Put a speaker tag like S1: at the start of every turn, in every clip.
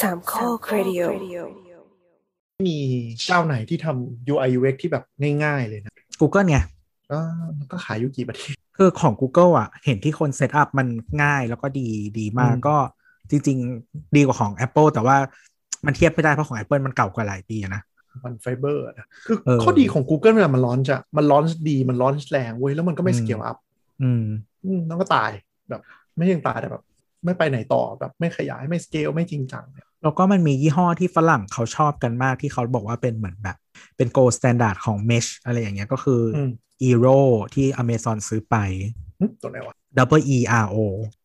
S1: สามข้อครดิโอ
S2: มีเจ้าไหนที่ทำ UI UX ที่แบบง่ายๆเลยนะ
S3: Google ไง
S2: ก็ก็ขายอยู่กี่ประเทศ
S3: คือของ Google อ่ะ เห็นที่คนเซตอัพมันง่ายแล้วก็ดีดีมาก
S2: อืม
S3: ก็จริง ๆ ดีกว่าของ Apple แต่ว่ามันเทียบไม่ได้เพราะของ Apple มันเก่ากว่าหลายปีอะนะ
S2: มันไฟเบอร์นะคือ
S3: เออ
S2: ข้อดีของ Google เวลามันร้อนจะมันร้อนดีมันร้อนแรงเว้ยแล้วมันก็ไม่
S3: อืม
S2: สเกลอัพ
S3: อืม
S2: น้องก็ตายแบบไม่ยังตายแต่แบบ ไม่ไปไหนต่อแบบไม่ขยายไม่สเกลไม่จริงจังเนี่ย
S3: แล้วก็มันมียี่ห้อที่ฝรั่งเขาชอบกันมากที่เขาบอกว่าเป็นเหมือนแบบ เป็น gold standard ของ mesh อะไรอย่างเงี้ยก็คือ
S2: อืม
S3: Eero ที่ Amazon ซื้อไป
S2: หึตัวไหนวะ
S3: double E R O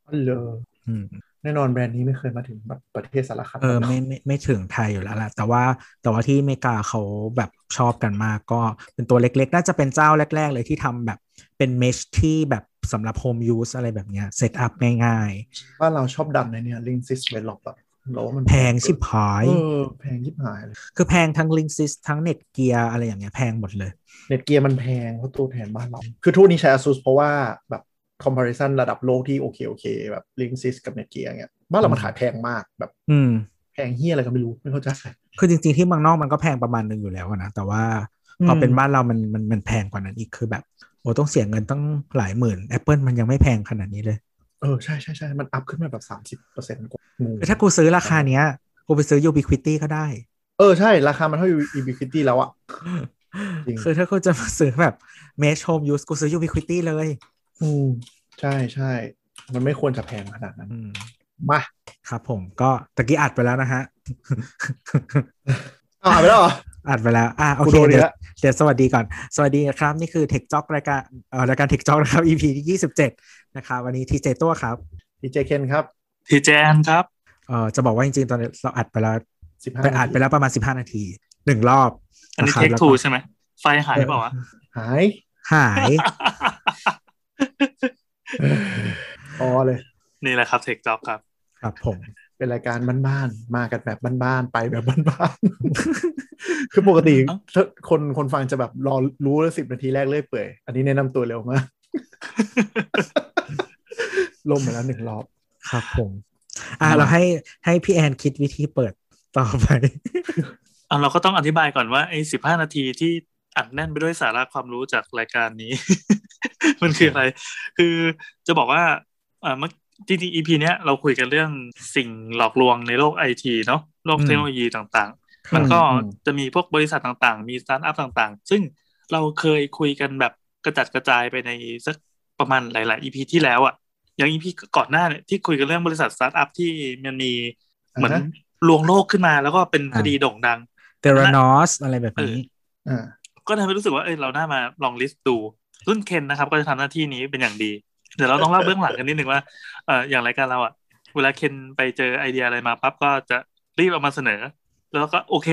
S2: อันเลย
S3: อืม
S2: แน่นอนแบรนด์นี้ไม่เคยมาถึงแบบประเทศสารคัด
S3: เออไม่ไม่ไม่ถึงไทยอยู่แล้วล่ะแต่ว่าแต่ว่าที่อเมริกาเขาแบบชอบกันมากก็เป็นตัวเล็กๆ น่าจะเป็นเจ้าแรก ๆ เลยที่ทำแบบเป็นเมชที่แบบสำหรับโฮมยูสอะไรแบบเนี้ยเซตอัพง่าย
S2: บ้านเราชอบดันในเนี่ยลิงซิสเวลล็อกแบบเราว่ามัน
S3: ๆ แพงชิบหาย
S2: เออแพงยิบหายเลย
S3: คือแพงทั้งลิงซิสทั้งเน็ตเกียร์อะไรอย่างเงี้ยแพงหมดเลย
S2: เน็ตเกียร์มันแพงเพราะตัวแทนบ้านเรา คือทุกวันนี้ใช้ ASUS เพราะว่าแบบ comparison ระดับโลกที่โอเคโอเคแบบลิงซิสกับเน็ตเกียร์เนี่ยบ้านเรามันขายแพงมากแบบ
S3: อืม
S2: แพงเฮียอะไรก็ไม่รู้ ไม่เข้าใจ
S3: คือจริงๆที่เมืองนอกมันก็แพงประมาณหนึงอยู่แล้วอะนะ แต่ว่าพอ
S2: ม
S3: เป็นบ้านเรามันมันมันแพงกว่านั้นอีกคือแบบ โอ้ต้องเสียเงินตั้งหลายหมื่น Apple มันยังไม่แพงขนาดนี้เลย
S2: เออ ใช่ใช่ใช่มันอัพขึ้นมาแบบสามสิบเปอร์เซ็นต์กว่างู
S3: คือถ้ากูซื้อราคาเนี้ยกูไปซื้อ Ubiquiti ก็ได้
S2: เออ ใช่ ราคามันเท่า Ubiquiti แล้วอะ จริง
S3: คือถ้ากูจะมาซื้อแบบ Mesh Home Use กูซื้อ Ubiquiti เลย
S2: อืม ใช่ใช่ มันไม่ควรจะแพงขนาดนั้น
S3: อืม
S2: มา
S3: ครับผมก็ตะกี้อัดไปแล้วนะฮะ
S2: อ่าไปแล้วเหรอ
S3: อัดไปแล้ว อ่ะโอ
S2: กู
S3: เค
S2: โดนอีก
S3: เดี๋ยว
S2: แล้ว
S3: เดี๋ยวสวัสดีก่อน สวัสดีครับ นี่คือ Tech Talk รายการเอ่อรายการ Tech Talk นะครับ EP ที่27นะครับวันนี้ทีเจตัวครับ
S2: ดีเจเคนครับ
S4: ทีแจนครับ
S3: เอ่อจะบอกว่าจริงๆ ตอนนี้เราอัดไปแล้ว
S2: สิบห้า
S3: ไปอัดไปแล้วประมาณ 15 นาทีหนึ่งรอบ
S4: อันนี้
S3: ะรับ
S4: เทค
S3: แล้ว
S4: ทู
S3: ก็
S4: ใช่ไหม ไฟหายเปล่าวะ
S2: หาย
S3: หาย
S2: พอเลย
S4: นี่แหละครับเทคจ็อบครับ
S3: ครับผม
S2: เป็นรายการบ้านๆ มากันแบบบ้านๆ ไปแบบบ้านๆ คือปกติ
S4: เอ้า
S2: ถ้าคนคนฟังจะแบบรอรู้แล้วสิบนาทีแรกเรื่อยเปื่อย อันนี้แนะนำตัวเร็วมาก ล่มมาแล้วหนึ่งรอบ
S3: ครับผม อ่ะเราให้ให้พี่แอนคิดวิธีเปิดต่อไป
S4: เอาเราก็ต้องอธิบายก่อนว่าไอ้สิบห้านาทีที่อัดแน่นไปด้วยสาระความรู้จากรายการนี้ มันคืออะไร คือจะบอกว่าเอ่อเมื่อจริงๆ EP เนี้ยเราคุยกันเรื่องสิ่งหลอกลวงในโลกไอทีเนาะโลก
S3: อืม
S4: เทคโนโลยีต่างๆ มันก็
S2: อืม
S4: จะมีพวกบริษัทต่างๆ มีสตาร์ทอัพต่างๆ ซึ่งเราเคยคุยกันแบบกระจัดกระจายไปในสักประมาณหลาย ๆ EP ที่แล้วอะอย่าง EP ก่อนหน้าเนี่ยที่คุยกันเรื่องบริษัทสตาร์ทอัพที่มันมีเหมือน
S2: อ่าฮะ
S4: ลวงโลกขึ้นมาแล้วก็เป็นคดีโด่งดัง
S3: เทเรนอสอะไรแบบนี้
S2: อ่า
S4: ก็ทำให้รู้สึกว่าเอยเราน่ามาลองลิสต์ดูรุ่นเคนนะครับ ก็จะทำหน้าที่นี้เป็นอย่างดี เดี๋ยวเราต้องเล่าเบื้องหลังกันนิดนึงว่าเอออย่างรายการเราอะเวลาเคนไปเจอไอเดียอะไรมาปั๊บก็จะรีบเอามาเสนอ แล้วก็โอเค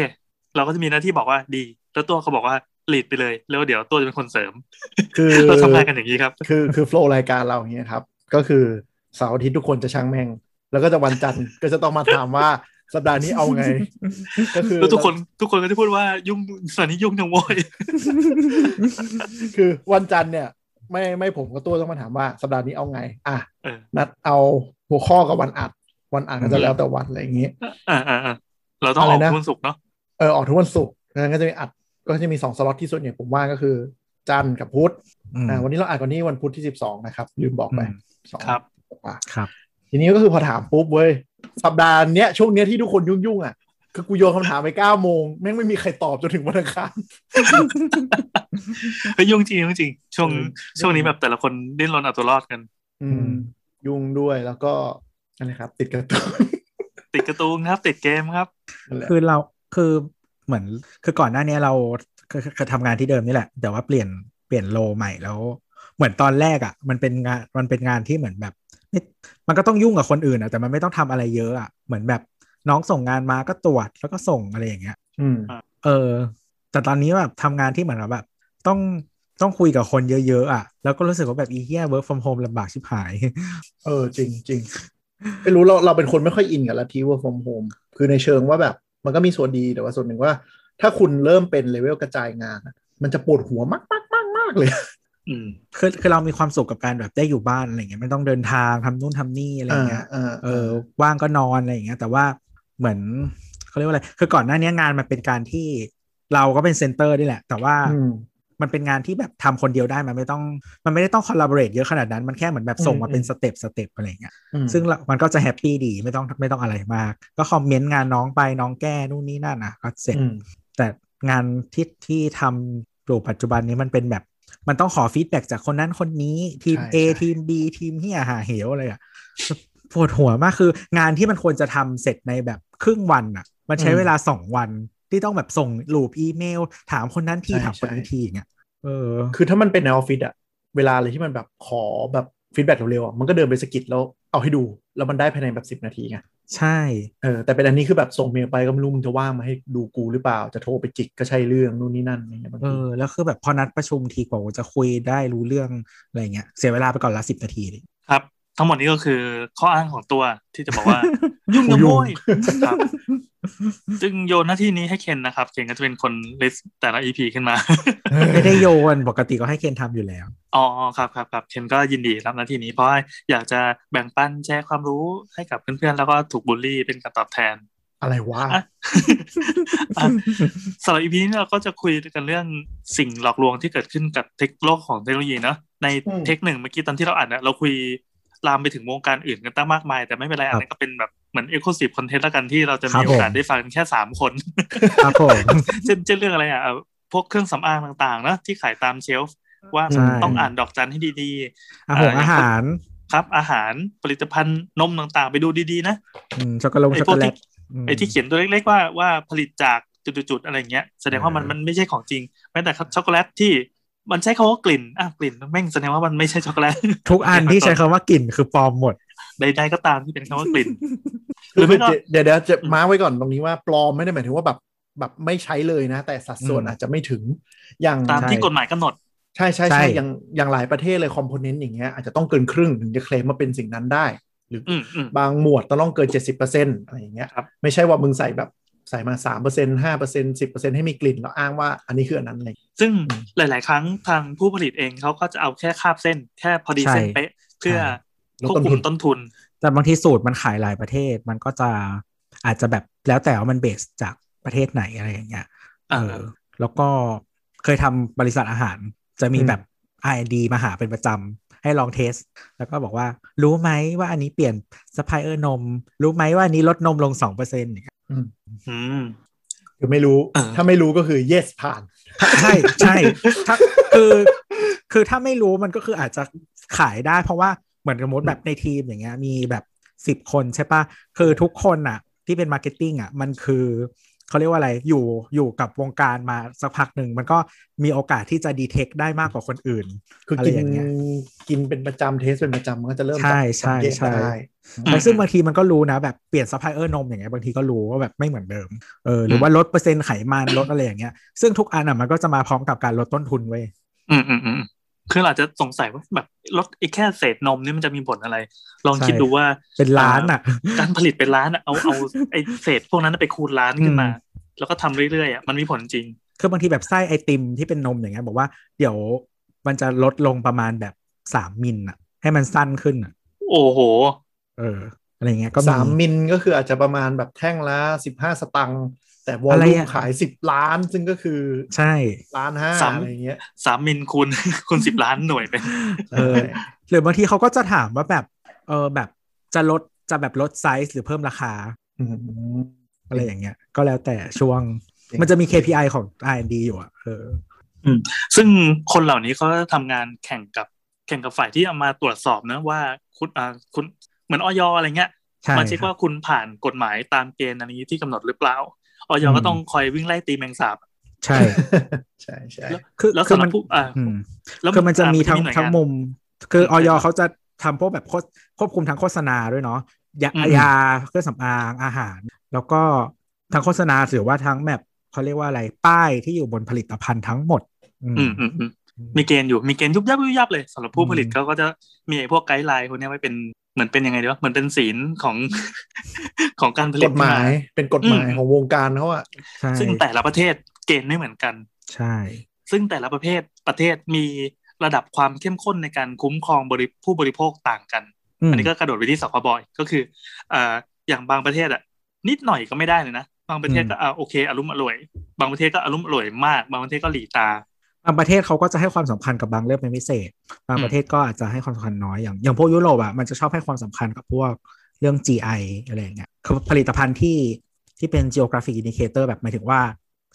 S4: เราก็จะมีหน้าที่บอกว่าดี แล้วตัวเขาบอกว่าลีดไปเลยแล้วเดี๋ยวตัวจะเป็นคนเสริม
S2: คือ
S4: เราทำงานกันอย่างนี้ครับ
S2: คือคือโฟล์รายการเราอย่างเงี้ยครับ ก็คือเสาร์อาทิตย์ทุกคนจะช่างแม่ง แล้วก็จะวันจันทร์ ก็จะต้องมาถามว่าสัปดาห์นี้เอาไง ก็คือ
S4: แล้วทุกคนทุกคนก็จะพูดว่ายุ่งสถานนี้ยุ่งจังโว้ย
S2: คือวันจันทร์เนี่ย ไม่ไม่ผมกับตัวต้องมาถามว่าสัปดาห์นี้เอาไง อ่ะ
S4: เออ
S2: นัดเอาหัวข้อกับวันอัด วันอัดก็จะแล้วแต่วันอะไรอย่างเงี้ย
S4: อ่าอ่าอ่าเราต้องออก
S2: อะไรนะ
S4: วันศุกร์เนาะ
S2: เออออกทุกวันศุกร์ดังนั้นก็จะมีอัดก็จะมีสองสล็อตที่ส่วนใหญ่ผมว่างก็คือ จันทร์กับพุธ
S3: อืม
S2: อ่าวันนี้เราอัดวันนี้วันพุธที่สิบสองนะครับลืมบอกไปสอง
S4: ครับ
S2: กว่า
S3: ครับ
S2: ทีนี้ก็คือพอถามปุ๊บเว้ย สัปดาห์เนี้ยช่วงเนี้ยที่ทุกคนยุ่งๆอ่ะ คือกูโยนคำถามไปเก้าโมงแม่งไม่มีใครตอบจนถึงวันอังคาร
S4: เฮ้ยยุ่งจริงยุ่งจริงช่วง
S2: เออ
S4: ช่วงนี้แบบแต่ละคนดิ้นรนเอาตัวรอดกัน
S2: อื
S3: อื
S2: ม
S3: ม
S2: ยุ่งด้วยแล้วก็นั่นแหละครับ ติดการะตุ้น
S4: ติดการะตูนครับ ติดเกมครับ
S2: นั่นแหละ
S3: คือเราคือเหมือนคือก่อนหน้าเนี้ยเราคือคือคือทำงานที่เดิมนี่แหละ แต่ว่าเปลี่ยนเปลี่ยนโลใหม่แล้ว เหมือนตอนแรกอะ่ะ มันเป็นงานมันเป็นงานที่เหมือนแบบไม่มันก็ต้องยุ่งกับคนอื่นอะ่ะแต่มันไม่ต้องทำอะไรเยอะอะ่ะเหมือนแบบน้องส่งงานมาก็ตรวจแล้วก็ส่งอะไรอย่างเงี้ย
S2: อืม
S3: เออ แต่ตอนนี้แบบทำงานที่เหมือนกับแบบต้องต้องคุยกับคนเยอะๆอะ่ะ แล้วก็รู้สึกว่าแบบอีเหี้ย work from home ลำบากชิบหาย
S2: เออ จริงจริงไม่รู้เราเราเป็นคนไม่ค่อยอินกับลัทธิ work from home คือในเชิงว่าแบบ มันก็มีส่วนดีแต่ว่าส่วนหนึ่งว่า ถ้าคุณเริ่มเป็นเลเวลกระจายงานอะมันจะปวดหัวมากมากมากมากเลย
S4: อืม
S3: คือคือเรามีความสุขกับการแบบได้อยู่บ้านอะไรเงี้ยไม่ต้องเดินทางทำนู่นทำนี่อะไร
S2: อ่า
S3: เงี้ย
S2: อ่า
S3: เออว่างก็นอนอะไรอย่างเงี้ยแต่ว่า เหมือนเขาเรียกว่าอะไร คือก่อนหน้านี้งานมันเป็นการที่เราก็เป็นเซนเตอร์นี่แหละ แต่ว่า
S2: อืม
S3: มันเป็นงานที่แบบทำคนเดียวได้มันไม่ต้องมันไม่ได้ต้องคอลลาบอร์เรทเยอะขนาดนั้นมันแค่เหมือนแบบส่งมาเป็น
S2: อืม
S3: สเต็ปสเต็ปอะไรอย่างเงี้ย
S2: อืม
S3: ซึ่งเรามันก็จะแฮปปี้ดีไม่ต้องไม่ต้องอะไรมาก ก็คอมเมนต์งานน้องไปน้องแก้นู่นนี่นั่นนะก็เสร็จ
S2: อืม
S3: แต่งานที่ที่ทำอยู่ปัจจุบันนี้มันเป็นแบบ มันต้องขอฟีดแบ็กจากคนนั้นคนนี้ ทีม
S2: ใช่
S3: A
S2: ใช่
S3: ทีม B ทีมเฮียหาเหวอะไร อ่ะปวดหัวมากคืองานที่มันควรจะทำเสร็จในแบบครึ่งวันอ่ะ มันใช้
S2: อืม
S3: เวลาสองวันที่ต้องแบบส่งลูปอีเมล ถามคนนั้นที
S2: ใช่
S3: ถามคนนี้
S2: ใช่
S3: ทีอย่างเงี้ยเออ
S2: คือถ้ามันเป็นในออฟฟิศอะเวลาอะไรที่มันแบบขอแบบฟีดแบ็กเร็วๆอะมันก็เดินไปสะกิดแล้วเอาให้ดู แล้วมันได้ภายในแบบสิบนาทีไง
S3: ใช่
S2: เออแต่เป็นอันนี้คือแบบส่งเมลไปก็ไม่รู้มึงจะว่างมาให้ดูกูหรือเปล่า จะโทรไปจิกก็ใช่เรื่องนู่นนี่นั่นอะไรเงี้ยบาง
S3: เอ
S2: ที
S3: อแล้วคือแบบพอนัดประชุมทีกว่าจะคุยได้รู้เรื่องอะไรเงี้ยเสียเวลาไปก่อนละสิบนาที เลย
S4: ครับ ทั้งหมดนี้ก็คือข้ออ้างของตัวที่จะบอก ว่า ยุ่ง
S2: กู
S4: กับ
S2: ยุ่
S4: โม
S2: ง
S4: ยครับ จึงโยนหน้าที่นี้ให้เคนนะครับ เคนก็จะเป็นคนลิสต์แต่ละ EP ขึ้นมา
S3: ไม่ได้โยนปกติก็ให้เคนทำอยู่แล้ว
S4: อ๋อครับครับครับเคนก็ยินดีรับหน้าที่นี้เพราะว่าอยากจะแบ่งปันแชร์ความรู้ให้กับเพื่อนๆ แล้วก็ถูกบูลลี่เป็นการตอบแทน
S2: อะไรวะ
S4: อ่ะ อ่ะสำหรับ EP นี้เราก็จะคุยกันเรื่องสิ่งหลอกลวงที่เกิดขึ้นกับเทคโลกของเทคโนโลยีเนาะในเทคหนึ่งเมื่อกี้ตอนที่เราอ่านเนี่ยเราคุยลามไปถึงวงการอื่นกันตั้งมากมาย แต่ไม่เป็นไรอันนั้นก็เป็นแบบเหมือนเอ็กซ์คลูซีฟคอนเทนต์ละกันที่เราจะ
S3: ครั
S4: มี
S3: บผม
S4: โอกาสได้ฟังแค่สามคน
S3: ครับ ผม
S4: เช่นเช่นเรื่องอะไรอ่ะเอ่อพวกเครื่องสำอางต่างๆนะที่ขายตามเชลฟ์ว่า
S3: ใช่
S4: ต้องอ่านดอกจันให้ดี
S3: อาหง
S4: เอ่ออ
S3: อาหาร
S4: ๆ ครับ อาหารผลิตภัณฑ์นมต่างๆ ไปดูดีๆนะ
S3: อืมช็อกโกแลต
S4: ไอ้
S3: ช็อก
S4: พว
S3: โก
S4: ก
S3: แล
S4: ที่
S3: ตม
S4: ไอ้ที่เขียนตัวเล็กๆว่าว่าผลิตจากจุดๆๆอะไรเงี้ยแสดงว่ามัน
S3: เออ
S4: มันไม่ใช่ของจริงแม้แต่ช็อกโกแลตที่มันใช้คำว่ากลิ่นอ่ะกลิ่นแม่งแสดงว่ามันไม่ใช่ช็อกโกแลต
S3: ทุกอันที่ใช้คำว่ากลิ่นคือปลอมหมด
S4: ใดๆก็ตามที่เป็นคำว่ากลิ่น ห
S2: คื
S4: รือ อไม่ก็
S2: เดี๋ยวเดี๋ยวจะมาร์คไว้ก่อนตรงนี้ว่าปลอมไม่ได้หมายถึงว่าแบบแบบไม่ใช้เลยนะ แต่สัดส่วน
S3: อืม
S2: อาจจะไม่ถึงอย่าง
S4: ตามที่
S3: ใช่
S4: กฎหมายกำหนด
S2: ใช่ใช่
S3: ใช่
S2: ใช่อย่างอย่างหลายประเทศเลยคอมโพเนนต์อย่างเงี้ยอาจจะต้องเกินครึ่งถึงจะเคลมมาเป็นสิ่งนั้นได้ หรืออ
S4: อืมอืม
S2: บางหมวดต้องเกิน 70%อะไรอย่างเงี้ย
S4: ครับ
S2: ไม่ใช่ว่ามึงใส่แบบใส่มา 3% 5% 10%ให้มีกลิ่น แล้วอ้างว่าอันนี้คืออันนั้นเลย
S4: ซึ่ง
S2: อืม
S4: หลาย ๆ ครั้งทางผู้ผลิตเองเขาก็จะเอาแค่คาบเส้น แค่พอดีเส้น
S3: ใช่
S4: เป๊ะเพื่อ
S2: ลด
S4: ควบ
S2: ต้น
S4: คุ
S2: ทุ
S4: ม
S2: น
S4: ต้นทุน
S3: แต่บางทีสูตรมันขายหลายประเทศมันก็จะอาจจะแบบแล้วแต่ว่ามันเบสจากประเทศไหนอะไรอย่างเงี้ยเออ
S4: อ่า
S3: แล้วก็เคยทำบริษัทอาหาร จะมีแบบ R&D มาหาเป็นประจำให้ลองเทส แล้วก็บอกว่า รู้ไหมว่าอันนี้เปลี่ยนซัพพลายเออร์นม รู้ไหมว่าอันนี้ลดนมลง2%อย่างเงี้ย
S4: อืม
S2: คือไม่รู้
S4: เออ
S2: ถ้าไม่รู้ก็คือ yes ผ่าน
S3: ใช่ใช่ถ้าคือคือถ้าไม่รู้มันก็คืออาจจะขายได้ เพราะว่าเหมือนสมมติแบบในทีมอย่างเงี้ยมีแบบสิบคนใช่ปะคือทุกคนอ่ะ ที่เป็นมาร์เก็ตติ้งอ่ะมันคือเขาเรียกว่าอะไรอยู่อยู่กับวงการมาสักพักหนึ่ง มันก็มีโอกาสที่จะดีเทคได้มากกว่าคนอื่น
S2: คือ
S3: อะไร
S2: กิน
S3: อย่างเงี้ย
S2: กินเป็นประจำเทสเป็นประจำมันก็จะเริ่ม
S3: ใช่
S2: สังเกต
S3: ใช่ใช่
S2: ได้ อืม
S3: แต่ซึ่งบางทีมันก็รู้นะแบบเปลี่ยนซัพพลายเออร์นมอย่างเงี้ยบางทีก็รู้ว่าแบบไม่เหมือนเดิมเออหรือว่าลดเปอร์เซ็นต์ไขมันลดอะไรอย่างเงี้ยซึ่งทุกอันอ่ะมันก็จะมาพร้อมกับการลดต้นทุนเว้ย
S4: อืมอืมอืมอืมคือเราอาจจะสงสัยว่าแบบลดไอ้แค่เศษนมนี่มันจะมีผลอะไร ลอง
S3: ใช่
S4: คิดดูว่า
S3: เป็นล้านอ่ะ
S4: การผลิตเป็นล้านอะเอาเอาไอเศษพวกนั้นไปคูณล้านขึ้นมา
S3: อืม
S4: แล้วก็ทำเรื่อยๆอะมันมีผลจริง
S3: คือบางทีแบบไส้ไอติมที่เป็นนมอย่างเงี้ยบอกว่าเดี๋ยวมันจะลดลงประมาณแบบสามมิลน่ะ ให้มันสั้นขึ้นน่ะ
S4: โอ้โห
S3: เออ อะไรเงี้ยก็
S2: สามมิลก็คืออาจจะประมาณแบบแท่งละสิบห้าสตังค์แต่วอล
S3: อะไร
S2: ลุ่ม
S3: อะ
S2: ขายสิบล้าน ซึ่งก็คือ
S3: ใช่
S2: ล้านห้า
S4: สาม
S2: อะไรอย่างเงี้ย
S4: สามมิลคูณ คูณสิบล้านหน่วยเป็น
S3: เออ หรือบางทีเขาก็จะถามว่าแบบเออแบบจะลดจะแบบลดไซส์หรือเพิ่มราคา
S2: อืม
S3: อะไรอย่างเงี้ย ก็แล้วแต่ช่วง
S2: จริง
S3: มันจะมี KPI ของ R&D อยู่อ่ะเออ
S4: ซึ่งคนเหล่านี้เขาทำงานแข่งกับแข่งกับฝ่ายที่เอามาตรวจสอบนะว่าคุณอ่าคุณเหมือนออยอะไรเงี้ย
S3: ใช่
S4: มาเช็ค
S3: ครับ
S4: ว่าคุณผ่านกฎหมายตามเกณฑ์อันนี้ที่กำหนดหรือเปล่าออย
S3: อืม
S4: ก็ต้องคอยวิ่งไล่ตีแมงสาบ
S3: ใช่
S2: ใช่ใช่
S4: แล้ว
S3: คือ
S4: แล้ว
S3: คือ
S4: สำห
S3: มั
S4: รับ
S3: น
S4: ผู้อ่า
S3: อืม
S4: แล้ว
S3: คือมันจะ
S4: อ่
S3: มีทั้ง
S4: หน่วย
S3: ทั้ง
S4: น
S3: มุม คืออ
S4: ใช่
S3: อย
S4: ครับ
S3: เขาจะทำพวกแบบโฆษควบคุมทางโฆษณาด้วยเนาะยา
S4: อืม
S3: ยาเครื่องสำอางอาหาร แล้วก็ทางโฆษณาหรือว่าทั้งแบบเขาเรียกว่าอะไรป้ายที่อยู่บนผลิตภัณฑ์ทั้งหมด อืม
S4: อืมอืมอืม มีเกณฑ์อยู่มีเกณฑ์ยุบยับยุบยับเลยสำหรับผู้ผลิตเขาก็จะมีไอ้พวกไกด์ไลน์คนนี้ยไว้เป็นเหมือนเป็นยังไงดีวะเหมือนเป็นศีลของ ของการผลิ
S2: ก
S4: ต
S2: ฎหมาย
S4: ขึ้น
S2: เป็นกฎหมาย
S4: อืม
S2: ของวงการเขาอะ
S3: ใช่
S4: ซึ่งแต่ละประเทศเกณฑ์ไม่เหมือนกัน
S3: ใช่
S4: ซึ่งแต่ละประเภทประเทศมีระดับความเข้มข้นในการคุ้มครองบริผู้บริโภคต่างกัน
S3: อืม
S4: อันนี้ก็กระโดดไปที่สคบอยก็คือเอ่ออย่างบางประเทศอ่ะ นิดหน่อยก็ไม่ได้เลยนะ บางประเทศ
S3: อืม
S4: ก็อ่าโอเคอารมณ์อร่วย บางประเทศก็อารมณ์อร่วยมาก บางประเทศก็หลีตา
S3: บางประเทศเขาก็จะให้ความสำคัญกับบางเรื่องเป็นพิเศษ บางประเทศก็อาจจะให้ความสำคัญน้อยอย่างอย่างพวกยุโรปอะมันจะชอบให้ความสำคัญกับพวกเรื่อง GI อะไรอย่างเงี้ยคือผลิตภัณฑ์ที่ที่เป็น geographic indicator แบบหมายถึงว่า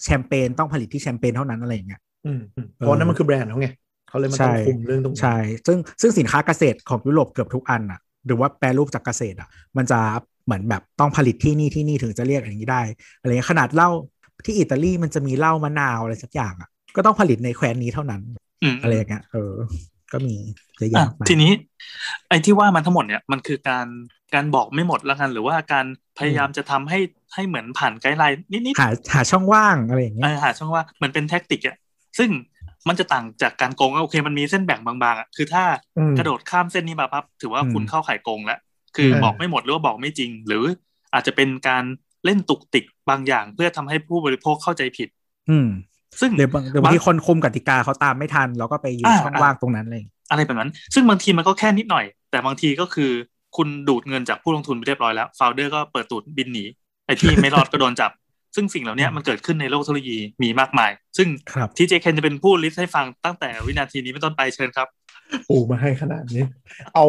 S3: แชมเปญต้องผลิตที่แชมเปญเท่านั้นอะไรอย่างเงี้ย
S2: อืมอืมเพราะนั่นมันคือแบรนด์เขาไงเขาเลยมันต้อง
S3: ใช่
S2: คุมเรื่องตรงนี้
S3: ใช่ซึ่งซึ่งสินค้าเกษตรของยุโรปเกือบทุกอันอะหรือว่าแปรรูปจากเกษตรอะมันจะเหมือนแบบต้องผลิตที่นี่ที่นี่ถึงจะเรียกอย่างนี้ได้อะไรเงี้ยขนาดเหล้าที่อิตาลีมันจะมีเหล้ามะนาวอะไรสักอย่างอะก็ต้องผลิตในแคว้นนี้เท่านั้น
S4: อืม
S3: อะไรอย่างเงี้ยเออ ก็มีเยอะแยะ
S4: อ่ะ
S3: มากมาย
S4: ทีนี้ ไอ้ที่ว่ามันทั้งหมดเนี่ยมันคือการการบอกไม่หมดละกัน หรือว่าการพยายามจะทำให้ให้เหมือนผ่านไกด์ไลน์นิดๆ
S3: หาหาช่องว่างอะไรอย่างเงี้
S4: เอย อหาช่องว่างมันเป็นแท็กติกอะซึ่งมันจะต่างจากการโกงอะโอเค มันมีเส้นแบ่งบางๆอะคือถ้า
S2: อืม
S4: กระโดดข้ามเส้นนี้มาปั๊บถือว่า
S3: อืม
S4: คุณเข้าข่ายโกงแล้ว คือ
S2: เออ
S4: บอกไม่หมดหรือว่าบอกไม่จริง หรืออาจจะเป็นการเล่นตุกติกบางอย่าง เพื่อทำให้ผู้บริโภคเข้าใจผิด
S3: อืม
S4: ซึ่ง
S3: หรือบางหรือบางทีคนคุมกติกาเขาตามไม่ทัน แล้วก็ไปอยู่
S4: อ่า
S3: ช่องว่างตรงนั้นเลย
S4: อะไรแบบนั้น ซึ่งบางทีมันก็แค่นิดหน่อย แต่บางทีก็คือคุณดูดเงินจากผู้ลงทุนไปเรียบร้อยแล้วโฟลเดอร์ก็เปิดตูดบินหนี ไอ้ที่ไม่รอดก็โดนจับ ซึ่งสิ่งเหล่านี้มันเกิดขึ้นในโลกเทคโนโลยีมีมากมาย ซึ่ง
S3: ครับ
S4: ทีเจเคนจะเป็นผู้ลิสต์ให้ฟังตั้งแต่วินาทีนี้เป็นต้นไปเชิญครับ
S2: ปูมาให้ขนาดนี้ เอา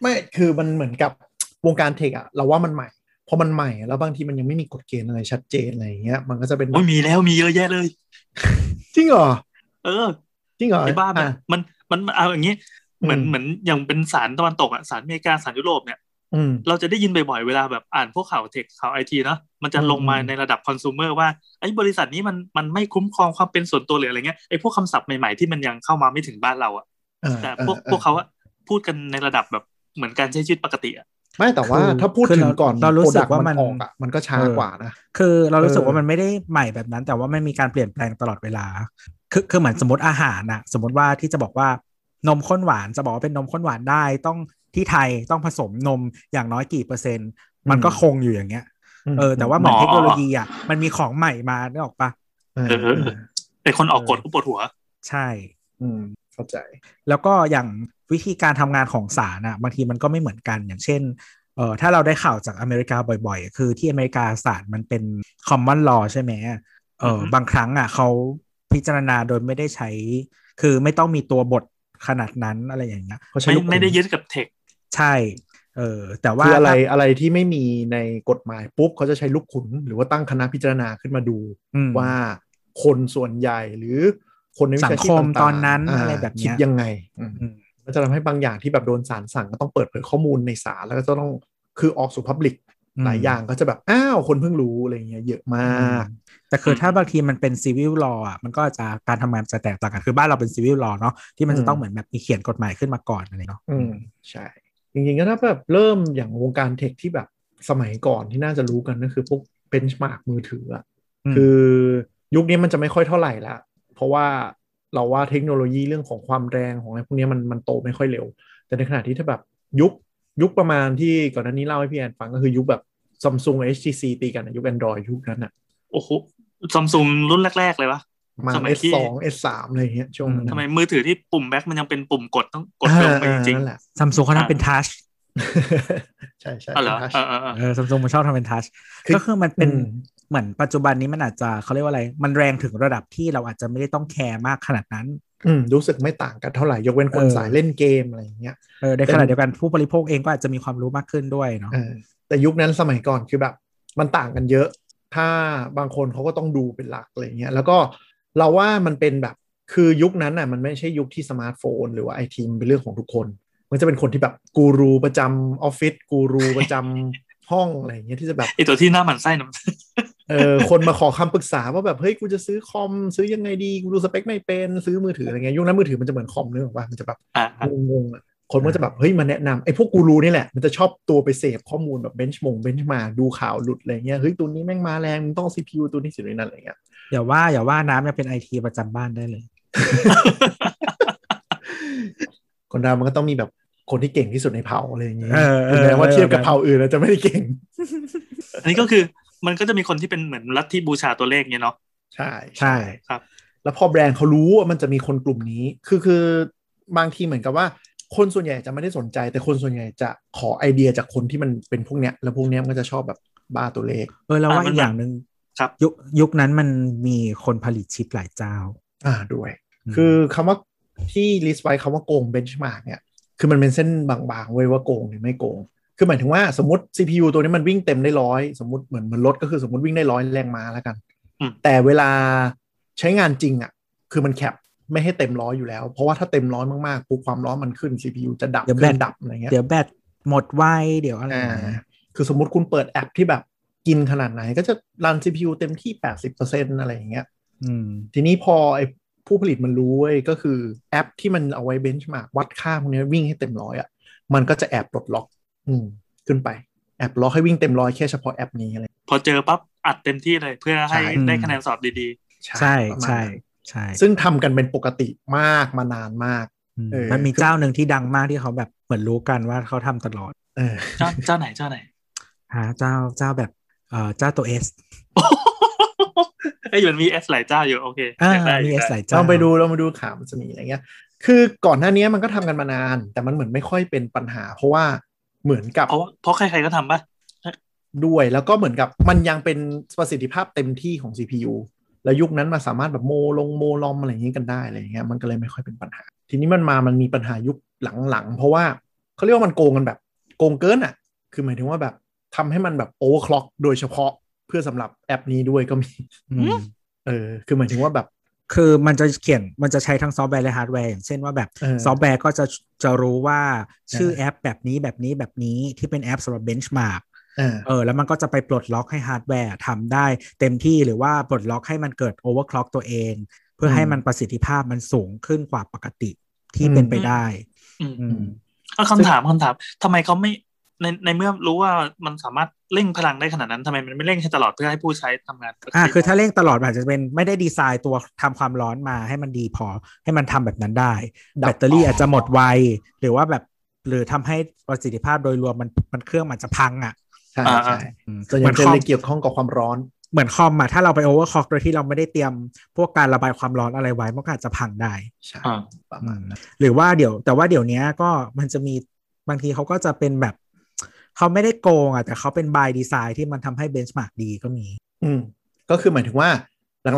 S2: ไม่คือมันเหมือนกับวงการเทคอะเราว่ามันใหม่พอมันใหม่ แล้วบางทีมันยังไม่มีกฎเกณฑ์อะไรชัดเจนอะไรอย่างเงี้ยมันก็จะเป็น
S4: โอ้ยมีแล้วมีเยอะแยะเลย
S2: จริงเหรอ
S4: เออ
S2: จริงเหรอ
S4: ไอ้บ้ามัน
S2: อ่ะ
S4: มันมันมันเอาอย่างนี้เหมือน
S2: อืม
S4: เหมือนอย่างเป็นสารตะวันตกอ่ะสารอเมริกาสารยุโรปเนี่ย
S2: อืม
S4: เราจะได้ยินบ่อยๆเวลาแบบอ่านพวกข่าวเทคข่าวไอทีเนาะมันจะ
S2: อืม
S4: ลงมา
S2: อืม
S4: ในระดับคอน sumer ว่าไอ้บริษัทนี้มันมันไม่คุ้มครองความเป็นส่วนตัวหรืออะไรเงี้ยไอ้พวกคำศัพท์ใหม่ๆที่มันยังเข้ามาไม่ถึงบ้านเราอ่ะ
S2: อ่า
S4: แต่
S2: อ่า
S4: พวก
S2: อ่า
S4: พวกเขาอะพูดกันในระดับแบบเหมือนการใช้ชีวิตปกติอ่ะ
S2: ไม่แต่ว่า
S3: คือ
S2: ถ้าพูด
S3: คือ
S2: ถึง
S3: เรา
S2: ก่อน
S3: เรารู้
S2: โป
S3: สึก
S2: ดัต์
S3: ว่ามัน
S2: ออกอะมันก็ช้ากว่านะ
S3: คือเรารู้สึก
S2: เออ
S3: ว่ามันไม่ได้ใหม่แบบนั้น แต่ว่ามันมีการเปลี่ยนแปลงตลอดเวลา คือคือเหมือนสมมติอาหารนะสมมติว่าที่จะบอกว่านมข้นหวานจะบอกว่าเป็นนมข้นหวานได้ต้องที่ไทยต้องผสมนมอย่างน้อยกี่เปอร์เซ็นต์ มันก็คงอยู่อย่างเงี้ยเออแต่ว่าเหมือน
S4: หมอ
S3: เทคโนโลยีอ่ะมันมีของใหม่มาได้ออกปะ
S2: เออเออ
S4: ไอ้คนออกกฎก็ปวดหัว
S3: ใช่
S2: อืมเข้าใจ
S3: แล้วก็อย่างวิธีการทำงานของศาลอ่ะบางทีมันก็ไม่เหมือนกันอย่างเช่นเออถ้าเราได้ข่าวจากอเมริกาบ่อยๆ คือที่อเมริกาศาลมันเป็นคอมมอนลอใช่ไหมเออ
S4: อือฮึ
S3: บางครั้งอ่ะเขาพิจารณาโดยไม่ได้ใช้ คือไม่ต้องมีตัวบทขนาดนั้นอะไรอย่างเงี้ย
S2: เขาใช้
S4: ไม่
S2: ลูก
S4: ไม่ได้ยึดกับเทค
S3: ใช่เออแต่ว่า
S2: คืออะไรอะไรที่ไม่มีในกฎหมายปุ๊บเขาจะใช้ลูกขุน หรือว่าตั้งคณะพิจารณาขึ้นมาดู
S3: อืม
S2: ว่าคนส่วนใหญ่หรือคนในวิชาชีพ
S3: สังคม
S2: ต่างๆ
S3: ตอนนั้น
S2: า
S3: อะไรแบบเนี้ย
S2: คิดยังไงอืม
S3: อืม
S2: มันจะทำให้บางอย่างที่แบบโดนศาลสั่งก็ต้องเปิดเผยข้อมูลในศาลแล้วก็จะต้องคือออกสู่พับลิก
S3: อืม
S2: หลายอย่างก็จะแบบ อ้าวคนเพิ่งรู้อะไรเงี้ยเยอะมาก
S3: แต่คืออ
S4: ม
S3: ถ้าบางทีมันเป็นซีวิลลออ่ะมันก็จะการทำงานจะแตกต่างกันคือบ้านเราเป็นซีวิลลอเนาะที่มัน
S2: อื
S3: จะ
S2: ม
S3: ต้องเหมือนแบบมีเขียนกฎหมายขึ้นมาก่อนอะไรเนาะ
S2: อืมใช่ จริงๆก็ถ้าแบบเริ่มอย่างวงการเทคที่แบบสมัยก่อนที่น่าจะรู้กันก็คือพวกเบนช์มาร์กมือถืออะ
S3: อืม
S2: คือยุคนี้มันจะไม่ค่อยเท่าไหร่ละเพราะว่าเราว่าเทคโนโลยีเรื่องของความแรงของอะไรพวกนี้มันมันโตไม่ค่อยเร็ว แต่ในขณะที่ถ้าแบบยุคยุคประมาณที่ก่อนหน้านี้เล่าให้พี่แอนฟังก็คือยุคแบบซัมซุง HTC ตีกันอะยุค Android ยุคนั้นอะ
S4: โอ้โหซัมซุงรุ่นแรก ๆ เลยวะ
S2: ประมาณ
S4: สมัยที่
S2: S2 S3 อะไรอย่างเงี้ยช่วงนั้น
S4: ทำ
S2: อะ
S4: ไมมือถือที่ปุ่มแบ็คมันยังเป็นปุ่มกดต้องกดลงไปจริง
S2: อ่านั่น
S4: ๆ
S2: แหละ
S3: ซัมซุงเขาทำเป็นทัช
S2: ใช่ใช่
S4: อ๋อเหรอ
S2: เป็น touch
S4: เออเออเออ
S3: เออซัมซุงมันชอบทำเป็นทัช
S2: คือ
S3: ก็คือมันเป็น
S2: อืม
S3: เหมือนปัจจุบันนี้มันอาจจะเขาเรียกว่าอะไร มันแรงถึงระดับที่เราอาจจะไม่ได้ต้องแคร์มากขนาดนั้น
S2: อืมรู้สึกไม่ต่างกันเท่าไหร่ ยกเว้นคน
S3: เออ
S2: สายเล่นเกมอะไรอย่างเงี้ย
S3: เออในขณะเดียวกันผู้บริโภคเองก็อาจจะมีความรู้มากขึ้นด้วยเนาะ
S2: เออแต่ยุคนั้นสมัยก่อนคือแบบ มันต่างกันเยอะ ถ้าบางคนเขาก็ต้องดูเป็นหลักอะไรเงี้ยแล้วก็เราว่ามันเป็นแบบคือยุคนั้นน่ะมันไม่ใช่ยุคที่สมาร์ทโฟน หรือว่าไอทีมนเป็นเรื่องของทุกคน มันจะเป็นคนที่แบบกูรูประจำออฟฟิศกูรูประจำห้องอะไรเงี้ยที่จะแบบ
S4: ไอตัวที่หน้าหมันไส้นะ
S2: เออคนมาขอคำปรึกษาว่าแบบเฮ้ยกูจะซื้อคอมซื้อยังไงดีกูดูสเปคไม่เป็นซื้อมือถืออะไรเงี้ยยุคนั้นมือถือมันจะเหมือนคอมเนกอะว่ามันจะแบบ
S4: อ่ะอ่ะ
S2: งงๆอะคนก็จะแบบเฮ้ยมาแนะนำไอ้พวกกูรูนี่แหละ มันจะชอบตัวไปเสพข้อมูลแบบเบนช์มงเบนช์มาดูข่าวหลุดอะไรเงี้ยเฮ้ยตัวนี้แม่งมาแรงมึงต้องซีพียูตัวนี้สิตัวนี้นั่นอะไรเงี้ย
S3: อย่าว่าอย่าว่าน้ำยังเป็นไอทีประจำบ้านได้เลย
S2: คนเรามันก็ต้องมีแบบคนที่เก่งที่สุดในเผ่าอะไรอย่างเงี้ย
S3: เออเออ
S2: ถึงแม้ว่า
S3: เออ
S2: เทียบกับเผ่าอื่นแล้วจะไม่ได้เก่ง
S4: อันนี้ก็คือมันก็จะมีคนที่เป็นเหมือนลัทธิบูชาตัวเลขเนี่ยเนาะ
S2: ใช่
S3: ใช่
S4: ครับ
S2: แล้วพอแบรนด์เขารู้ว่ามันจะมีคนกลุ่มนี้คือคือบางทีเหมือนกับว่า คนส่วนใหญ่จะไม่ได้สนใจ แต่คนส่วนใหญ่จะขอไอเดียจากคนที่มันเป็นพวกเนี้ยแล้วพวกเนี้ยมันก็จะชอบแบบ บ้าตัวเลข
S3: เออเราว่า
S4: อ่ะมั
S3: อี
S4: น
S3: กอย่างหนึ่ง
S4: ครับ
S3: ยุคยุคนั้นมันมีคนผลิตชิปหลายเจ้า
S2: อ่าด้วย
S3: ม
S2: คือคำว่าที่ list ไว้คำว่าโกง benchmark เนี่ย คือมันเป็นเส้นบางๆ เว้ยว่าโกงหรือไม่โกง คือหมายถึงว่าสมมติ CPU ตัวนี้มันวิ่งเต็มได้ร้อยสมมติเหมือนเหมือนรถก็คือสมมติวิ่งได้ร้อยแรงม้าแล้วกัน
S4: อืม
S2: แต่เวลาใช้งานจริงอะ่ะ คือมันแคปไม่ให้เต็มร้อยอยู่แล้ว เพราะว่าถ้าเต็มร้อยมากๆปุ๊บความร้อนมันขึ้น CPU จะดับ
S3: เดี๋ยวแบ
S2: ขึ้
S3: ต
S2: นดับอะไรเงี้ย
S3: เดี๋ยวแบตหมดไวเดี๋ยวอะไร
S2: อ่าคือสมมติคุณเปิดแอปที่แบบกินขนาดไหน ก็จะรัน CPU เต็มที่ 80%อะไรอย่างเงี้ย
S3: อืม
S2: ทีนี้พอไอ้ผู้ผลิตมันรู้เว้ยก็คือแอปที่มันเอาไว้เบนช์มาร์กวัดค่าพวกนี้วิ่งให้เต็มร้อยอ่ะมันก็จะแอบปลดล็อก อืมขึ้นไปแอบล็อกให้วิ่งเต็มร้อยแค่เฉพาะแอปนี้อะไร
S4: พอเจอปั๊บอัดเต็มที่เลยเพื่อให้
S2: ใช่
S4: ได้คะแนนสอบดี
S3: ใช่
S2: ประมาณ
S3: ใช่
S2: นั้น
S3: ใช่
S2: ซึ่งทำกันเป็นปกติมากมานานมาก
S3: อืม
S2: เออ
S3: มันมีเจ้าหนึ่งที่ดังมากที่เขาแบบเหมือนรู้กันว่าเขาทำตลอด
S2: เออ
S4: ๆ เจ้าเจ้าไหนเจ้าไหน
S3: หาเจ้าเจ้าแบบเอ่อเจ้าตัวเอส
S4: ไอ้ยมันมีเอสหลายเจ้าอยู่โอเค
S3: อ่า
S4: อยากได้
S3: มีเอย
S4: อา
S3: ส
S4: กได้
S3: หลายเจ้า
S2: เราไปดูเรามาดูข่าวมันจะมีอะไรเงี้ย คือก่อนหน้านี้มันก็ทำกันมานาน แต่มันเหมือนไม่ค่อยเป็นปัญหา เพราะว่าเหมือนกับ
S4: เพราะว่าเพราะใครๆก็ทำป่ะ
S2: ด้วยแล้วก็เหมือนกับมันยังเป็นประสิทธิภาพเต็มที่ของ CPU แล้วยุคนั้นมาสามารถแบบโมลงโมลอมอะไรอย่างนี้กันได้อะไรอย่างเงี้ยมันก็เลยไม่ค่อยเป็นปัญหา ทีนี้มันมามันมีปัญหายุคหลังๆ เพราะว่าเขาเรียกว่ามันโกงกันแบบโกงเกินอ่ะ คือหมายถึงว่าแบบทำให้มันแบบโอเวอร์คล็อกโดยเฉพาะเพื่อสำหรับแอปนี้ด้วยก็มี
S3: อืม
S2: เออคือหมายถึงว่าแบบ
S3: คือมันจะเขียนมันจะใช้ทั้งซอฟต์แวร์และฮาร์ดแวร์อย่างเช่นว่าแบบ
S2: เออ
S3: ซอฟต์แวร์ก็จะจะรู้ว่าชื่อ
S2: เออ
S3: แอปแบบนี้แบบนี้แบบนี้ที่เป็นแอปสำหรับเบนช์มาร์ก
S2: อ่า
S3: เออแล้วมันก็จะไปปลดล็อกให้ฮาร์ดแวร์ทำได้เต็มที่หรือว่าปลดล็อกให้มันเกิดโอเวอร์คล็อกตัวเอง เพื่อให้มันประสิทธิภาพมันสูงขึ้นกว่าปกติที่เป็นไปได้
S4: อืม
S3: อืม
S4: ก็คำถามคำถามทำไมเขาไม่ในในเมื่อรู้ว่ามันสามารถเร่งพลังได้ขนาดนั้นทำไมมันไม่เร่งให้ตลอดเพื่อให้ผู้ใช้ทำงานปกติ
S3: อ่าคือถ้าเร่งตลอดมันอาจจะเป็นไม่ได้ดีไซน์ตัวทำความร้อนมาให้มันดีพอให้มันทำแบบนั้นได้ แบตเตอรี่อาจจะหมดไว หรือว่าแบบหรือทำให้ประสิทธิภาพโดยรวมมันมันเครื่องมันจะพังอ่ะ
S2: ใช่ใช่
S3: อืม
S2: ส่วนให
S3: เห
S2: ญ่
S3: มือน
S2: จะ
S3: คอม
S2: เลยเกี่ยวข้องกับความร้อน
S3: เหมือนคอมอะถ้าเราไปโอเวอร์คอกโดยที่เราไม่ได้เตรียมพวกการระบายความร้อนอะไรไว้มันก็อาจจะพังได้
S2: ใช่
S4: อ่า
S2: ประมาณนั้น
S3: หรือว่าเดี๋ยว แต่ว่าเดี๋ยวเนี้ยก็มันจะมีบางทีเขาก็จะเป็นแบบ เขาไม่ได้โกงอะแต่เขาเป็นบายดีไซน์ที่มันทำให้เบนช์มาร์กดีก็มี
S2: อืมก็คือหมายถึงว่า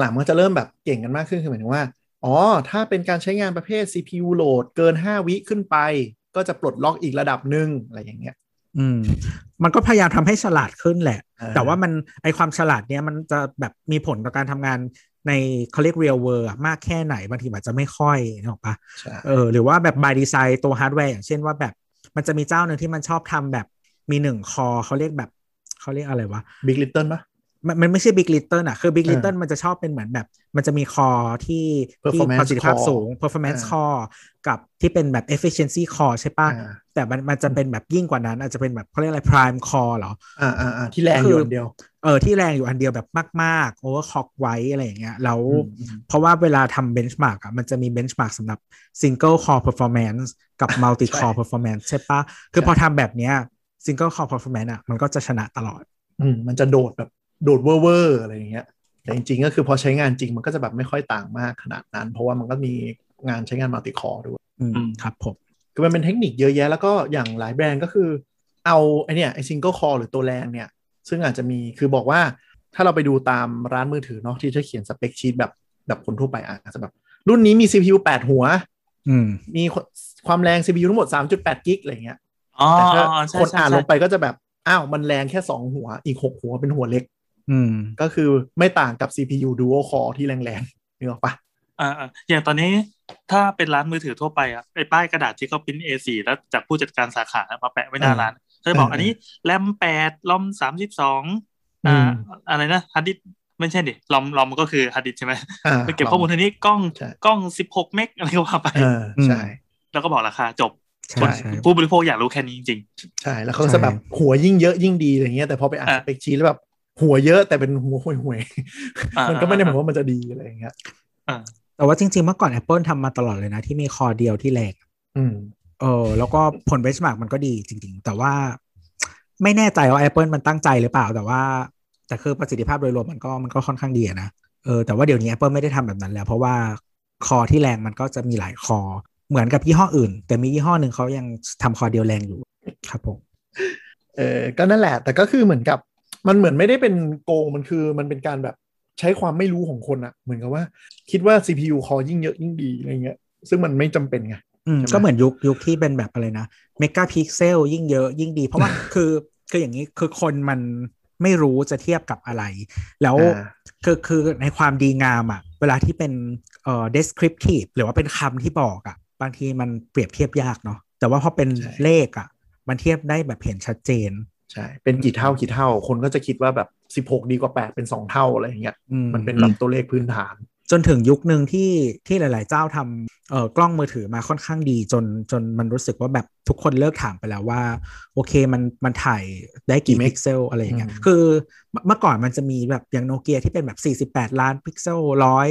S2: หลังๆมันก็จะเริ่มแบบเก่งกันมากขึ้นคือหมายถึงว่า อ๋อ ถ้าเป็นการใช้งานประเภท CPU โหลดเกิน 5 วิขึ้นไป ก็จะปลดล็อกอีกระดับหนึ่งอะไรอย่างเงี้ย
S3: อืม มันก็พยายามทำให้ฉลาดขึ้นแหละ
S2: เออ
S3: แต่ว่ามันไอความฉลาดเนี้ยมันจะแบบมีผลต่อการทำงานในเขาเรียกเรียลเวิร์มากแค่ไหนบางทีมันอาจจะไม่ค่อยนกออกปะ
S2: ใช่
S3: เออหรือว่าแบบบายดีไซน์ตัวฮาร์ดแวร์อย่างเช่นว่าแบบมันจะมีเจ้าหนึ่งที่มันชอบทำแบบมีหนึ่งคอเขาเรียกแบบเขาเรียกอะไรวะ
S2: Big Little ปะ
S3: มันมันไม่ใช่บิ๊กลิตเติ้ลอะคือบิ๊ก
S2: เออ
S3: ลิตเติ้ลมันจะชอบเป็นเหมือนแบบ มันจะมีคอที่ที่
S2: Performance
S3: ประสิทธิภาพ
S2: core
S3: สูง performance
S2: เออ
S3: core กับที่เป็นแบบ efficiency core ใช่
S2: อ่า
S3: ปะแต่มันมันจะเป็นแบบยิ่งกว่านั้น อาจจะเป็นแบบเขาเรียกอะไร prime core เหรอ
S2: อ่าอ่าอ่าที่แรงอยู่
S3: คือ
S2: อันเดียว
S3: เออที่แรงอยู่อันเดียวแบบมากๆ overclock ไว้อะไรอย่างเงี้ยแล้ว
S2: อืมอืม
S3: เพราะว่าเวลาทำ benchmark อ่ะมันจะมี benchmark สำหรับ single core performance กับ multi
S2: ใช่
S3: core performance ใช่ปะคือพอทำแบบเนี้ย single core performance อ่ะมันก็จะชนะตลอด
S2: อืมมันจะโดดแบบโดดเวอร์เวอร์อะไรอย่างเงี้ย แต่จริงๆก็คือพอใช้งานจริงมันก็จะแบบไม่ค่อยต่างมากขนาดนั้น เพราะว่ามันก็มีงานใช้งานมัลติคอร์ด้วย
S3: อืมครับผม
S2: คือมันเป็นเทคนิคเยอะแยะแล้วก็อย่างหลายแบรนด์ก็คือเอาไอเนี่ยไอซิงเกิลคอร์หรือตัวแรงเนี่ย ซึ่งอาจจะมีคือบอกว่าถ้าเราไปดูตามร้านมือถือเนาะที่จะเขียนสเปคชีตแบบแบบคนทั่วไปอ่ะอาจจะแบบรุ่นนี้มี CPU 8 หัว
S3: อืม
S2: มีความแรง CPU ทั้งหมด 3.8 กิกอะไรเงี้ย
S4: อ๋อ
S2: แต่ถ้า
S4: อ๋อใช่
S2: คน
S4: ใช่
S2: อ่านล
S4: ใช่
S2: งไปก็จะแบบ อ้าว มันแรงแค่ 2 หัวอีก 6 หัวเป็นหัวเล็ก
S3: อืม
S2: ก็คือไม่ต่างกับ CPU dual core ที่แรงๆนึกออกปะ
S4: อ่าอ่าอย่างตอนนี้ถ้าเป็นร้านมือถือทั่วไปอะไอ้ป้ายกระดาษที่เขาพิมพ์ A4 แล้วจากผู้จัดการสาขามาแปะไว้หน้าร้านเขาจะบอกอันนี้แรมแปดลอมสามสิบสองอ่าอะไรนะฮาร์ดดิสไม่ใช่ดิลอมลอมก็คือฮาร์ดดิสใช่ไหม
S2: อ่า
S4: ไปเก็บข้อมูลทีนี้กล้อง
S2: ใช่
S4: กล้องสิบหกเมกอะไรก็ว่าไป
S2: เออใช่
S4: แล้วก็บอกราคาจบ
S3: ใช่
S2: คน
S3: ใช่
S4: ผู้บริโภคอยากรู้แค่นี้จริง
S2: ใช่แล้วเขาก็จะแบบหัวยิ่งเยอะยิ่งดีอะไรเงี้ยแต่พอไปอ่านส
S4: อ่ะ
S2: เปคชีตแล้วแบบหัวเยอะแต่เป็นหัวห่วยๆ
S4: ๆอ่า
S2: มันก็ไม่ได้หมายความว่ามันจะดีอะไรเงี้ย
S4: อ่า
S3: แต่ว่าจริงๆ เมื่อก่อน Apple ทำมาตลอดเลยนะ ที่มีคอเดียวที่แรง
S2: อืม
S3: เออแล้วก็ผลเบนช์มาร์กมันก็ดีจริง ๆ แต่ว่า ไม่แน่ใจว่า Apple มันตั้งใจหรือเปล่า แต่ว่า แต่คือประสิทธิภาพโดยรวมมันก็มันก็ค่อนข้างดีอะนะเออแต่ว่าเดี๋ยวนี้ Apple ไม่ได้ทำแบบนั้นแล้ว เพราะว่าคอที่แรงมันก็จะมีหลายคอ เหมือนกับยี่ห้ออื่น แต่มียี่ห้อหนึ่งเขายังทำคอเดียวแรงอยู่ครับผม
S2: เออก็นั่นแหละ แต่ก็คือเหมือนกับ มันเหมือนไม่ได้เป็นโกงมันคือมันเป็นการแบบใช้ความไม่รู้ของคนอะเหมือนกับว่า คิดว่า CPU คอยิ่งเยอะยิ่งดีอะไรเงี้ย ซึ่งมันไม่จำเป็นไง
S3: อืม
S2: ใช่ไหม
S3: ก็เหมือนยุคยุคที่เป็นแบบอะไรนะเมกะพิกเซลยิ่งเยอะยิ่งดี เพราะว่า คือคืออย่างนี้คือคนมันไม่รู้จะเทียบกับอะไร แล้ว
S2: อ่า
S3: คือคือในความดีงามอะ่ะ เวลาที่เป็นเอ่อ descriptive หรือว่าเป็นคำที่บอกอะ่ะ บางทีมันเปรียบเทียบยากเนาะแต่ว่าพอเป็น
S2: ใช่
S3: เลขอะ่ะ มันเทียบได้แบบเห็นชัดเจน
S2: ใช่ เป็นกี่เท่ากี่เท่า คนก็จะคิดว่าแบบ 16 ดีกว่า 8 เป็น 2 เท่าอะไรอย่างเงี้ย
S3: อื
S2: มันเป็นแบบตัวเลขพื้นฐาน
S3: จนถึงยุคหนึ่งที่ที่หลาย ๆ เจ้าทำเอ่อกล้องมือถือมาค่อนข้างดีจนจนมันรู้สึกว่าแบบทุกคนเลิกถามไปแล้วว่า โอเคมันมันถ่ายได้
S2: กี่
S3: กี่
S2: เมก
S3: พิกเซลอะไรอย่างเงี้ย
S2: อืม
S3: คือเมื่อเมื่อก่อนมันจะมีแบบอย่างโนเกียที่เป็นแบบ 48 ล้านพิกเซลร้อย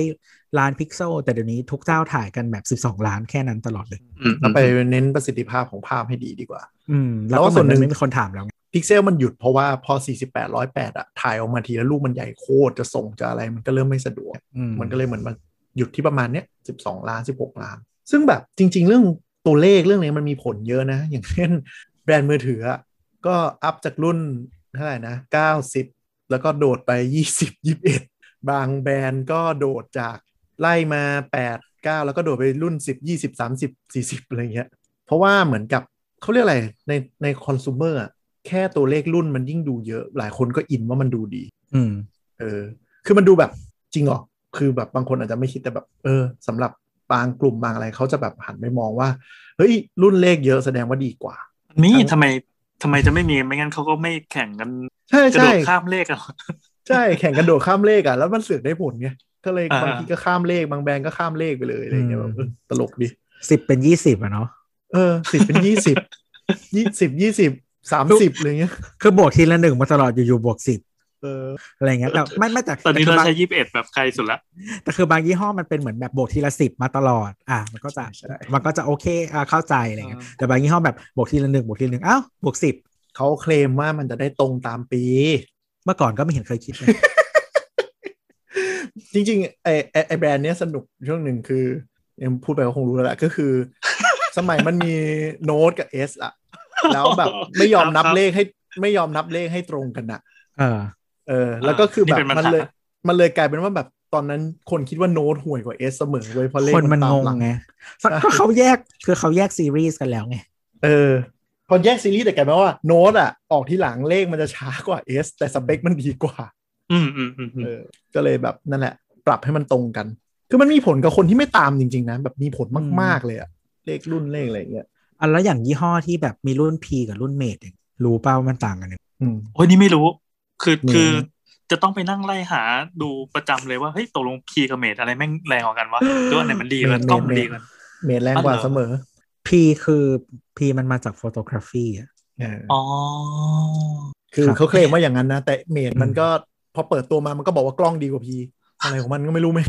S3: ล้านพิกเซล แต่เดี๋ยวนี้ทุกเจ้าถ่ายกันแบบ 12 ล้านแค่นั้นตลอดเลย
S4: อืม
S2: เราไปเน้นประสิทธิภาพของภาพให้ดีดีกว่า
S3: อืมแล้ว
S2: แล้ว
S3: ก็
S2: ว่า
S3: เห
S2: ส่ว
S3: มือนน
S2: หนึ่
S3: มัน
S2: ง
S3: ไม่มีคนถามแล้วไง
S2: พิกเซลมันหยุดเพราะว่าพอ 48 108อะถ่ายออกมาทีละรูปมันใหญ่โคตรจะส่งจะอะไรมันก็เริ่มไม่สะดวก
S3: อืม
S2: มันก็เลยเหมือนมันหยุดที่ประมาณเนี้ย12 ล้าน 16 ล้าน ซึ่งแบบจริง ๆ เรื่องตัวเลขเรื่องนี้มันมีผลเยอะนะ อย่างเช่น แบรนด์มือถืออะก็อัพจากรุ่นเท่าไหร่นะ 90 แล้วก็โดดไป 20 21 บางแบรนด์ก็โดดจากไล่มา 8 9 แล้วก็โดดไปรุ่น 10 20 30 40 อะไรเงี้ย เพราะว่าเหมือนกับเขาเรียกอะไรในในคอน sumer อะแค่ตัวเลขรุ่นมันยิ่งดูเยอะ หลายคนก็อินว่ามันดูดี
S3: อืม
S2: เออ คือมันดูแบบจริงเหรอ คือแบบบางคนอาจจะไม่คิดแต่แบบ เออสำหรับบางกลุ่มบางอะไรเขาจะแบบหันไปมองว่า เฮ้ย รุ่นเลขเยอะแสดงว่าดีกว่า
S4: นี่ทำไมทำไมจะไม่มีไม่งั้นเขาก็ไม่แข่งกัน
S2: ใช่
S4: กระโด
S2: ใช่
S4: ดข้ามเลขกันหรอก
S2: ใช่แข่งกันโดดข้ามเลขอ่ะ แล้วมันเสือกได้ผลไงก็เลย
S4: อ่า
S2: บางทีก็ข้ามเลขบางแบรนด์ก็ข้ามเลขไปเลยอะไรเงี้ยแบ
S3: อืม
S2: บเออตลกดี
S3: สิบเป็น 20อะเนาะ
S2: เออสิบเป็นยี่สิบยี่สิบยี่สิบสามสิบอะไรเงี้ย
S3: คือบวกทีละหนึ่งมาตลอดอยู่ๆบวกสิบ
S2: เออ
S3: อะไรเงี้ยแต่ไม่ไม่แต่
S4: ตอนนี้
S3: แต่คื
S4: เรา
S3: บง
S4: ใช้ยี่สิบเอ็ดแบบใครสุดละ
S3: แต่คือบางยี่ห้อมันเป็นเหมือนแบบบวกทีละสิบมาตลอด อ่ะมันก็จะ
S2: ใช่
S3: มันก็จะโอเค อ่ะเข้าใจอะไรเงี้ย แต่บางยี่ห้อแบบบวกทีละหนึ่งบวกทีละหนึ่งอ้าวบวกสิบ
S2: เขาเคลมว่ามันจะได้ตรงตามปี
S3: เมื่อก่อนก็ไม่เห็นเคยคิดเลย
S2: จริงๆไอไอ้ไอแบรนด์เนี้ยสนุกช่วงหนึ่งคือเอ็มพูดไปก็คงรู้แล้วแหละก็คือ สมัยมันมีโน้ตกับเอสอะแล้วแบบไม่ยอมนับ
S4: ครับ
S2: เลขให้ไม่ยอมนับเลขให้ตรงกันอะ
S3: เออ
S2: เออ แล้วก็คือแบบ
S4: นี่เป็นปัญหามั
S2: มันเลยมันเลยกลายเป็นว่าแบบตอนนั้นคนคิดว่าโน้ตห่วยกว่าเอสเสมอเว้ยเพราะเลข
S3: คนมัน
S2: ตาง หลั
S3: งไง
S2: ใช่
S3: ก็เขาแยกคือเขาแยกซีรีส์กันแล้วไง
S2: เออพอแยกซีรีส์แต่กลายเป็นว่าโน้ตอะออกที่หลังเลขมันจะช้ากว่าเอสแต่สเปคมันดีกว่า
S4: อืมอืมอืมอืม
S2: เออก็เลยแบบนั่นแหละ ปรับให้มันตรงกัน คือมันมีผลกับคนที่ไม่ตามจริง ๆ นะ แบบมีผลมาก ๆ เลยอะเลขรุ่นเลขอะไรอย่างเงี้ย
S3: อันแล้วอย่างยี่ห้อที่แบบมีรุ่น P กับรุ่นเมดรู้เปล่าว่ามันต่างกันยังไง
S2: อืม
S4: โอ้ยนี่ไม่รู้ คือ
S2: ไม่รู้
S4: คือจะต้องไปนั่งไล่หาดูประจำเลยว่าเฮ้ยตกลงพีกับเมดอะไรแม่งแรงกว่ากันวะหรือว่าอันไหนมันดี กว่าต้องมันดีกว่า
S2: เมดแรงกว่าเสมอ
S3: P คือ P มันมาจาก photography อะ
S2: เออ
S4: อ๋อ
S2: คือ
S3: ครับ
S2: เขาเคลมว่าอย่างนั้นนะ แต่เมด
S3: อืม
S2: มันก็พอเปิดตัวมามันก็บอกว่ากล้องดีกว่าพีอะไรของมันก็ไม่รู้ไหม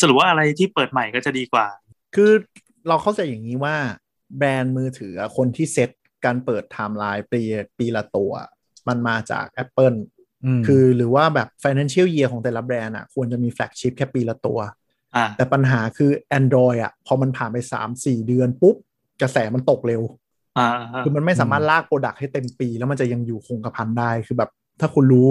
S4: สรุปว่าอะไรที่เปิดใหม่ก็จะดีกว่า
S2: คือเราเข้าใจอย่างนี้ว่าแบรนด์มือถืออะคนที่เซตการเปิดไทม์ไลน์ปีปีละตัวอะมันมาจาก Apple
S3: ม
S2: คือหรือว่าแบบ financial year ของแต่ละแบรนด์อ่ะควรจะมีแฟลกชิพแค่ปีละตัว
S4: อ่า
S2: แต่ปัญหาคือ Android อ่ะพอมันผ่านไป 3-4 เดือนปุ๊บ กระแสมันตกเร็ว
S4: อ่า
S2: คือมันไม่สามารถลากโปรดักต์ให้เต็มปี แล้วมันจะยังอยู่คงกระพันได้ คือแบบถ้าคุณรู้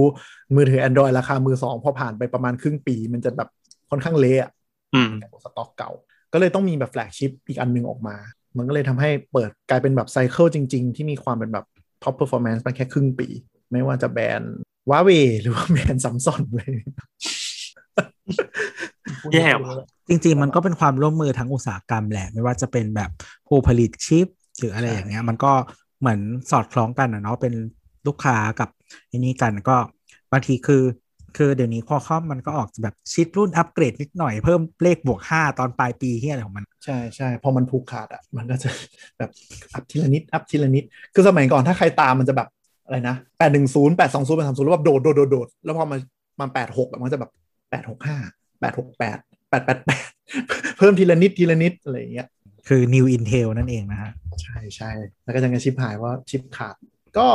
S2: มือถือ Android ราคามือสองพอผ่านไปประมาณครึ่งปี มันจะแบบค่อนข้างเละอะ
S4: อืม
S2: สต็อกเก่า ก็เลยต้องมีแบบแฟลกชิพอีกอันหนึงออกมา มันก็เลยทำให้เปิดกลายเป็นแบบไซเคิลจริง ๆ ที่มีความเป็นแบบท็อปเปอร์ฟอร์แมนซ์มาแค่ครึ่งปี ไม่ว่าจะแบรนด์วาเวหรือว่าแบรนด์ซัมซุงเลย
S4: แย่ว่ะ
S3: จริงๆ มันก็เป็นความร่วมมือทั้งอุตสาหกรรมแหละ ไม่ว่าจะเป็นแบบผู้ผลิตชิป หรืออะไร
S2: ใช่
S3: อย่างเงี้ย มันก็เหมือนสอดคล้องกันนะเนาะเป็นลูกค้ากับไอันนี้กันก็บางทีคือ คือเดี๋ยวนี้คอคอมมันก็ออกแบบชิปรุ่นอัปเกรดนิดหน่อยเพิ่มเลขบวก 5 ตอนปลายปีที่อะไรของมัน
S2: ใช่ใช่พอมันผูกขาดอ่ะ มันก็จะ แบบอัพทีละนิดอัพทีละนิด คือสมัยก่อนถ้าใครตามมันจะแบบอะไรนะแปดหนึ่งศูนย์แปดสองศูนย์แปดสามศูนย์แล้วแบบโดดโดดโดดโดดแล้วพอมามาแปดหกมันก็จะแบบแปดหกห้าแปดหกแปดแปดแปดแปด เพิ่มทีละนิดทีละนิดอะไรอย่างเงี้ย
S3: คือ New Intel นั่นเองนะฮะ
S2: ใช่ใช่แล้วก็จะกระชิปหายว่าชิปขาด ก็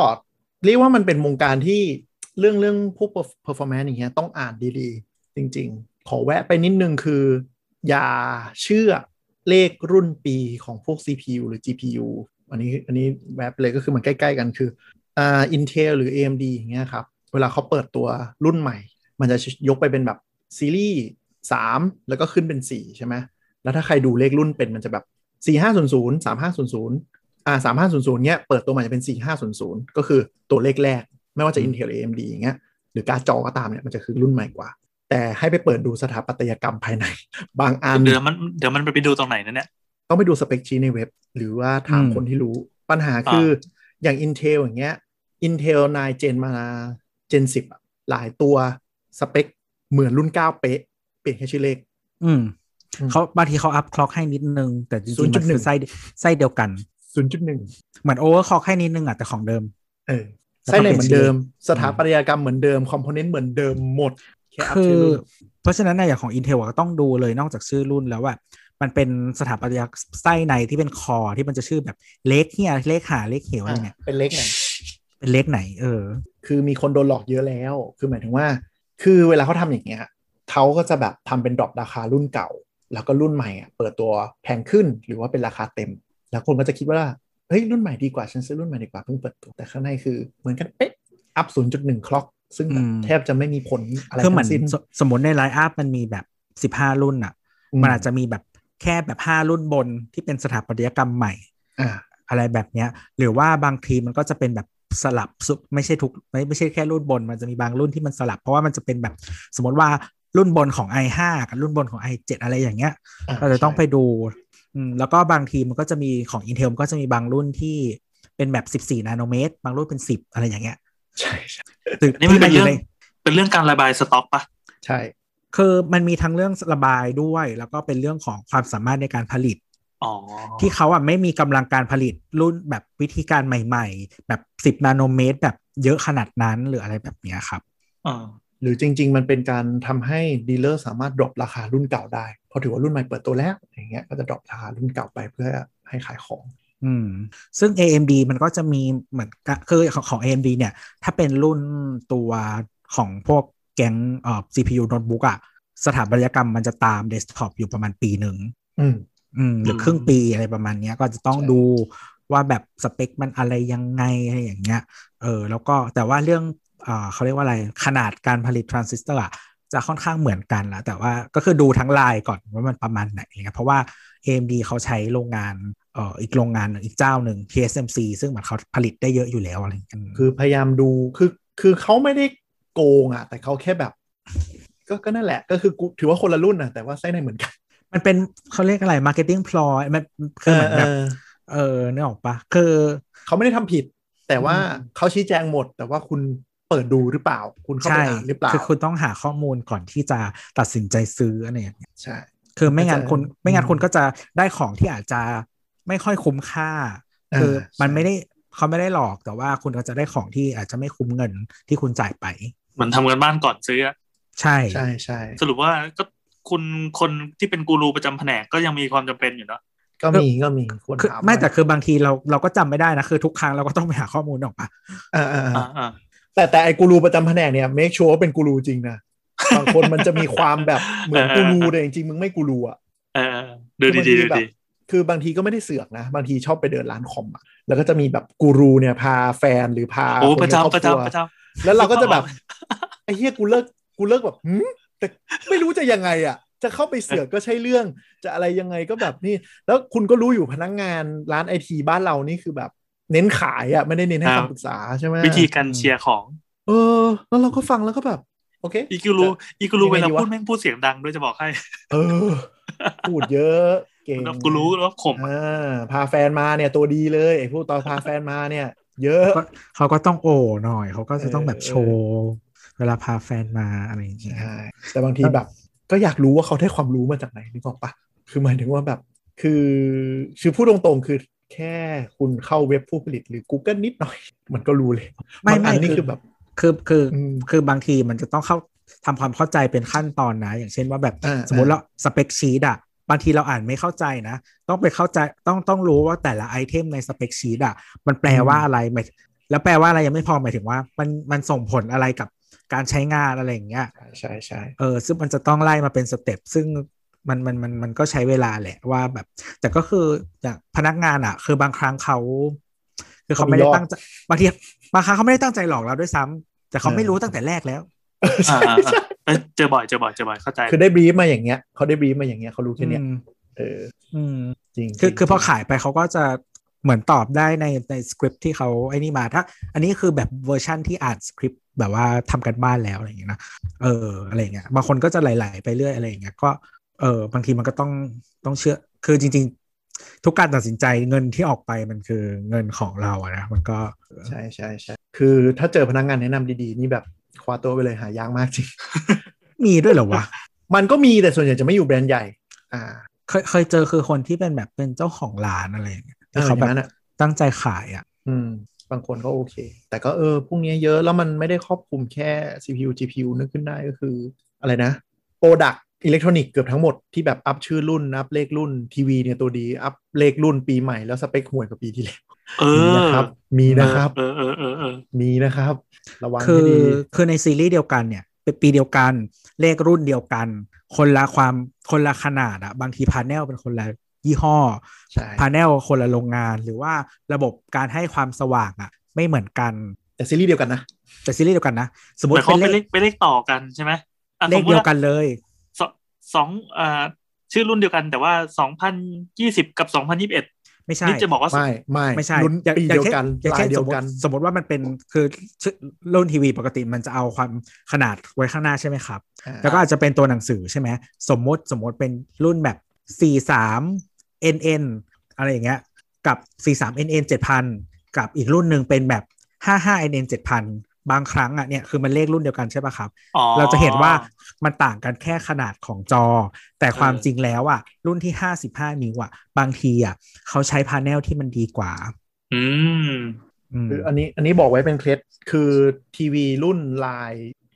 S2: เรียกว่ามันเป็นวงการที่เรื่องเรื่องพวก performance อย่างเงี้ยต้องอ่านดีๆ จริง ๆ ขอแวะไปนิดนึงคือ อย่าเชื่อเลขรุ่นปีของพวก CPU หรือ GPU อันนี้อันนี้แวบเลยก็คือมันใกล้ ๆ กันคืออ่า Intel หรือ AMD อย่างเงี้ยครับ เวลาเขาเปิดตัวรุ่นใหม่ มันจะยกไปเป็นแบบซีรีส์สามแล้วก็ขึ้นเป็นสี่ใช่ไหมแล้วถ้าใครดูเลขรุ่นเป็นมันจะแบบสี่ห้าศูนย์ศูนย์สามห้าศูนย์ศูนย์อ่าสามห้าศูนย์ศูนย์เนี้ยเปิดตัวใหม่จะเป็นสี่ห้าศูนย์ศูนย์ก็คือตัวเลขแรก ไม่ว่าจะ Intel หรือ AMD อย่างเงี้ยหรือการ์ดจอก็ตามเนี่ยมันจะคือรุ่นใหม่กว่า แต่ให้ไปเปิดดูสถาปัตยกรรมภายใน บางอัน
S4: เดี๋ยวมันเดี๋ยวมันไปดูตรงไหนนะเนี่ย
S2: ต้องไปดูสเปคชีในเว็บ หรือว่าถาม
S3: อืม
S2: คนที่รู้ปัญหาคืออย่าง Intel อย่างเงี้ย Intel 9 Gen มา Gen 10อะหลายตัวสเปคเหมือนรุ่น 9 เป๊ะ เปลี่ยนแค่ชื่อเลข
S3: อืม
S2: อืม
S3: เขาบางทีเขาอัพคล็อกให้นิดนึง แต่จริงๆมันคือ
S2: 0.1
S3: ไส้ไส้เดียวกัน
S2: 0.1
S3: เหมือนโอเวอร์คล็อกให้นิดนึงอ่ะแต่ของเดิม
S2: เออ
S3: แล้วก็
S2: ไส้ในเหมือนเดิม สถา
S3: อืม
S2: ปัตยกรรมเหมือนเดิม คอมโพเนนต์เหมือนเดิมหมด แค่อัพ
S3: คื
S2: ชื่
S3: อ
S2: อรุ่น
S3: เพราะฉะนั้นนะอย่างของ Intel อะก็ต้องดูเลยนอกจากชื่อรุ่นแล้วว่า มันเป็นสถาปัตยกรรมไส้ในที่เป็นคอที่มันจะชื่อแบบเล็กเฮียเล็กหาเล็กเหวอะไรเนี่ย
S2: อ่ะเป็นเลขไหน
S3: เป็นเล็กไหน เออ
S2: คือมีคนโดนหลอกเยอะแล้ว คือหมายถึงว่า คือเวลาเขาทำอย่างเงี้ยเขาก็จะแบบทำเป็นดรอปราคารุ่นเก่า แล้วก็รุ่นใหม่อ่ะเปิดตัวแพงขึ้นหรือว่าเป็นราคาเต็ม แล้วคนก็จะคิดว่า เฮ้ยรุ่นใหม่ดีกว่าฉันซื้อรุ่นใหม่ดีกว่าเพิ่งเปิดตัว แต่ข้างในคือเหมือนกันเป๊ะ อัพ 0.1 คล็อก ซึ่งแบบ
S3: อืม
S2: แทบจะไม่มีผลอะไร
S3: คือเหมือน
S2: ทั้งสิ้น
S3: สสมมติในไลน์อัพมันมีแบบสิบห้ารุ่นอ่ะ มันอาจจะมีแบบแค่แบบห้ารุ่นบนที่เป็นสถาปัตยกรรมใหม่
S2: อ่า
S3: อะไรแบบเนี้ย หรือว่าบางทีมันก็จะเป็นแบบสลับซุไม่ใช่ทุกไม่ไม่ใช่แค่รุ่นบน มันจะมีบางรุ่นที่มันสลับ เพราะว่ามันจะเป็นแบบสมมติว่ารุ่นบนของ i5 กับรุ่นบนของ i7 อะไรอย่างเงี้ย
S2: อ่
S3: เราจะต้องไปดูอืมแล้วก็บางทีมันก็จะมีของ Intel มันก็จะมีบางรุ่นที่เป็นแบบ 14 นาโนเมตร บางรุ่นเป็น 10 อะไรอย่างเงี้ย
S2: ใช่ใช่
S3: ตึก
S4: อันนี้มัน
S3: ที่มันอยู่ใน
S4: เป็นเรื่อง เป็นเรื่องการระบายสต็อกปะ
S2: ใช่
S3: คือมันมีทั้งเรื่องระบายด้วย แล้วก็เป็นเรื่องของความสามารถในการผลิต
S4: อ๋อ
S3: ที่เขาอ่ะไม่มีกำลังการผลิตรุ่นแบบวิธีการใหม่ ๆ แบบ 10 นาโนเมตร แบบเยอะขนาดนั้นหรืออะไรแบบเนี้ยครับ
S4: เออ
S2: หรือจริง ๆ มันเป็นการทำให้ดีลเลอร์สามารถดรอปราคารุ่นเก่าได้เพอถือว่ารุ่นใหม่เปิดตัวแล้วอย่างเงี้ยก็จะดรอปราคารุ่นเก่าไปเพื่อให้ขายของ
S3: อืมซึ่ง AMD มันก็จะมีเหมือนกับคือของของ AMD เนี่ย ถ้าเป็นรุ่นตัวของพวกแก๊งเอ่อ CPU โน้ตบุ๊กอะสถาปัตยกรรมมันจะตามเดสก์ท็อปอยู่ประมาณปีหนึ่ง
S2: อืม
S3: อืมหรือครึ่งปีอะไรประมาณเนี้ยก็จะต้อง
S2: ใช่
S3: ดูว่าแบบสเปคมันอะไรยังไงอะไรอย่างเงี้ยเออแล้วก็แต่ว่าเรื่องเอ่อเขาเรียกว่าอะไรขนาดการผลิตทรานซิสเตอร์อะจะค่อนข้างเหมือนกันละแต่ว่าก็คือดูทั้งลายก่อนว่ามันประมาณไหนอะไรเงี้ยเพราะว่า AMD เขาใช้โรงงานเอ่ออีกโรงงานหนึ่งอีกเจ้าหนึ่ง TSMC ซึ่งเหมือนเขาผลิตได้เยอะอยู่แล้วอะไรอย่างเงี้ย
S2: คือพยายามดูคือคือเขาไม่ได้โกงอ่ะ แต่เขาแค่แบบ ก็ก็นั่นแหละ ก็คือกูถือว่าคนละรุ่นนะแต่ว่าไส้ในเหมือนกัน
S3: มันเป็นเขาเรียกอะไร marketing ploy มันคือเหมือนแบบ
S2: เออ
S3: เออเนี่ยออกปะคือ
S2: เขาไม่ได้ทำผิด แต่ว่า
S3: อืม
S2: เขาชี้แจงหมด แต่ว่าคุณเปิดดูหรือเปล่า คุณเข้า
S3: ใช่
S2: ไปอ่านหรือเปล่า
S3: คือคุณต้องหาข้อมูลก่อนที่จะตัดสินใจซื้ออะไรอย่างเงี้ย
S2: ใช่
S3: คือไม่งั้น
S2: เข้าใจ
S3: คนไม่งั้น
S2: อืม
S3: คนก็จะได้ของที่อาจจะไม่ค่อยคุ้มค่า คือ
S2: ใช่
S3: มันไม่ได้เขาไม่ได้หลอกแต่ว่าคุณก็จะได้ของที่อาจจะไม่คุ้มเงินที่คุณจ่ายไป
S4: เหมือนทำกันบ้านก่อนซื้ออะ
S3: ใช่
S2: ใช่ใช่
S4: สรุปว่าก็คุณคนที่เป็นกูรูประจำแผนกก็ยังมีความจำเป็นอยู่เนาะ
S2: ก็มีก็มีคน
S3: คือ
S2: ถาม
S3: ไม่แต่คือบางทีเราเราก็จำไม่ได้นะ คือทุกครั้งเราก็ต้องไปหาข้อมูลออกมา
S2: เออเออเออ
S4: อ่าอ่า
S2: แต่แต่ไอ้กูรูประจำแผนกเนี่ยเมคชัวร์ว่าเป็นกูรูจริงนะบางคนมันจะมีความแบบเหมือนกูรูแต่จริงๆมึงไม่กูรูอ่ะ
S4: เออเออดูดีดีดูดี
S2: คือบางทีก็ไม่ได้เสือกนะ บางทีชอบไปเดินร้านคอมอะแล้วก็จะมีแบบกูรูเนี่ยพาแฟนหรือพา
S4: โอ้
S2: คน
S4: ประ
S2: ในคอบค
S4: จำประ
S2: รัว
S4: จำประจ
S2: แล้วเราก็จะแบบ ไอ้เฮียกูเลิกกูเลิกแบบหืมแต่ไม่รู้จะยังไงอะจะเข้าไปเสือกก็ใช่เรื่อง จะอะไรยังไงก็แบบนี่ แล้วคุณก็รู้อยู่พนักงานร้านไอทีบ้านเรานี่คือแบบ เน้นขายอะไม่ได้เน้นให้คำปรึกษาใช่ไหม
S4: ำวิธีการเชียร์ของ
S2: เออ แล้วเราก็ฟังแล้วก็แบบ โอเค
S4: อีกูรูอีกูรู
S2: ยั
S4: เว
S2: งไง
S4: ลา
S2: ดีวะ
S4: พูดแม่งพูดเสียงดังด้วยจะบอกให้
S2: เออ พูดเยอะเก่ง
S4: กูรู้ว่าผม
S2: อ่าพาแฟนมาเนี่ยตัวดีเลยไอ้พวกตอนพาแฟนมาเนี่ย เยอะ
S3: ก็เขาก็ต้องโอหน่อย เขาก็จะต้องแบบ
S2: เออ
S3: โชว์เวลาพาแฟนมาอะไรอย่างเงี้ย
S2: ใช่แต่บางทีแบบ ก็อยากรู้ว่าเขาได้ความรู้มาจากไหนนึกออกปะคือหมายถึงว่าแบบ คือคือพูดตรงๆ คือแค่คุณเข้าเว็บผู้ผลิตหรือ Google นิดหน่อย มันก็รู้เลย
S3: ไม่
S2: บางอัน
S3: ไม่
S2: นี่
S3: คื
S2: คื
S3: อ
S2: อแบบ
S3: คือคืออ
S2: ม
S3: คือบางทีมันจะต้องเข้าทำความเข้าใจเป็นขั้นตอนนะ อย่างเช่นว่าแบบ
S2: อ่า
S3: สมมติ
S2: อ่า
S3: เราสเปคชีดอะบางทีเราอ่านไม่เข้าใจนะ ต้องไปเข้าใจต้องต้องรู้ว่าแต่ละไอเทมในสเปคชีดอะมันแปลว่าอะไรหมายแล้วแปลว่าอะไรยังไม่พอหมายถึงว่า มันมันส่งผลอะไรกับการใช้งานอะไรอย่างเงี้ย
S2: ใช่ใช่ใช่
S3: เออซึ่งมันจะต้องไล่มาเป็นสเต็ปซึ่งมันมันมันมันก็ใช้เวลาแหละว่าแบบ แต่ก็คืออย่างพนักงานอ่ะ คือบางครั้งเขา คือเขาไม่ได้ตั้งใจบางทีบางครั้งเขาไม่ได้ตั้งใจหลอกเราด้วยซ้ำ แต่เขาไม่รู้ตั้งแต่แรกแล้ว
S4: อ่า
S2: ใช่ใช่
S4: เอ้ยเจอบ่อยเจอบ่อยเจอบ่อยเข้าใจ
S2: คือได้บรีฟมาอย่างเงี้ยเขาได้บรีฟมาอย่างเงี้ยเขารู้แค่เนี้ย
S3: อืม
S2: เออ
S3: อืม
S2: จริง
S3: คือ
S2: จริง
S3: คือพอขายไปเขาก็จะเหมือนตอบได้ในในสคริปที่เขาไอ้นี่มาถ้า อันนี้คือแบบเวอร์ชั่นที่อ่านสคริปต์แบบว่าทำกันบ้านแล้วอะไรอย่างเงี้ยนะเอออะไรอย่างเงี้ยบางคนก็จะไหลๆไปเรื่อยอะไรอย่างเงี้ยก็เออบางทีมันก็ต้องต้องเชื่อ คือจริง ๆ ทุกการตัดสินใจเงินที่ออกไปมันคือเงินของเราอะนะมันก็
S2: ใช่ใช่ใช่คือถ้าเจอพนักงานแนะนำดีๆ นี่แบบคว้าตัวไปเลยหายากมากจริง
S3: มีด้วยเหรอวะ
S2: มันก็มีแต่ส่วนใหญ่จะไม่อยู่แบรนด์ใหญ่ อ่า
S3: เคยเคยเจอคือคนที่เป็นแบบเป็นเจ้าของร้านอะไรอย่างเงี้ย
S2: เออ
S3: ที่เขา
S2: อ
S3: แบ
S2: ย่า
S3: บ
S2: งนั้นอ่ะ
S3: ตั้งใจขายอ่ะ
S2: อืม บางคนก็โอเค แต่ก็เออ พวกเนี้ยเยอะแล้วมันไม่ได้ครอบคลุมแค่ CPU GPU นึกขึ้นได้ก็คือ อะไรนะโปรดักอิเล็กทรอนิกส์เกือบทั้งหมดที่แบบอัพชื่อรุ่น อัพเลขรุ่นทีวีเนี่ยตัวดี อัพเลขรุ่นปีใหม่แล้วสเปคห่วยกว่าปีที่แล้ว
S4: เอ
S2: มี
S4: อ
S2: นะครับ มีนะครับ
S4: เออเออเออเออ
S2: มีนะครับ ระวัง
S3: คื
S2: ให้
S3: อ
S2: ดี
S3: คือในซีรีส์เดียวกันเนี่ยเป็นปีเดียวกัน เลขรุ่นเดียวกัน คนละความคนละขนาดอะบางทีพาเนลเป็นคนละยี่ห้อ
S2: ใช่
S3: พาเนลคนละโรงงานหรือว่าระบบการให้ความสว่างอะไม่เหมือนกัน
S2: แต่ซีรีส์เดียวกันนะ
S3: แต่ซีรีส์เดียวกันนะ สม
S4: ห
S3: มติ
S4: มายความ
S3: เป็
S4: เป็น น
S3: เล
S4: เล
S3: ข
S4: ขเป็นเลขต่อกันใช่ไหมอ่ะ
S3: เล
S4: ส
S3: ข
S4: มมุติ
S3: เดียว
S4: ว่า
S3: กันเลย
S4: สสองอ่าชื่อรุ่นเดียวกันแต่ว่าสองพันยี่สิบกับสองพันยิบเอ็ด
S3: ไม่ใช่
S4: นี่จะบอกว่า
S2: ไม่ไม่
S3: ไม่ใช่
S2: รุ่น
S3: อย่าง
S2: ปี
S3: อย่าง
S2: เดียว
S3: เช่น
S2: กัน
S3: อย่าง
S2: ลา
S3: เช่
S2: ย
S3: น
S2: เดีย
S3: สม
S2: ว
S3: มติ
S2: กัน
S3: สมมติว่ามันเป็นคือชื่อรุ่นทีวีปกติมันจะเอาความขนาดไว้ข้างหน้าใช่ไหมครับ แล้วก็อาจจะเป็นตัวหนังสือใช่ไหมสมมติสมมติเป็นรุ่นแบบ 43 NN อะไรอย่างเงี้ยกับ 43 NN 7,000 กับอีกรุ่นหนึ่งเป็นแบบ 55 NN 7,000 บางครั้งอ่ะเนี่ยคือมันเลขรุ่นเดียวกันใช่ป่ะครับ
S4: อ๋อ
S3: เราจะเห็นว่ามันต่างกันแค่ขนาดของจอ แต่ความ
S4: เออ
S3: จริงแล้วอ่ะรุ่นที่ 55 นิ้วอ่ะบางทีอ่ะเขาใช้พาเนลที่มันดีกว่า
S4: อืม
S3: อืม
S2: คืออันนี้อันนี้บอกไว้เป็นเคล็ดคือทีวีรุ่นลาย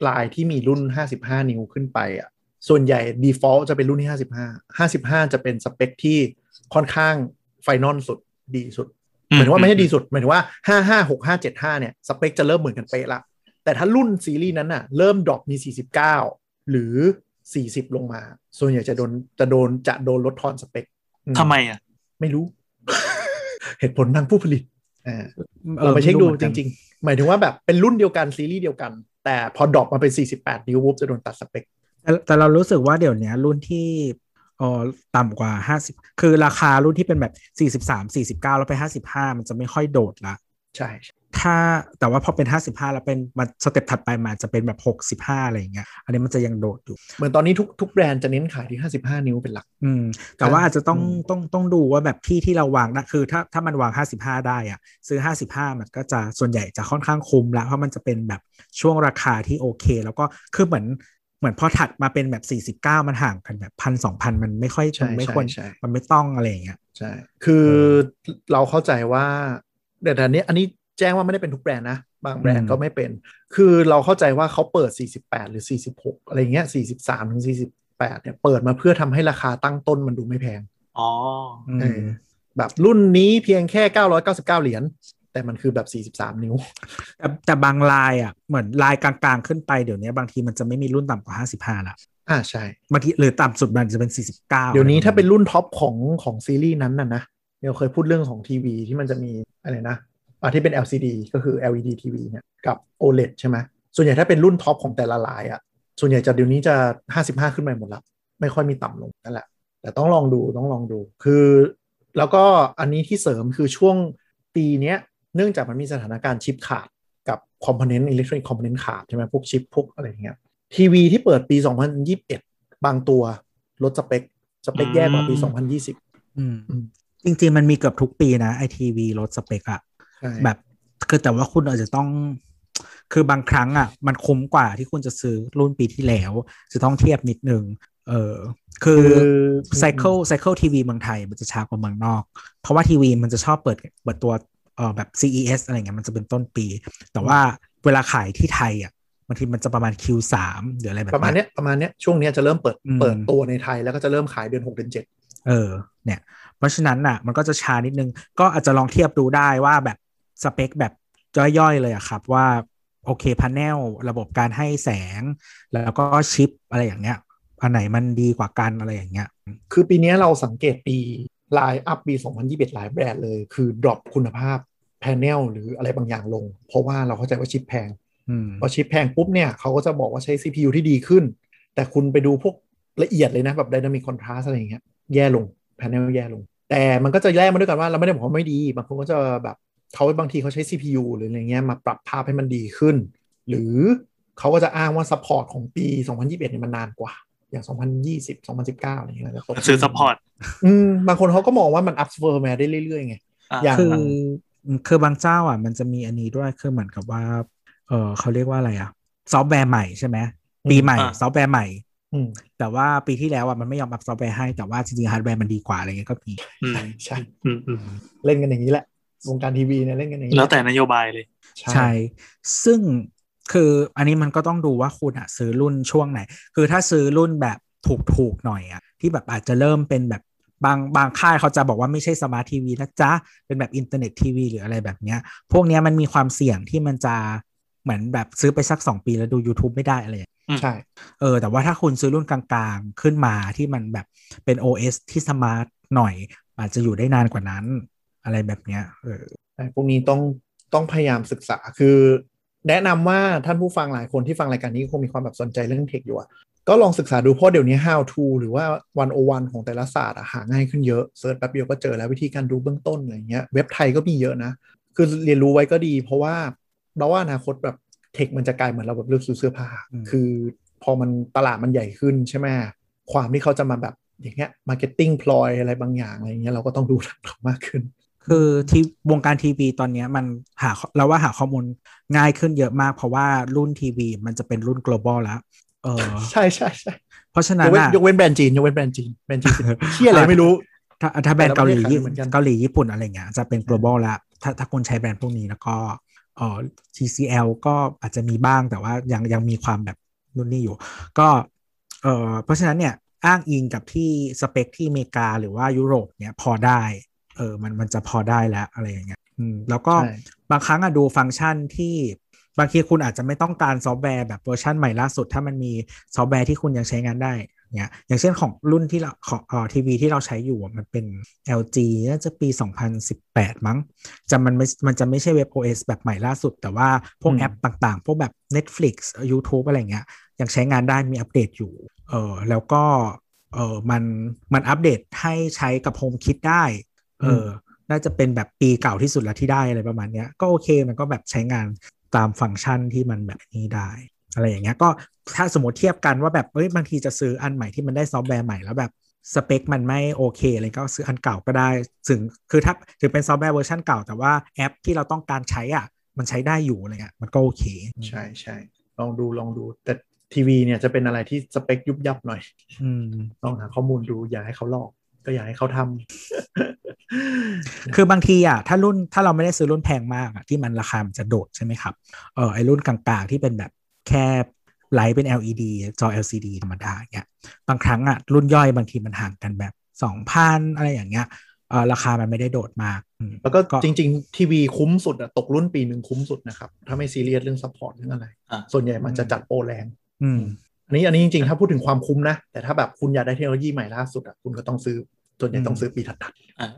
S2: ลายที่มีรุ่น 55 นิ้วขึ้นไปอ่ะส่วนใหญ่ default จะเป็นรุ่นที่ 55 55 จะเป็นสเปคที่ค่อนข้างไฟนอลสุดดีสุดหมายถึงว่าไม่ใช่ดีสุดหมายถึงว่า 55 65 75 เนี่ย สเปคจะเริ่มเหมือนกันเป๊ะละ แต่ถ้ารุ่นซีรีส์นั้นน่ะเริ่มดรอปมี 49 หรือ 40 ลงมา ส่วนใหญ่จะโดนจะโดนจะโดนลดทอนสเปคอื
S4: ทำไมอ่ะ
S2: ไม่รู้ เหตุผลทางผู้ผลิตอ่า
S3: ออ
S2: เราไปเช็คดู
S3: ม่หมือน
S2: จ
S3: กัน
S2: ริง ๆ หมายถึงว่าแบบเป็นรุ่นเดียวกันซีรีส์เดียวกัน แต่พอดรอปมาเป็น 48 นิ้วปุ๊บจะโดนตัดสเปค
S3: แต่แต่เรารู้สึกว่าเดี๋ยวเนี้ยรุ่นที่เอ่อต่ำกว่า 50 คือราคารุ่นที่เป็นแบบ 43 49 แล้วไป 55 มันจะไม่ค่อยโดดละ
S2: ใช่
S3: ถ้าแต่ว่าพอเป็น 55 แล้วเป็นมันสเต็ปถัดไปมันอาจจะเป็นแบบ 65 อะไรอย่างเงี้ยอันนี้มันจะยังโดดอยู่
S2: เหมือนตอนนี้ทุกทุกแบรนด์จะเน้นขายที่ 55 นิ้วเป็นหลัก
S3: อืม แต่ว่าอาจจะต้อง
S2: อืม
S3: ต้องต้องดูว่าแบบที่ที่เราวางนะคือถ้าถ้ามันวาง 55 ได้อะซื้อ 55 มันก็จะส่วนใหญ่จะค่อนข้างคุ้มละเพราะมันจะเป็นแบบช่วงราคาที่โอเค แล้วก็คือเหมือนเหมือนพอถัดมาเป็นแบบ 49 มันห่างกันแบบพันสองพันมันไม่ค่อย
S2: ใช่
S3: มันไม่
S2: ใช่
S3: ควร
S2: ใช่
S3: มันไม่ต้องอะไรอย่างเงี้ย
S2: ใช่ คือเราเข้าใจว่าแต่แต่อันนี้อันนี้แจ้งว่าไม่ได้เป็นทุกแบรนด์นะ บางแบรน
S3: อื
S2: ด์
S3: ม
S2: ก็ไม่เป็น คือเราเข้าใจว่าเขาเปิด 48 หรือ 46 อะไรเงี้ย 43 ถึง 48 เนี่ยเปิดมาเพื่อทำให้ราคาตั้งต้นมันดูไม่แพง
S4: อ๋อ
S3: อืม
S2: เออ แบบรุ่นนี้เพียงแค่ 999 เหรียญแต่มันคือแบบ 43 นิ้ว
S3: แต่แต่บางลายอ่ะเหมือนลายกลางๆขึ้นไปเดี๋ยวนี้บางทีมันจะไม่มีรุ่นต่ำกว่า 55ละ
S2: อ่าใช่
S3: บางทีหรือต่ำสุดมันจะเป็น 49
S2: เดี๋ยวนี้
S3: อะไร
S2: ถ้าเป็นรุ่นท็อปของของซีรีส์นั้นน่ะนะเราเคยพูดเรื่องของทีวีที่มันจะมีอะไรนะอ่ะที่เป็น LCD ก็คือ LED TV เนี่ยกับ OLED ใช่ไหมส่วนใหญ่ถ้าเป็นรุ่นท็อปของแต่ละลายอะ่ะส่วนใหญ่จะเดี๋ยวนี้จะ 55 ขึ้นไปหมดละไม่ค่อยมีต่ำลงนั่นแหละ แต่ต้องลองดูต้องลองดูคือ แล้วก็อันนี้ที่เสริมคือช่วงปีเนี้ยเนื่องจากมันมีสถานการณ์ชิปขาดกับคอมโพเนนต์อิเล็กทรอนิกส์คอมโพเนนต์ขาดใช่ไหมพวกชิปพวกอะไรอย่างเงี้ยทีวีที่เปิดปี 2021 บางตัวลดสเปค สเปคแย่กว่าปี
S4: อืม
S2: 2020
S3: อืม
S2: อืม
S3: จริงๆมันมีเกือบทุกปีนะไอทีวีลดสเปกอ่ะ
S2: ใช่
S3: แบบคือแต่ว่าคุณอาจจะต้อง คือบางครั้งอ่ะ มันคุ้มกว่าที่คุณจะซื้อรุ่นปีที่แล้ว จะต้องเทียบนิดนึงเออคือ
S2: คือ
S3: ไซเคิลไซเคิลทีวีเมืองไทยมันจะช้ากว่าเมืองนอก เพราะว่าทีวีมันจะชอบเปิดเปิดตัวเออแบบ CES อะไรเงี้ยมันจะเป็นต้นปี แต่ว่าเวลาขายที่ไทยอ่ะบางทีมันจะประมาณ Q3 หรืออะไรแบบ
S2: ประมาณ
S3: เนี้ย
S2: เนี้ยประมาณเนี้ยช่วงเนี้ยจะเริ่มเปิด
S3: อืม
S2: เปิดตัวในไทยแล้วก็จะเริ่มขายเดือน6เดือน7
S3: เออเนี่ย เพราะฉะนั้นน่ะ มันก็จะช้านิดนึง ก็อาจจะลองเทียบดูได้ว่าแบบสเปคแบบย่อยๆเลยอะครับ ว่าโอเคพาเนลระบบการให้แสง แล้วก็ชิปอะไรอย่างเงี้ย อันไหนมันดีกว่ากันอะไรอย่างเงี้ย
S2: คือปีเนี้ยเราสังเกตปีไลน์อัพปี 2021 หลายแบรนด์เลย คือดรอปคุณภาพแพนเนลหรืออะไรบางอย่างลง เพราะว่าเราเข้าใจว่าชิปแพง
S3: อืม
S2: พอชิปแพงปุ๊บเนี่ยเขาก็จะบอกว่าใช้ CPU ที่ดีขึ้น แต่คุณไปดูพวกละเอียดเลยนะ แบบ Dynamic Contrast อะไรอย่างเงี้ยแย่ลง Panel แย่ลง แต่มันก็จะแย่มาด้วยกันว่าเราไม่ได้บอกว่าไม่ดี บางคนก็จะแบบเขาบางทีเขาใช้ CPU หรืออะไรเงี้ยมาปรับภาพให้มันดีขึ้น หรือเขาก็จะอ้างว่า support ของปี 2021เนี่ยมันนานกว่า อย่าง 2020 2019อะไรเงี้ยนะ
S4: ซื้อซัพพอร์ต
S2: อืมบางคนเขาก็มองว่ามัน up firmware ได้เรื่อยๆไง อย่าง
S3: คือคือบางเจ้าอ่ะ มันจะมีอันนี้ด้วยคือเหมือนกับว่า เออเขาเรียกว่าอะไรอ่ะ ซอฟต์แวร์ใหม่ใช่ไหมปีใหม่
S4: อ่า
S3: ซอฟต์แวร์ใหม่
S2: อืม
S3: แต่ว่าปีที่แล้วอ่ะมันไม่ยอมอัพซอฟต์แวร์ให้แต่ว่าจริงๆฮาร์ดแวร์มันดีกว่าอะไรเงี้ยก็มี
S4: อืม
S2: ใช่
S4: อืมอืม
S2: เล่นกันอย่างนี้แหละวงการทีวีเนี่ยเล่นกันอย่างนี้
S4: แล้วแต่นโยบายเลย
S3: ใช่ ซึ่งคืออันนี้มันก็ต้องดูว่าคุณอ่ะซื้อรุ่นช่วงไหน คือถ้าซื้อรุ่นแบบถูกๆหน่อยอ่ะที่แบบอาจจะเริ่มเป็นแบบบางบางค่ายเขาจะบอกว่าไม่ใช่สมาร์ททีวีแล้วจ้าเป็นแบบอินเทอร์เน็ตทีวีหรืออะไรแบบเนี้ย พวกเนี้ยมันมีความเสี่ยงที่มันจะเหมือนแบบซื้อไปสัก 2 ปีแล้วดู YouTube ไม่ได้อะไรอย่างเงี้ย
S2: ใช่
S3: เออแต่ว่าถ้าคุณซื้อรุ่นกลางๆ ขึ้นมาที่มันแบบเป็น OS ที่สมาร์ทหน่อย อาจจะอยู่ได้นานกว่านั้น อะไรแบบเนี้ยเออ
S2: ใช่พวกนี้ต้องต้องพยายามศึกษาคือ แนะนำว่าท่านผู้ฟังหลายคนที่ฟังรายการนี้คงมีความแบบสนใจเรื่องเทคอยู่อะก็ลองศึกษาดูเพราะเดี๋ยวนี้ how to หรือว่าวันโอวันของแต่ละศาสตร์อะหาง่ายขึ้นเยอะเซิร์ชแป๊บเดียวก็เจอแล้ววิธีการดูเบื้องต้นอะไรเงี้ยเว็บไทยก็มีเยอะนะ คือเรียนรู้ไว้ก็ดี เพราะว่าเราว่าอนาคตแบบเทคมันจะกลายเหมือนเราแบบเลือกซื้อเสื้อผ้า คือพอมันตลาดมันใหญ่ขึ้นใช่ไหมความที่เขาจะมาแบบอย่างเงี้ยมาร์เก็ตติ้งพลอยอะไรบางอย่างอะไรเงี้ยเราก็ต้องดูหลักเขามากขึ้น
S3: คือที่วงการทีวีตอนเนี้ยมันหาเราว่าหาข้อมูลง่ายขึ้นเยอะมาก เพราะว่ารุ่นทีวีมันจะเป็นรุ่น global แล้วเอ อ
S2: ใช่ใช่ใช่
S3: เพราะฉะ
S2: ย
S3: นั้น
S2: กเว้น
S3: อะ
S2: ยกเว้นแบรนด์จีนยกเว้นแบรนด์จีนแบรนด์ จีนเชี่ยอะไรไม่รู้
S3: ถ้าถ้าแบรนด์เกาหลี
S2: แต่ละประเทศขายไม่
S3: ญี่
S2: เหมือนกัน
S3: เกาหลีญี่ปุ่นอะไรเงี้ยจะเป็น global ละถ้าถ้าคนใช้แบรนด์พวกนี้แล้วก็เอ่อ TCL ก็อาจจะมีบ้างแต่ว่ายังยังมีความแบบนู่นนี่อยู่ ก็เอ่อเพราะฉะนั้นเนี่ยอ้างอิงกับที่สเปคที่อเมริกาหรือว่ายุโรปเนี่ยพอได้เออมันมันจะพอได้แล้วอะไรอย่างเงี้ยอืมแล้วก็
S2: ใช่
S3: บางครั้งอะดูฟังก์ชันที่บางทีคุณอาจจะไม่ต้องการซอฟต์แวร์แบบเวอร์ชันใหม่ล่าสุด ถ้ามันมีซอฟต์แวร์ที่คุณยังใช้งานได้ เนี่ยอย่างเช่นของรุ่นที่เราของเอ่อทีวีที่เราใช้อยู่อะมันเป็น LG น่าจะปี 2018 มั้งจะมันไม่มันจะไม่ใช่เว็บ OS แบบใหม่ล่าสุด แต่ว่าพวก
S2: อืม
S3: แอปต่างๆ พวกแบบ Netflix YouTube อะไรเงี้ยยังใช้งานได้มีอัปเดตอยู่เออแล้วก็เออมันมันอัปเดตให้ใช้กับ HomeKit ได้เอออน่าจะเป็นแบบปีเก่าที่สุดแล้วที่ได้อะไรประมาณเนี้ยก็โอเคมันก็แบบใช้งานตามฟังก์ชันที่มันแบบนี้ได้ อะไรอย่างเงี้ยก็ถ้าสมมติเทียบกันว่าแบบเอ้ยบางทีจะซื้ออันใหม่ที่มันได้ซอฟต์แวร์ใหม่แล้วแบบสเปคมันไม่โอเคอะไรก็ซื้ออันเก่าก็ได้ถึงคือถ้าถือเป็นซอฟต์แวร์เวอร์ชันเก่าแต่ว่าแอปที่เราต้องการใช้อ่ะ มันใช้ได้อยู่อะไรเงี้ยมันก็โอเค
S2: ใช่ใช่ลองดูลองดู แต่ทีวีเนี่ยจะเป็นอะไรที่สเปคยุบยับหน่อย
S3: อืม
S2: ลองหาข้อมูลดูอย่าให้เขาหลอก ก็อย่าให้เขาทำ
S3: คือบางทีอ่ะถ้ารุ่นถ้าเราไม่ได้ซื้อรุ่นแพงมากอ่ะที่มันราคามันจะโดดใช่ไหมครับเออไอรุ่นกลางๆ ที่เป็นแบบแค่ไลท์เป็น LED จอ LCD ธรรมดาเงี้ยบางครั้งอ่ะรุ่นย่อยบางทีมันห่างกันแบบ2,000อะไรอย่างเงี้ยเออราคามันไม่ได้โดดมากอืม
S2: แล้วก็
S3: ก็
S2: จริง ๆ ทีวีคุ้มสุดอะตกรุ่นปีหนึ่งคุ้มสุดนะครับ ถ้าไม่ซีเรียสเรื่องซัพพอร์ตเรื่องอะไร
S4: อ่า
S2: ส่วนใหญ่มันจะจัดโปรแรง
S3: อืม
S2: อันนี้อันนี้จริง ๆ ถ้าพูดถึงความคุ้มนะ แต่ถ้าแบบคุณอยากได้เทคโนโลยีใหม่ล่าสุดอะคุณก็ต้องซื้อส่วนใหญ่ต้องซื้อปีถัด
S4: อ่ะ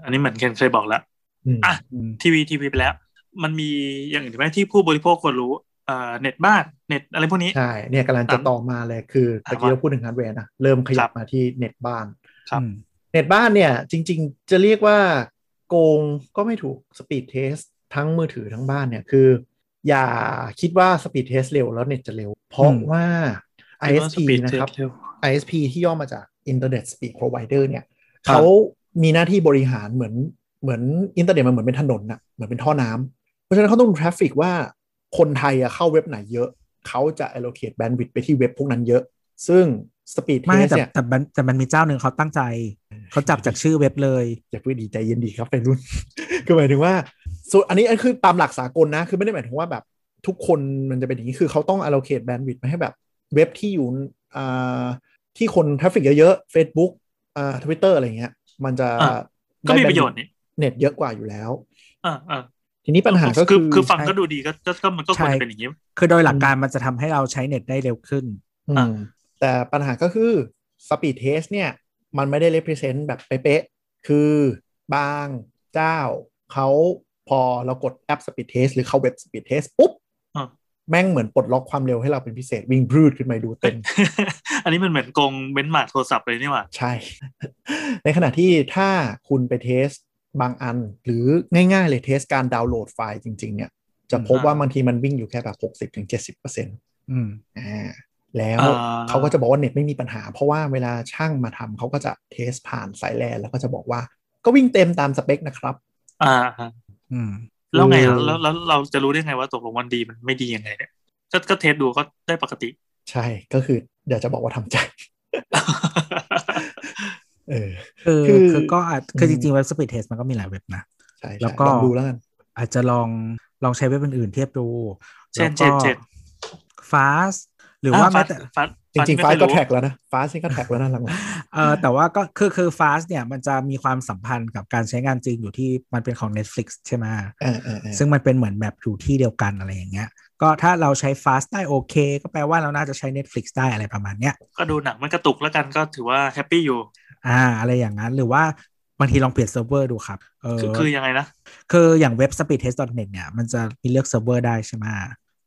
S4: อันนี้เหมือนเคนเคยบอกแล้ว
S2: ๆอืม
S4: อ่ะ ทีวีทีวีไปแล้ว มันมีอย่างอื่นไหมที่ผู้บริโภคควรรู้เอ่อเน็ตบ้านเน็ตอะไรพวกนี้
S2: ใช่เนี่ยกำลังจะต่อมาเลยคือตะกี้เราพูดถึงฮาร์ดแวร์นะเริ่มขยับมาที่เน็ตบ้าน
S4: ครับ
S3: อืม
S2: เน็ตบ้านเนี่ยจริงๆ จะเรียกว่าโกงก็ไม่ถูกสปีดเทสทั้งมือถือทั้งบ้านเนี่ยคือ อย่าคิดว่าสปีดเทสเร็วแล้วเน็ตจะเร็ว เพราะว่า ISP
S4: เดี๋ยว
S2: นะครับ
S4: สปีดเทสเว
S2: ISP ที่ย่อมาจาก Internet Speed Provider เนี่ย
S4: ครับ
S2: เขามีหน้าที่บริหารเหมือนเหมือนอินเทอร์เน็ตมันเหมือนเป็นถนนน่ะเหมือนเป็นท่อน้ำเพราะฉะนั้นเขาต้องดูทราฟฟิกว่าคนไทยอะเข้าเว็บไหนเยอะ เขาจะ allocate bandwidth ไปที่เว็บพวกนั้นเยอะ ซึ่ง speed
S3: ไม่
S2: test
S3: แต่
S2: เนี่ย
S3: แต่มันแต่มันมีเจ้าหนึ่งเขาตั้งใจ เขาจับจากชื่อเว็บเลย
S2: อย่าเพิ่งดีใจเย็นดีครับไปรุ่น คือหมายถึงว่าส่วนอันนี้อันคือตามหลักสากลนะ คือไม่ได้หมายถึงว่าแบบทุกคนมันจะเป็นอย่างนี้คือเขาต้อง allocate bandwidth มาให้แบบเว็บที่อยู่อ่าที่คนทราฟฟิกเยอะๆ Facebook อ่า Twitter อะไรเงี้ย มันจะ
S4: อ่ะ ก็มีประโยชน์นี่
S2: เน็ตเยอะกว่าอยู่แล้ว
S4: อ่าอ่า
S2: ทีนี้ปัญหาก็
S4: คื
S2: คือ อ
S4: คือฟังก็
S2: ใช่
S4: ดูดีก็ก็ก็มันก็ควร
S3: ใช่
S4: จะเป็นอย่างนี้
S3: คือโดยหลักการมันจะทำให้เราใช้เน็ตได้เร็วขึ้น
S2: อืมแต่ปัญหาก็คือ speed test เนี่ย มันไม่ได้ represent แบบเป๊ะๆ คือบางเจ้าเขาพอเรากดแอป speed test หรือเข้าเว็บ speed test ปุ๊บ
S4: อ่ะ
S2: แม่งเหมือนปลดล็อกความเร็วให้เราเป็นพิเศษวิ่งบืดขึ้นมาดูเต็ม
S4: อันนี้มันเหมือนกงเบนมาร์กโทรศัพท์เลยนี่หว่า
S2: ใช่ ในขณะที่ถ้าคุณไปเทสบางอัน หรือง่าย ๆ เลยเทสการดาวน์โหลดไฟล์จริง ๆ เนี่ย จะพบว่าบางทีมันวิ่งอยู่แค่แบบ 60-70%ถึงเปอร์เซ็นต์
S3: อืม
S2: อ่าแล้ว
S4: อ่า
S2: เขาก็จะบอกว่าเน็ตไม่มีปัญหา เพราะว่าเวลาช่างมาทำเขาก็จะเทสผ่านสายแลนแล้วก็จะบอกว่าก็วิ่งเต็มตามสเปคนะครับ
S4: อ่าฮะ
S3: อืม
S4: แล้วไง
S2: อืม
S4: แล้วแล้วแล้วเราจะรู้ได้ไงว่าตกลงวันดีมันไม่ดียังไงเนี่ยก็ก็เทสดูก็ได้ปกติ
S2: ใช่ก็คือเดี๋ยวจะบอกว่าทำใจเออ
S3: คือ
S2: คือ
S3: คือก็อาจคื
S2: ม
S3: อจริงๆเว็บสปีดเทสมันก็มีหลายเว็บนะ
S2: ใช่ใช่
S3: แล้วก็
S2: องดูแล้วกัน
S3: อาจจะลองลองใช้เว็บอื่นๆเทียบดู
S4: เช่น
S3: แล้วก็
S4: เช่น
S3: fast หรือว่าแม้แต่
S4: ฟัด
S2: จริงๆฟ้าก็แท็กแล้วนะฟ้าซิงก็แท็กแล้วนะหลังๆ
S3: เออแต่ว่าก็คือคือ fast เนี่ยมันจะมีความสัมพันธ์กับการใช้งานจริงอยู่ที่มันเป็นของ Netflix ใช่ไหม
S2: อ่าอ่าอ่า
S3: ซึ่งมันเป็นเหมือนแบบอยู่ที่เดียวกันอะไรอย่างเงี้ย ก็ถ้าเราใช้ fast ได้โอเค ก็แปลว่าเราน่าจะใช้ Netflix ได้อะไรประมาณเนี้ย
S4: ก็ดูหนังมันกระตุกแล้วกันก็ถือว่าแฮปปี้อยู่
S3: อ่าอะไรอย่างนั้นหรือว่าบางทีลองเปลี่ยนเซิร์ฟเวอร์ดูครับเออ
S4: คือคือยังไงนะ
S3: คืออย่างเว็บ speedtest.net เนี่ยมันจะมีเลือกเซิร์ฟเวอร์ได้ใช่ไหม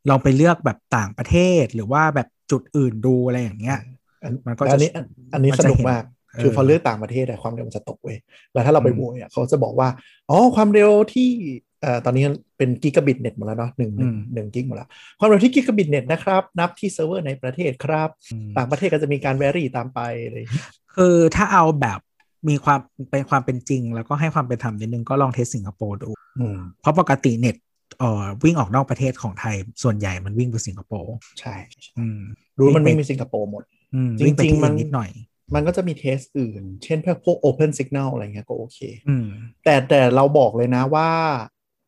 S3: ลองไปเลือกแบบต่างประเทศหรือว่าแบบจุดอื่นดูอะไรอย่างเงี้ย
S2: อัน
S3: มันก็
S2: แต่
S3: จะ
S2: อันนี้อันอันนี้
S3: มัน
S2: ส
S3: จะ
S2: นุก
S3: เห็น
S2: มาก
S3: เออ
S2: คือพอเลือกต่างประเทศอะความเร็วมันจะตกเว้ยแล้วถ้าเราไป
S3: อืม
S2: โหวยอะเขาจะบอกว่า อ๋อ ความเร็วที่เอ่อตอนนี้เป็นกิกะบิตเน็ตหมดแล้วเนาะหนึ่งหนึ่ง
S3: อืม
S2: หนึ่งกิกหมดแล้ว ความเร็วที่กิกะบิตเน็ตนะครับ นับที่เซิร์ฟเวอร์ในประเทศครับ
S3: อืม
S2: ต่างประเทศก็จะมีการแวรี่ตามไปเลย
S3: คือถ้าเอาแบบมีความเป็นความเป็นจริง แล้วก็ให้ความเป็นธรรมนิดนึงก็ลองเทสสิงคโปร์ดู
S2: อืม
S3: เพราะปกติเน็ตเอ่อวิ่งออกนอกประเทศของไทย ส่วนใหญ่มันวิ่งไปสิงคโปร์
S2: ใช่
S3: อืม
S2: รู้มันไม่
S3: วิ่งไป
S2: มีสิงคโปร์หมด
S3: อืม
S2: จริงๆ
S3: วิ่งไปที่
S2: มั
S3: อื่
S2: น
S3: นนิดหน่อย
S2: มันก็จะมีเทสอื่น เช่นพวก Open Signal อะไรเงี้ยก็โอเค
S3: อืม
S2: แต่แต่เราบอกเลยนะว่า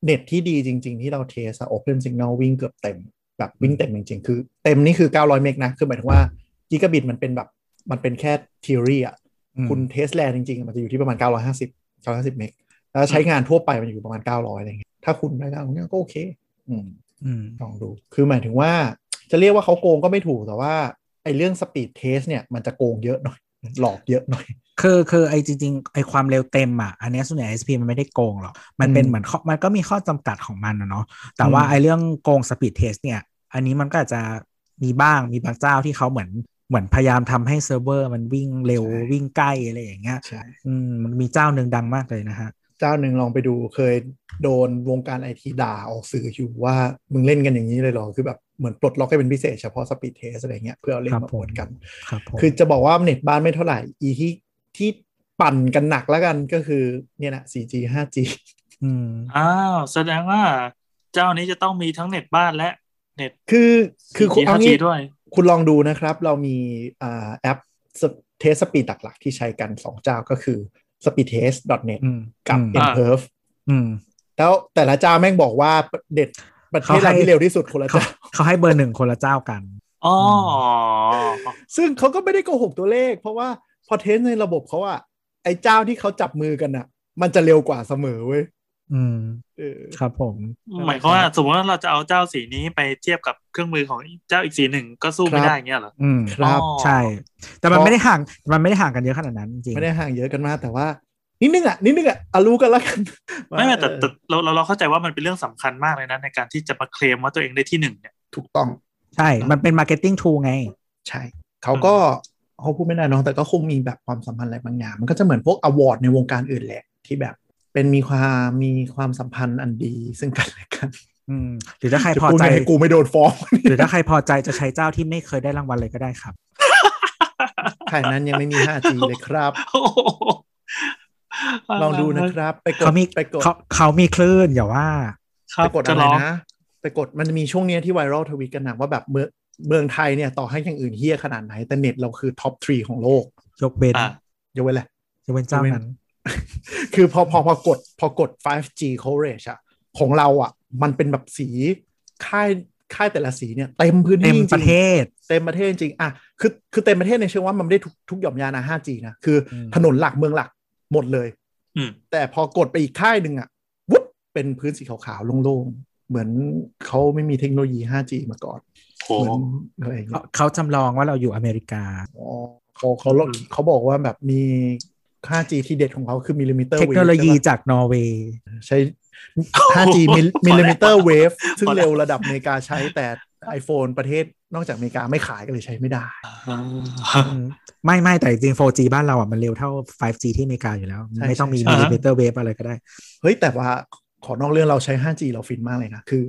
S2: เน็ตที่ดีจริง ๆ ที่เราเทสอะ Open Signal วิ่งเกือบเต็ม แบบวิ่งเต็มจริง ๆ คือเต็มนี่คือ 900 เมกนะ คือหมายถึงว่ากิกะบิตมันเป็นแบบ มันเป็นแค่ท h อรีอะ
S3: อืม
S2: คุณเทสแลนจริงๆ มันจะอยู่ที่ประมาณ 950 950 เมกแล้วใช้งานทั่วไปมันอยู่ประมาณ 900 อะไรเงี้ยถ้าคุณได้แล้วก็โอเคอืม
S3: อืม
S2: ลองดู คือหมายถึงว่าจะเรียกว่าเขาโกงก็ไม่ถูกแต่ว่าไอ้เรื่องสปีดเทสเนี่ยมันจะโกงเยอะหน่อย หลอกเยอะหน่อย
S3: คือคือไอ้จริงๆไอ้ความเร็วเต็มอ่ะอันเนี้ยส่วนใหญ่ ISP มันไม่ได้โกงหรอก มันเป็น
S2: อืม
S3: เหมือนข้อมันก็มีข้อจำกัดของมันนะเนาะแต่ว่า
S2: อืม
S3: ไอ้เรื่องโกงสปีดเทสเนี่ย อันนี้มันก็อาจจะมีบ้างมีบางเจ้าที่เขาเหมือนเหมือนพยายามทำให้เซิร์ฟเวอร์มันวิ่งเร็ววิ่งใกล้อะไรอย่างเงี้ย
S2: ใช่
S3: อืมมันมีเจ้าหนึ่งดังมากเลยนะฮะ
S2: เจ้าหนึ่งลองไปดูเคยโดนวงการไอทีด่าออกสื่ออยู่ว่ามึงเล่นกันอย่างนี้เลยเหรอ คือแบบเหมือนปลดล็อกให้เป็นพิเศษเฉพาะสปีดเทสอะไรเงี้ยเพื่อเอาเล่น
S3: ครั
S2: มา
S3: บ
S2: ป
S3: ผม
S2: วดกัน
S3: ครับผม
S2: คือจะบอกว่าเน็ตบ้านไม่เท่าไหร่ อีที่ที่ปั่นกันหนักแล้วกันก็คือเนี่ยนะ 4G 5G
S3: ม
S4: อ้าวแสดงว่าเจ้านี้จะต้องมีทั้งเน็ตบ้านและเน็ต
S2: คือคือ
S4: 4G
S2: คุณเอา
S4: 5G
S2: งี้
S4: ด้วย
S2: คุณลองดูนะครับ เรามีอ่าแอปเทสสปีดหลักๆ ที่ใช้กัน 2 เจ้าก็คือ speedtest.net
S3: อืม
S2: กับ
S3: อืม
S4: อ่า
S2: m p e r f
S3: อืม
S2: แล้วแต่ละเจ้าแม่งบอกว่าเด็ดประเทศเราที่เร็วที่สุดคนละ
S3: เขา
S2: เจ้า
S3: เขาให้เบอร์หนึ่งคนละเจ้ากัน
S4: อ๋อ
S2: ซึ่งเขาก็ไม่ได้โกหกตัวเลข เพราะว่าพอเทสในระบบเขาอะไอ้เจ้าที่เขาจับมือกันอะมันจะเร็วกว่าเสมอเว้ย
S3: อืม
S2: เออ
S3: ครับผม
S4: หมายความว่าสมมติว่าเราจะเอาเจ้าสีนี้ไปเทียบกับเครื่องมือของเจ้าอีกสีหนึ่งก็สู้
S2: ค
S4: ไม่
S2: รับ
S4: ได้อย่างเงี้ยเหรอ
S3: อืม
S2: ครับ
S4: อ๋อ
S3: ใช่ แต่มันไม่ได้ห่างมันไม่ได้ห่างกันเยอะขนาดนั้นจริงๆ
S2: ไม่ได้ห่างเยอะกันมาก แต่ว่า นิดนึงอะนิดนึงอะอารู้กันละกัน
S4: ไม่ไม่แต่
S2: ว่าเออ
S4: แต่เราเราเราเข้าใจว่ามันเป็นเรื่องสำคัญมากเลยนะในการที่จะมาเคลมว่าตัวเองได้ที่หนึ่งเนี่ย
S2: ถูกต้อง
S3: ใช่ มันเป็น marketing tool ไง
S2: ใช่เขาก็เขาพูดไม่ได้เน้องแต่ก็คงมีแบบความสัมพันธ์อะไรบางอย่าง มันก็จะเหมือนพวกอวอร์ดในวงการอื่นแหละ ที่แบบเป็นมีความมีความสัมพันธ์อันดี ซึ่งกันและ กัน
S3: อืม หรือถ้าใคร
S2: จะ
S3: พอ
S2: พูด
S3: ใจ
S2: ไงให้กูไม่โดนฟ้อง
S3: หรือถ้าใครพอใจจะใช้เจ้าที่ไม่เคยได้รางวัลเลยก็ได้ครับ
S2: ใครนั้นยังไม่มี 5G เลยครับ ลองดูนะครับ ไปกด
S3: เขามี
S2: ไปกด
S3: เขาเขามีคลื่นอย่าว่า
S4: ครับ
S2: ไปกด
S4: จะ
S2: อะไร
S4: ร้อง
S2: นะ ไปกดมันจะมีช่วงเนี้ยที่ไวรัลทวิตกันหนักว่าแบบเมืองเมืองไทยเนี่ย ต่อให้อย่างอื่นเฮี้ยขนาดไหน แต่เน็ตเราคือท็อปทรีของโลก
S3: ยกเว้น
S4: อ่ะ
S2: ยกเว้นแหละ
S3: ยกเว้นเจ้านั้น
S2: คือพอพอพอกดพอกด 5G coverage อะของเราอะมันเป็นแบบสีค่ายค่ายแต่ละสีเนี่ยเต็มพื้น
S3: เต็
S2: ที่
S3: ม
S2: จริงๆ
S3: ประเทศ
S2: เต็มประเทศจริงๆอะคือคือเต็มประเทศในเชิงว่ามันไม่ได้ทุกทุกหย่อมยานะ 5G นะคืออ
S3: ม
S2: ถนนหลักเมืองหลักหมดเลย
S4: อืม
S2: แต่พอกดไปอีกค่ายหนึ่งอะวุ๊บเป็นพื้นสีขาวๆโล่งๆ เหมือนเขาไม่มีเทคโนโลยี 5G มาก่อน
S4: โห
S2: เหมือนอะไรอย่างเงี้ย
S3: เขาจำลองว่าเราอยู่อเมริกา
S2: อ๋อเขาเขาลด
S4: อืม
S2: เขาบอกว่าแบบมีค่า G ที่เด็ดของเขาคือมิลลิมิเตอร์
S3: เทคโนโลยีจากนอร์เวย์
S2: ใช้ 5G มิลลิมิเตอร์เวฟซึ่ง
S4: พอแล้ว
S2: เร็วระดับอเมริกาใช้แต่ iPhone ประเทศนอกจากอเมริกาไม่ขายก็เลยใช้ไม่ได้
S3: อืมไม่ไม่แต่จริง 4G บ้านเราอ่ะมันเร็วเท่า 5G ที่อเมริกาอยู่แล้ว
S2: ใช่
S3: ไม่ต้องมี
S2: ใช่
S3: มิล
S4: อ่าฮะ
S3: ลิเมตรเวฟอะไรก็ได้
S2: เฮ้ย แต่ว่าขอนอกเรื่องเราใช้ 5G เราฟินมากเลยนะ คือ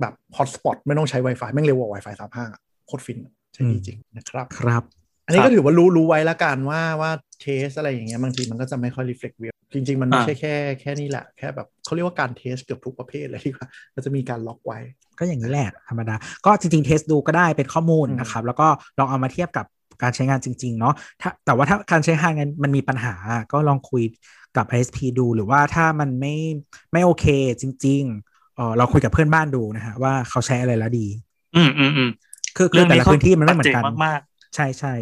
S2: แบบฮอตสปอตไม่ต้องใช้ Wi-Fi แม่งเร็วกว่า Wi-Fi สามห้าอะโคตรฟินอะใช้ดีจริงนะครับ
S3: ครับ
S2: อันนี้
S4: ครั
S2: ก็
S4: บ
S2: ถือว่ารู้รู้ไว้ละกันว่าว่าเทสอะไรอย่างเงี้ยบางทีมันก็จะไม่ค่อยรีเฟล็กเวลจริง ๆ มันไม่
S4: อ่า
S2: ใช่แค่แค่นี้แหละ แค่แบบเขาเรียกว่าการเทสเกือบทุกประเภทเลยที่ว่ามันจะมีการล็อกไว้
S3: ก็อย่างนี้แหละธรรมดา ก็จริง ๆ เทสดูก็ได้เป็นข้อมูล
S2: อืม
S3: นะครับ แล้วก็ลองเอามาเทียบกับการใช้งานจริง ๆ เนาะถ้าแต่ว่าถ้าการใช้งานมันมีปัญหาก็ลองคุยกับ ISP ดู หรือว่าถ้ามันไม่ไม่โอเคจริงๆเออเราคุยกับเพื่อนบ้านดูนะฮะว่าเขาใช้อะไรแล้วดี
S4: อืมอืมอืม
S3: คือคือแต่ละพื้นที่มันไม่เหมือนกัน
S4: ปัจจมาก
S3: ใช่ใช่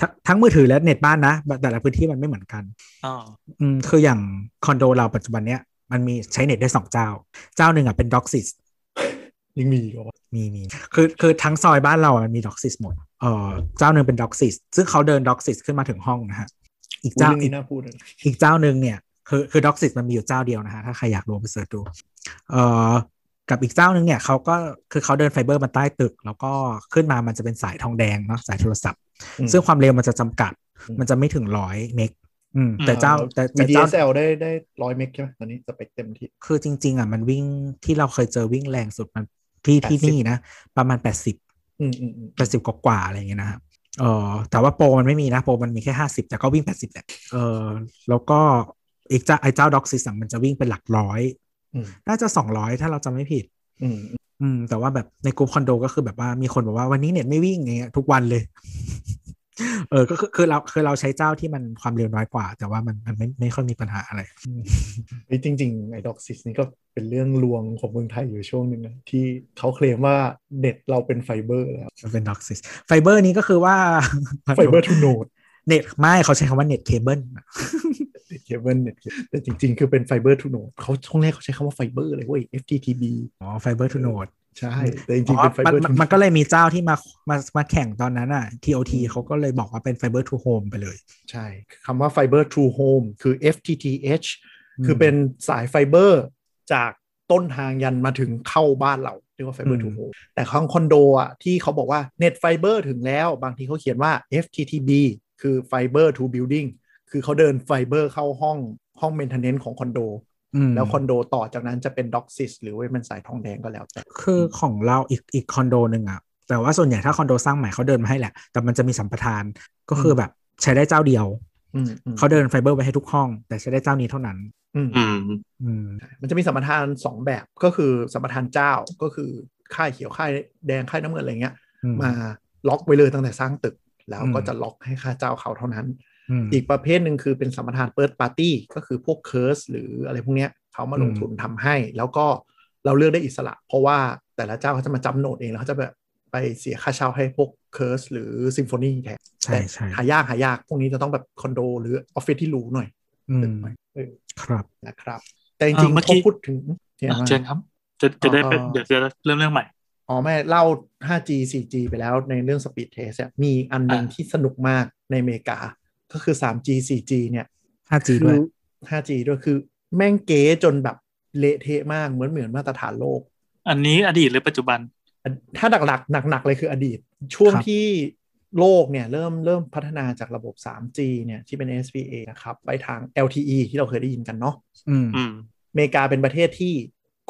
S3: ทั้งทั้งมือถือและเน็ตบ้านนะแต่ละพื้นที่มันไม่เหมือนกัน
S4: ๆอ๋อ
S3: อืมคืออย่างคอนโดเราปัจจุบันเนี้ยมันมีใช้เน็ตได้สองเจ้า เจ้าหนึ่งอ่ะเป็นด็อกซิส
S2: ยังมีอีกเหรอวะ
S3: มีมีคือคือทั้งซอยบ้านเราอ่ะมันมีด็อกซิสหมดเออเจ้าหนึ่งเป็นด็อกซิสซึ่งเขาเดินด็อกซิสขึ้นมาถึงห้องนะฮะอีกเจ้า
S2: เรื่อง
S3: อี
S2: นี้
S3: ก
S2: น่าพูดเลย
S3: อีกเจ้าหนึ่งเนี่ยคือคือด็อกซิสมันมีอยู่เจ้าเดียวนะฮะถ้าใครอยากรู้ไปเสิร์ชดูเออกับอีกเจ้าหนึ่งเนี่ยเขาก็คือเขาเดินไฟเบอร์มาใต้ตึก แล้วก็ขึ้นมามันจะเป็นสายทองแดงเนาะสายโทรศัพท์
S2: อืม
S3: ซึ่งความเร็วมันจะจำกัด
S2: อืม
S3: มันจะไม่ถึงร้อยเมกอืมแต่เจ้าแต่
S2: มี
S3: แต่เจ้า
S2: DSL ได้ได้ร้อยเมกใช่ไหมตอนนี้สเปคเต็มที่
S3: คือจริง ๆ อ่ะ มันวิ่งที่เราเคยเจอวิ่งแรงสุดมันที่ที่
S2: 80
S3: นี่นะ ประมาณ 80
S2: อืมอืมอืม
S3: 80กว่ากว่าๆอะไรอย่างเงี้ยนะครับเออแต่ว่าโปรมันไม่มีนะ โปรมันมีแค่ 50 แต่ก็วิ่ง 80แหละเออแล้วก็อีกเจ้าไอเจ้าด็อกซิสมันจะวิ่งเป็นหลักร้อย
S2: อืม
S3: น่าจะ 200 ถ้าเราจำไม่ผิด
S2: อืม
S3: อืมแต่ว่าแบบในกลุ่มคอนโดก็คือแบบว่ามีคนบอกว่าวันนี้เน็ตไม่วิ่งอย่างเงี้ยทุกวันเลย เออก็คือคือเราคือเราใช้เจ้าที่มันความเร็วน้อยกว่า แต่ว่ามันมันไม่ไม่ค่อยมีปัญหาอะไร
S2: เฮ้ยจริง ๆ ไอ้ด็อกซิสนี่ก็เป็นเรื่องลวงของเมืองไทยอยู่ช่วงหนึ่งนะที่เขาเคลมว่าเน็ตเราเป็นไฟเบอร์แล้ว
S3: มันเป็นด็อกซิสไฟเบอร์นี้ก็คือว่า
S2: ไฟเบอร์ทูโนด
S3: เน็ตไม่เขาใช้คำว่าเน็ตเคเบิล
S2: เน็ตเคเบิลเน็ตแต่จริง ๆ คือเป็นไฟเบอร์ทูโนดเขาช่วงแรกเขาใช้คำว่าไฟเบอร์เลยเว้ย FTTB
S3: อ๋อไฟเบอร์ทูโนด
S2: ใช่ แต่จริง ๆ เป็นไฟ
S3: มัน
S2: เบอร์ทู
S3: มันมันก็เลยมีเจ้าที่มามามาแข่งตอนนั้นอ่ะ TOT เขาก็เลยบอกว่าเป็นไฟเบอร์ทูโฮมไปเลย
S2: ใช่คำว่าไฟเบอร์ทูโฮมคือ FTTH คือเป็นสายไฟเบอร์จากต้นทางยันมาถึงเข้าบ้านเราเรียกว่าไฟเบอร์ทูโฮมแต่ของคอนโดอ่ะที่เขาบอกว่าเน็ตไฟเบอร์ถึงแล้ว บางทีเขาเขียนว่า FTTB คือ Fiber to Building คือเขาเดินไฟเบอร์เข้าห้องห้องเมนเทนเนนของคอนโด
S3: อืม
S2: แล้วคอนโดต่อจากนั้นจะเป็นด็อกซิสหรือว่าเป็นสายทองแดงก็แล้วแต่
S3: คือของเราอีกอีกคอนโดหนึ่งอ่ะ แต่ว่าส่วนใหญ่ถ้าคอนโดสร้างใหม่เขาเดินมาให้แหละ แต่มันจะมีสัมปทานก็คือแบบใช้ได้เจ้าเดียว
S2: อืมอืม
S3: เขาเดินไฟเบอร์ไปให้ทุกห้อง แต่ใช้ได้เจ้านี้เท่านั้น
S2: อืม
S4: อืม
S3: อืม
S2: มันจะมีสัมปทาน 2 แบบก็คือสัมปทานเจ้าก็คือค่ายเขียวค่ายแดงค่ายน้ำเงินอะไรเงี้ยมาล็อกไว้เลยตั้งแต่สร้างตึก แล้วก็
S3: อืม
S2: จะล็อกให้ค่าเจ้าเขาเท่านั้น
S3: ม
S2: อีกประเภทหนึ่งคือเป็นสัมปทานเปิดปาร์ตี้ก็คือพวกเคิร์สหรืออะไรพวกเนี้ยเขามาลง
S3: อืม
S2: ทุนทำให้ แล้วก็เราเลือกได้อิสระ เพราะว่าแต่ละเจ้าเขาจะมาจำโหนดเองแล้วเขาจะแบบไปเสียค่าเช่าให้พวกเคิร์สหรือซิมโฟนีแทน
S3: ใช่ใช่
S2: หายากหายากพวกนี้จะต้องแบบคอนโดหรือออฟฟิศที่หรูหน่อย
S3: อื
S2: ตึ
S3: ม
S2: กหน่อยเออ
S3: ครับ
S2: นะครับ แต่จริง
S4: เอ่อเมื่
S2: ๆ
S4: อ
S2: พอ
S4: กี้
S2: พูดถึงนี่ย
S4: อ่ะ
S2: ว่า
S4: เชิญครับ จะจะได้ไป
S2: อ๋อ
S4: เดี๋ยวจะเริ่มเรื่องใหม่
S2: อ๋อแม่เล่า 5G 4G ไปแล้วในเรื่อง Speed Test เนี่ยมีอันหนึง
S4: อ่ะ
S2: ที่สนุกมากในอเมริกา ก็คือ 3G 4G เนี่ย
S3: 5G
S2: คื
S3: ด้วย
S2: อ 5G ด้วยคือแม่งเก๋จนแบบเละเทะมากเหมือนเหมือนมาตรฐานโลก
S4: อันนี้อดีตหรือปัจจุบัน
S2: อันถ้าหลักๆหนักๆเลยคืออดีต ช่วง
S3: ครับ
S2: ที่โลกเนี่ยเริ่มเริ่มพัฒนาจากระบบ 3G เนี่ยที่เป็น SVA นะครับ ไปทาง LTE ที่เราเคยได้ยินกันเนาะ
S3: อืม
S4: อืม
S2: อเมริกาเป็นประเทศที่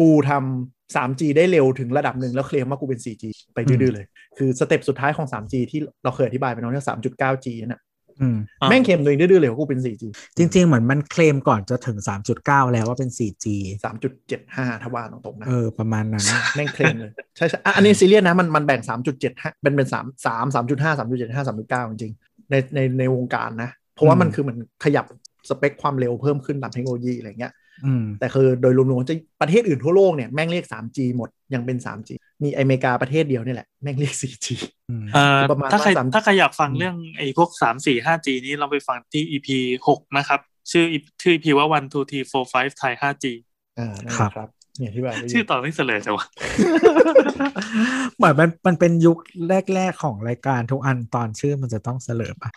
S2: กูทำ 3G ได้เร็วถึงระดับหนึ่งแล้วเคลมว่ากูเป็น 4G ไปดื้อๆเลย คือสเต็ปสุดท้ายของ 3G ที่เราเคยอธิบายไปเน้องเรื่อง 3.9G นั่นน่ะ
S3: อืม
S4: อ่า
S2: แม่งเคลมตัวเองดื้อๆเลยว่ากูเป็น 4G
S3: จริง ๆ เหมือนมันเคลมก่อนจะถึง 3.9 แล้วว่าเป็น 4G
S2: 3.75 ทว่าตรงๆนะ
S3: เออ ประมาณนั้น
S2: แม่งเคลมเลย ใช่ใช่อ่ะอันนี้ซีเรียสนะ มันมันแบ่ง 3.75เป็นเป็น 3 3 3.5 3.75 3.9 จริงๆในในในวงการนะ เพราะว่ามัน
S3: อืม
S2: คือเหมือนขยับสเปคความเร็วเพิ่มขึ้นตามเทคโนโลยีอะไรเงี้ย
S3: อืม
S2: แต่คือโดยรวมๆจะประเทศอื่นทั่วโลกเนี่ยแม่งเรียก 3G หมด ยังเป็น 3G มีอเมริกาประเทศเดียวเนี่ยแหละ แม่งเรียก 4G
S3: อืม
S4: เอ่อ
S2: ประมาณ
S4: ถ้าใคร
S2: ว่าสาม
S4: ถ้าใครอยากฟังเรื่องไอ้พวกสามสี่ห้าจีนี้เราไปฟังที่ EP หกนะครับ ชื่อชื่อ EP ว่า one two three four five Thai ห้าจี
S2: อ่านั่นแหละ
S3: ครับ
S2: ครับเนี่ยที่ว่าไป
S4: ชื่อตอนไม่เสลยแต่ว่า
S3: เหมือนมันมันเป็นยุคแรก ๆ ของรายการทุกอันตอนชื่อมันจะต้องเสลอปะ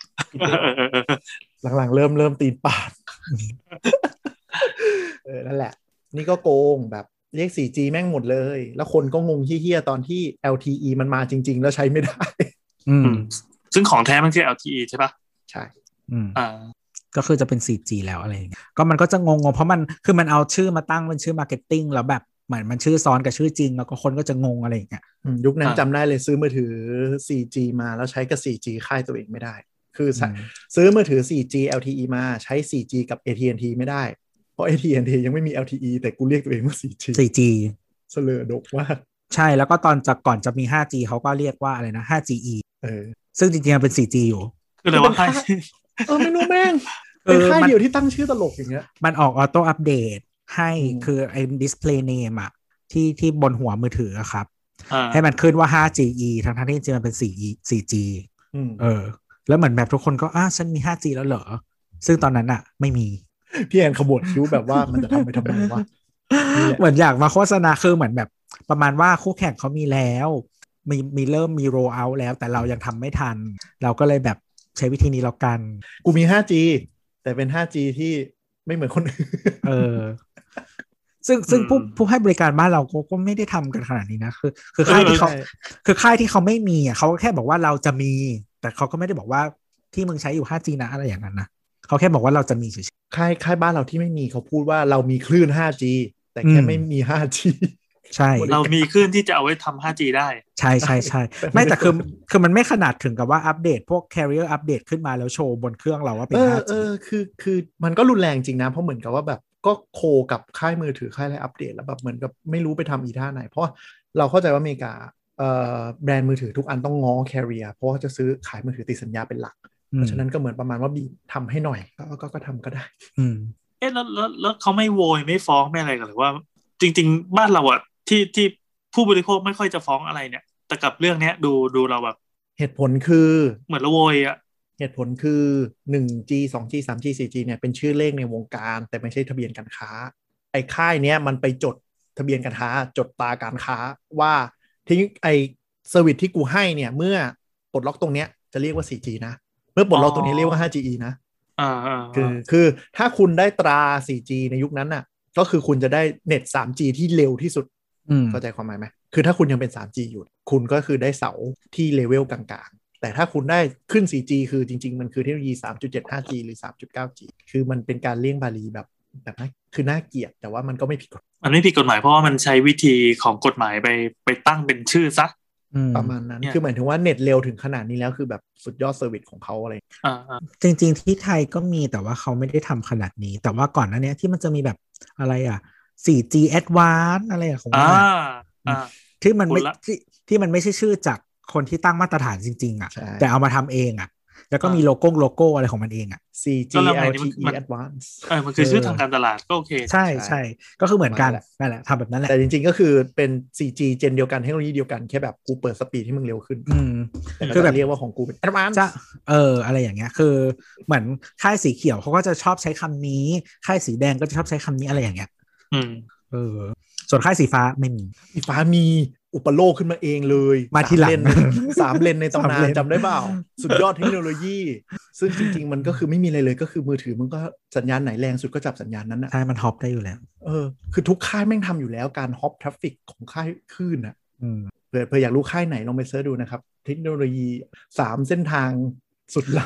S2: หลังๆ เริ่มเริ่มตีนปาดเออนั่นแหละ นี่ก็โกงแบบ เรียก 4G แม่งหมดเลย แล้วคนก็งงเฮี้ยๆตอนที่ LTE มันมาจริง ๆ แล้วใช้ไม่ได้
S3: อืม
S4: ซึ่งของแท้มันคือ LTE ใช่ปะ
S2: ใช่
S3: อืม
S4: อ่า
S3: ก็คือจะเป็น 4G แล้วอะไรอย่างเงี้ย ก็มันก็จะงงๆ เพราะมัน คือมันเอาชื่อมาตั้งเป็นชื่อมาร์เก็ตติ้งแล้วแบบเหมือนมันชื่อซ้อนกับชื่อจริง แล้วก็คนก็จะงงอะไรอย่างเงี้ย
S2: อืมยุคนั้น
S4: อ่า
S2: จำได้เลยซื้อมือถือ 4G มาแล้วใช้กับ 4G ค่ายตัวเองไม่ได้ คือใช้
S3: อืม
S2: ซื้อมือถือ 4G LTE มาใช้ 4G กับ AT&T ไม่ได้ เพราะ AT&T ยังไม่มี LTE แต่กูเรียกตัวเองว่า 4G
S3: 4G
S2: เสลอดกว่าก
S3: ใช่ แล้วก็ตอนจะก่อนจะมี 5G เขาก็เรียกว่าอะไรนะ 5GE
S2: เออ
S3: ซึ่งจริงๆมันเป็น 4G อยู่
S4: คือเลยว่าใคร
S2: เออไม่รู้แม่ง
S3: เอ
S2: เป็น
S3: อ
S2: ค่าย
S3: มัน
S2: เดียวที่ตั้งชื่อตลกอย่างเงี้ย
S3: มันออกออโต้อัปเดตให้
S2: อืม
S3: คือไอ้ดิสเพลย์เนมอะที่ที่บนหัวมือถืออะครับ
S4: อ่า
S3: ให้มันขึ้นว่า 5GE ทั้งๆที่จริงๆมันเป็น 4G 4G
S2: อืม
S3: เออ แล้วเหมือนแบบทุกคนก็อ้าฉันมี 5G แล้วเหรอ ซึ่งตอนนั้นอะไม่มี
S2: พี่แอนขบวดคิ้วแบบว่ามันจะทำไปทำไมวะ นี่แหละ
S3: เหมือนอยากมาโฆษณาคือเหมือนแบบประมาณว่าคู่แข่งเขามีแล้ว มีมีเริ่มมีโรเอาแล้ว แต่เรายังทำไม่ทัน เราก็เลยแบบใช้วิธีนี้แล้วกัน
S2: กูมี 5G แต่เป็น 5G ที่ไม่เหมือนคนอื่น
S3: เออ ซึ่งซึ่งผู้ผู้ให้บริการบ้านเราก็ก็ไม่ได้ทำกันขนาดนี้นะ คือ คือค่ายที่เขา คือค่ายที่เขาไม่มีอ่ะเขาก็แค่บอกว่าเราจะมี แต่เขาก็ไม่ได้บอกว่าที่มึงใช้อยู่ 5G นะอะไรอย่างนั้นนะเขาแค่บอกว่าเราจะมีเฉย
S2: ค่ายค่ายบ้านเราที่ไม่มีเขาพูดว่าเรามีคลื่น 5G แต่แค่
S3: อืม
S2: ไม่มี 5G
S3: ๆใช่
S4: เรามีคลื่นที่จะเอาไว้ทำ 5G ได้
S3: ใช่ใช่ใช่ไม่แต่คือคือมันไม่ขนาดถึงกับว่าอัปเดต พวก carrier อัปเดตขึ้นมาแล้วโชว์บนเครื่องเราว่าเป็น
S2: เออ
S3: 5G
S2: เออคือคือมันก็รุนแรงจริงนะ เพราะเหมือนกับว่าแบบก็โคกับค่ายมือถือค่ายอะไรอัปเดตแล้วแบบเหมือนกับไม่รู้ไปทำอีท่าไหน เพราะเราเข้าใจว่าอเมริกาเอ่อแบรนด์มือถือทุกอันต้องง้อ carrier เพราะว่าจะซื้อขายมือถือติดสัญญาเป็นหลัก
S3: อื
S2: เพ
S3: ม
S2: ราะฉะนั้นก็เหมือนประมาณว่าบีบทำให้หน่อยก็ก็ก็ทำก็ได้
S3: อืม
S4: เอ๊ะแล้วแล้วแล้วเขาไม่โวยไม่ฟ้องไม่อะไรกันหรือว่า จริง ๆ บ้านเราอะที่ที่ผู้บริโภคไม่ค่อยจะฟ้องอะไรเนี่ย แต่กับเรื่องเนี้ยดูดูเราแบบ
S2: เหตุผลคือ
S4: เหมือนเราโวยอะ
S2: เหตุผลคือ 1G 2G 3G 4G เนี่ยเป็นชื่อเลขในวงการ แต่ไม่ใช่ทะเบียนการค้า ไอ้ค่ายเนี้ยมันไปจดทะเบียนการค้า จดตราการค้าว่าทิ้งไอ้เซอร์วิสที่กูให้เนี่ย เมื่อปลดล็อกตรงเนี้ยจะเรียกว่า 4G นะ เมื่อปลดล็อกตรงนี้เรียกว่า 5G นะ
S4: อ่าาา
S2: คือคือถ้าคุณได้ตรา 4G ในยุคนั้นน่ะ ก็คือคุณจะได้เน็ต 3G ที่เร็วที่สุด
S3: อืม
S2: เข้าใจความหมายไหม คือถ้าคุณยังเป็น 3G อยู่ คุณก็คือได้เสาที่เลเวลกลางๆ แต่ถ้าคุณได้ขึ้น 4G คือจริง ๆ มันคือเทคโนโลยี 3.75G หรือ 3.9G คือมันเป็นการเลี่ยงบาลีแบบแบบน่าคือน่าเกลียด แต่ว่ามันก็ไม่ผิดกฎ
S4: มันไม่ผิดกฎหมายเพราะว่ามันใช้วิธีของกฎหมายไปไปตั้งเป็นชื่อซะ
S3: อืม
S2: ประมาณนั้น
S4: เนี่ย
S2: คือหมายถึงว่าเน็ตเร็วถึงขนาดนี้แล้วคือแบบสุดยอดเซอร์วิสของเขาอะไร
S4: อ่าอ่า
S3: จริง ๆ ที่ไทยก็มีแต่ว่าเขาไม่ได้ทำขนาดนี้ แต่ว่าก่อนหน้าเนี้ยที่มันจะมีแบบอะไรอ่ะ 4G Advance อะไรอ่ะของมั
S4: อ่าน
S3: อะ
S4: อ่า
S3: ที่มันไม่
S4: คุณละ
S3: ที่ที่มันไม่ใช่ชื่อจากคนที่ตั้งมาตรฐานจริง ๆ อ่ะ
S2: ใช่
S3: แต่เอามาทำเองอ่ะ แล้วก็มีโลโก้โลโก้อะไรของมันเองอ่ะ
S2: 4G
S4: ก็แล้วไงนี่มัน
S2: LTE
S4: มัน
S2: Advanced
S4: เออมันคือชื่อทางการตลาดก็โอเค
S3: ใช่
S2: ใช่
S3: ใช่ก็คือเหมือนกัน
S2: ประมาณ
S3: นั่นแหละทำแบบนั้นแหละ
S2: แต่จริงๆ ก็คือเป็น 4G เจนเดียวกันเทคโนโลยีเดียวกันแค่แบบกูเปิดสปีดให้มึงเร็วขึ้น
S3: อืม
S2: แต่
S3: คือ
S2: ก็
S3: แบ
S2: จะ
S3: บ
S2: เรียกว่าของกูเป็น Advanced
S3: จะเอออะไรอย่างเงี้ย คือเหมือนค่ายสีเขียวเขาก็จะชอบใช้คำนี้ ค่ายสีแดงก็จะชอบใช้คำนี้อะไรอย่างเงี้ย
S4: อืม
S3: เออ ส่วนค่ายสีฟ้าไม่มี
S2: อีฟ้ามีอุปโลกขึ้นมาเองเลย
S3: มาทีหลัง
S2: สเลนสามเลนในตำ
S3: สาม
S2: นา
S3: เล
S2: น
S3: น
S2: จำได้เปล่า สุดยอดเทคโนโลยี ซึ่งจริง ๆ มันก็คือไม่มีอะไรเลยก็คือมือถือมันก็สัญญาณไหนแรงสุดก็จับสัญญาณนั้นนะ
S3: ใช่มันฮอปได้อยู่แล้ว
S2: เออคือทุกค่ายแม่งทำอยู่แล้วการฮอปทราฟฟิกของค่ายคลื่นอ่ะ
S3: อืม
S2: เผื่อเผื่ออยากรู้ค่ายไหนลองไปเสิร์ชดูนะครับ เทคโนโลยีสามเส้นทางสุดล้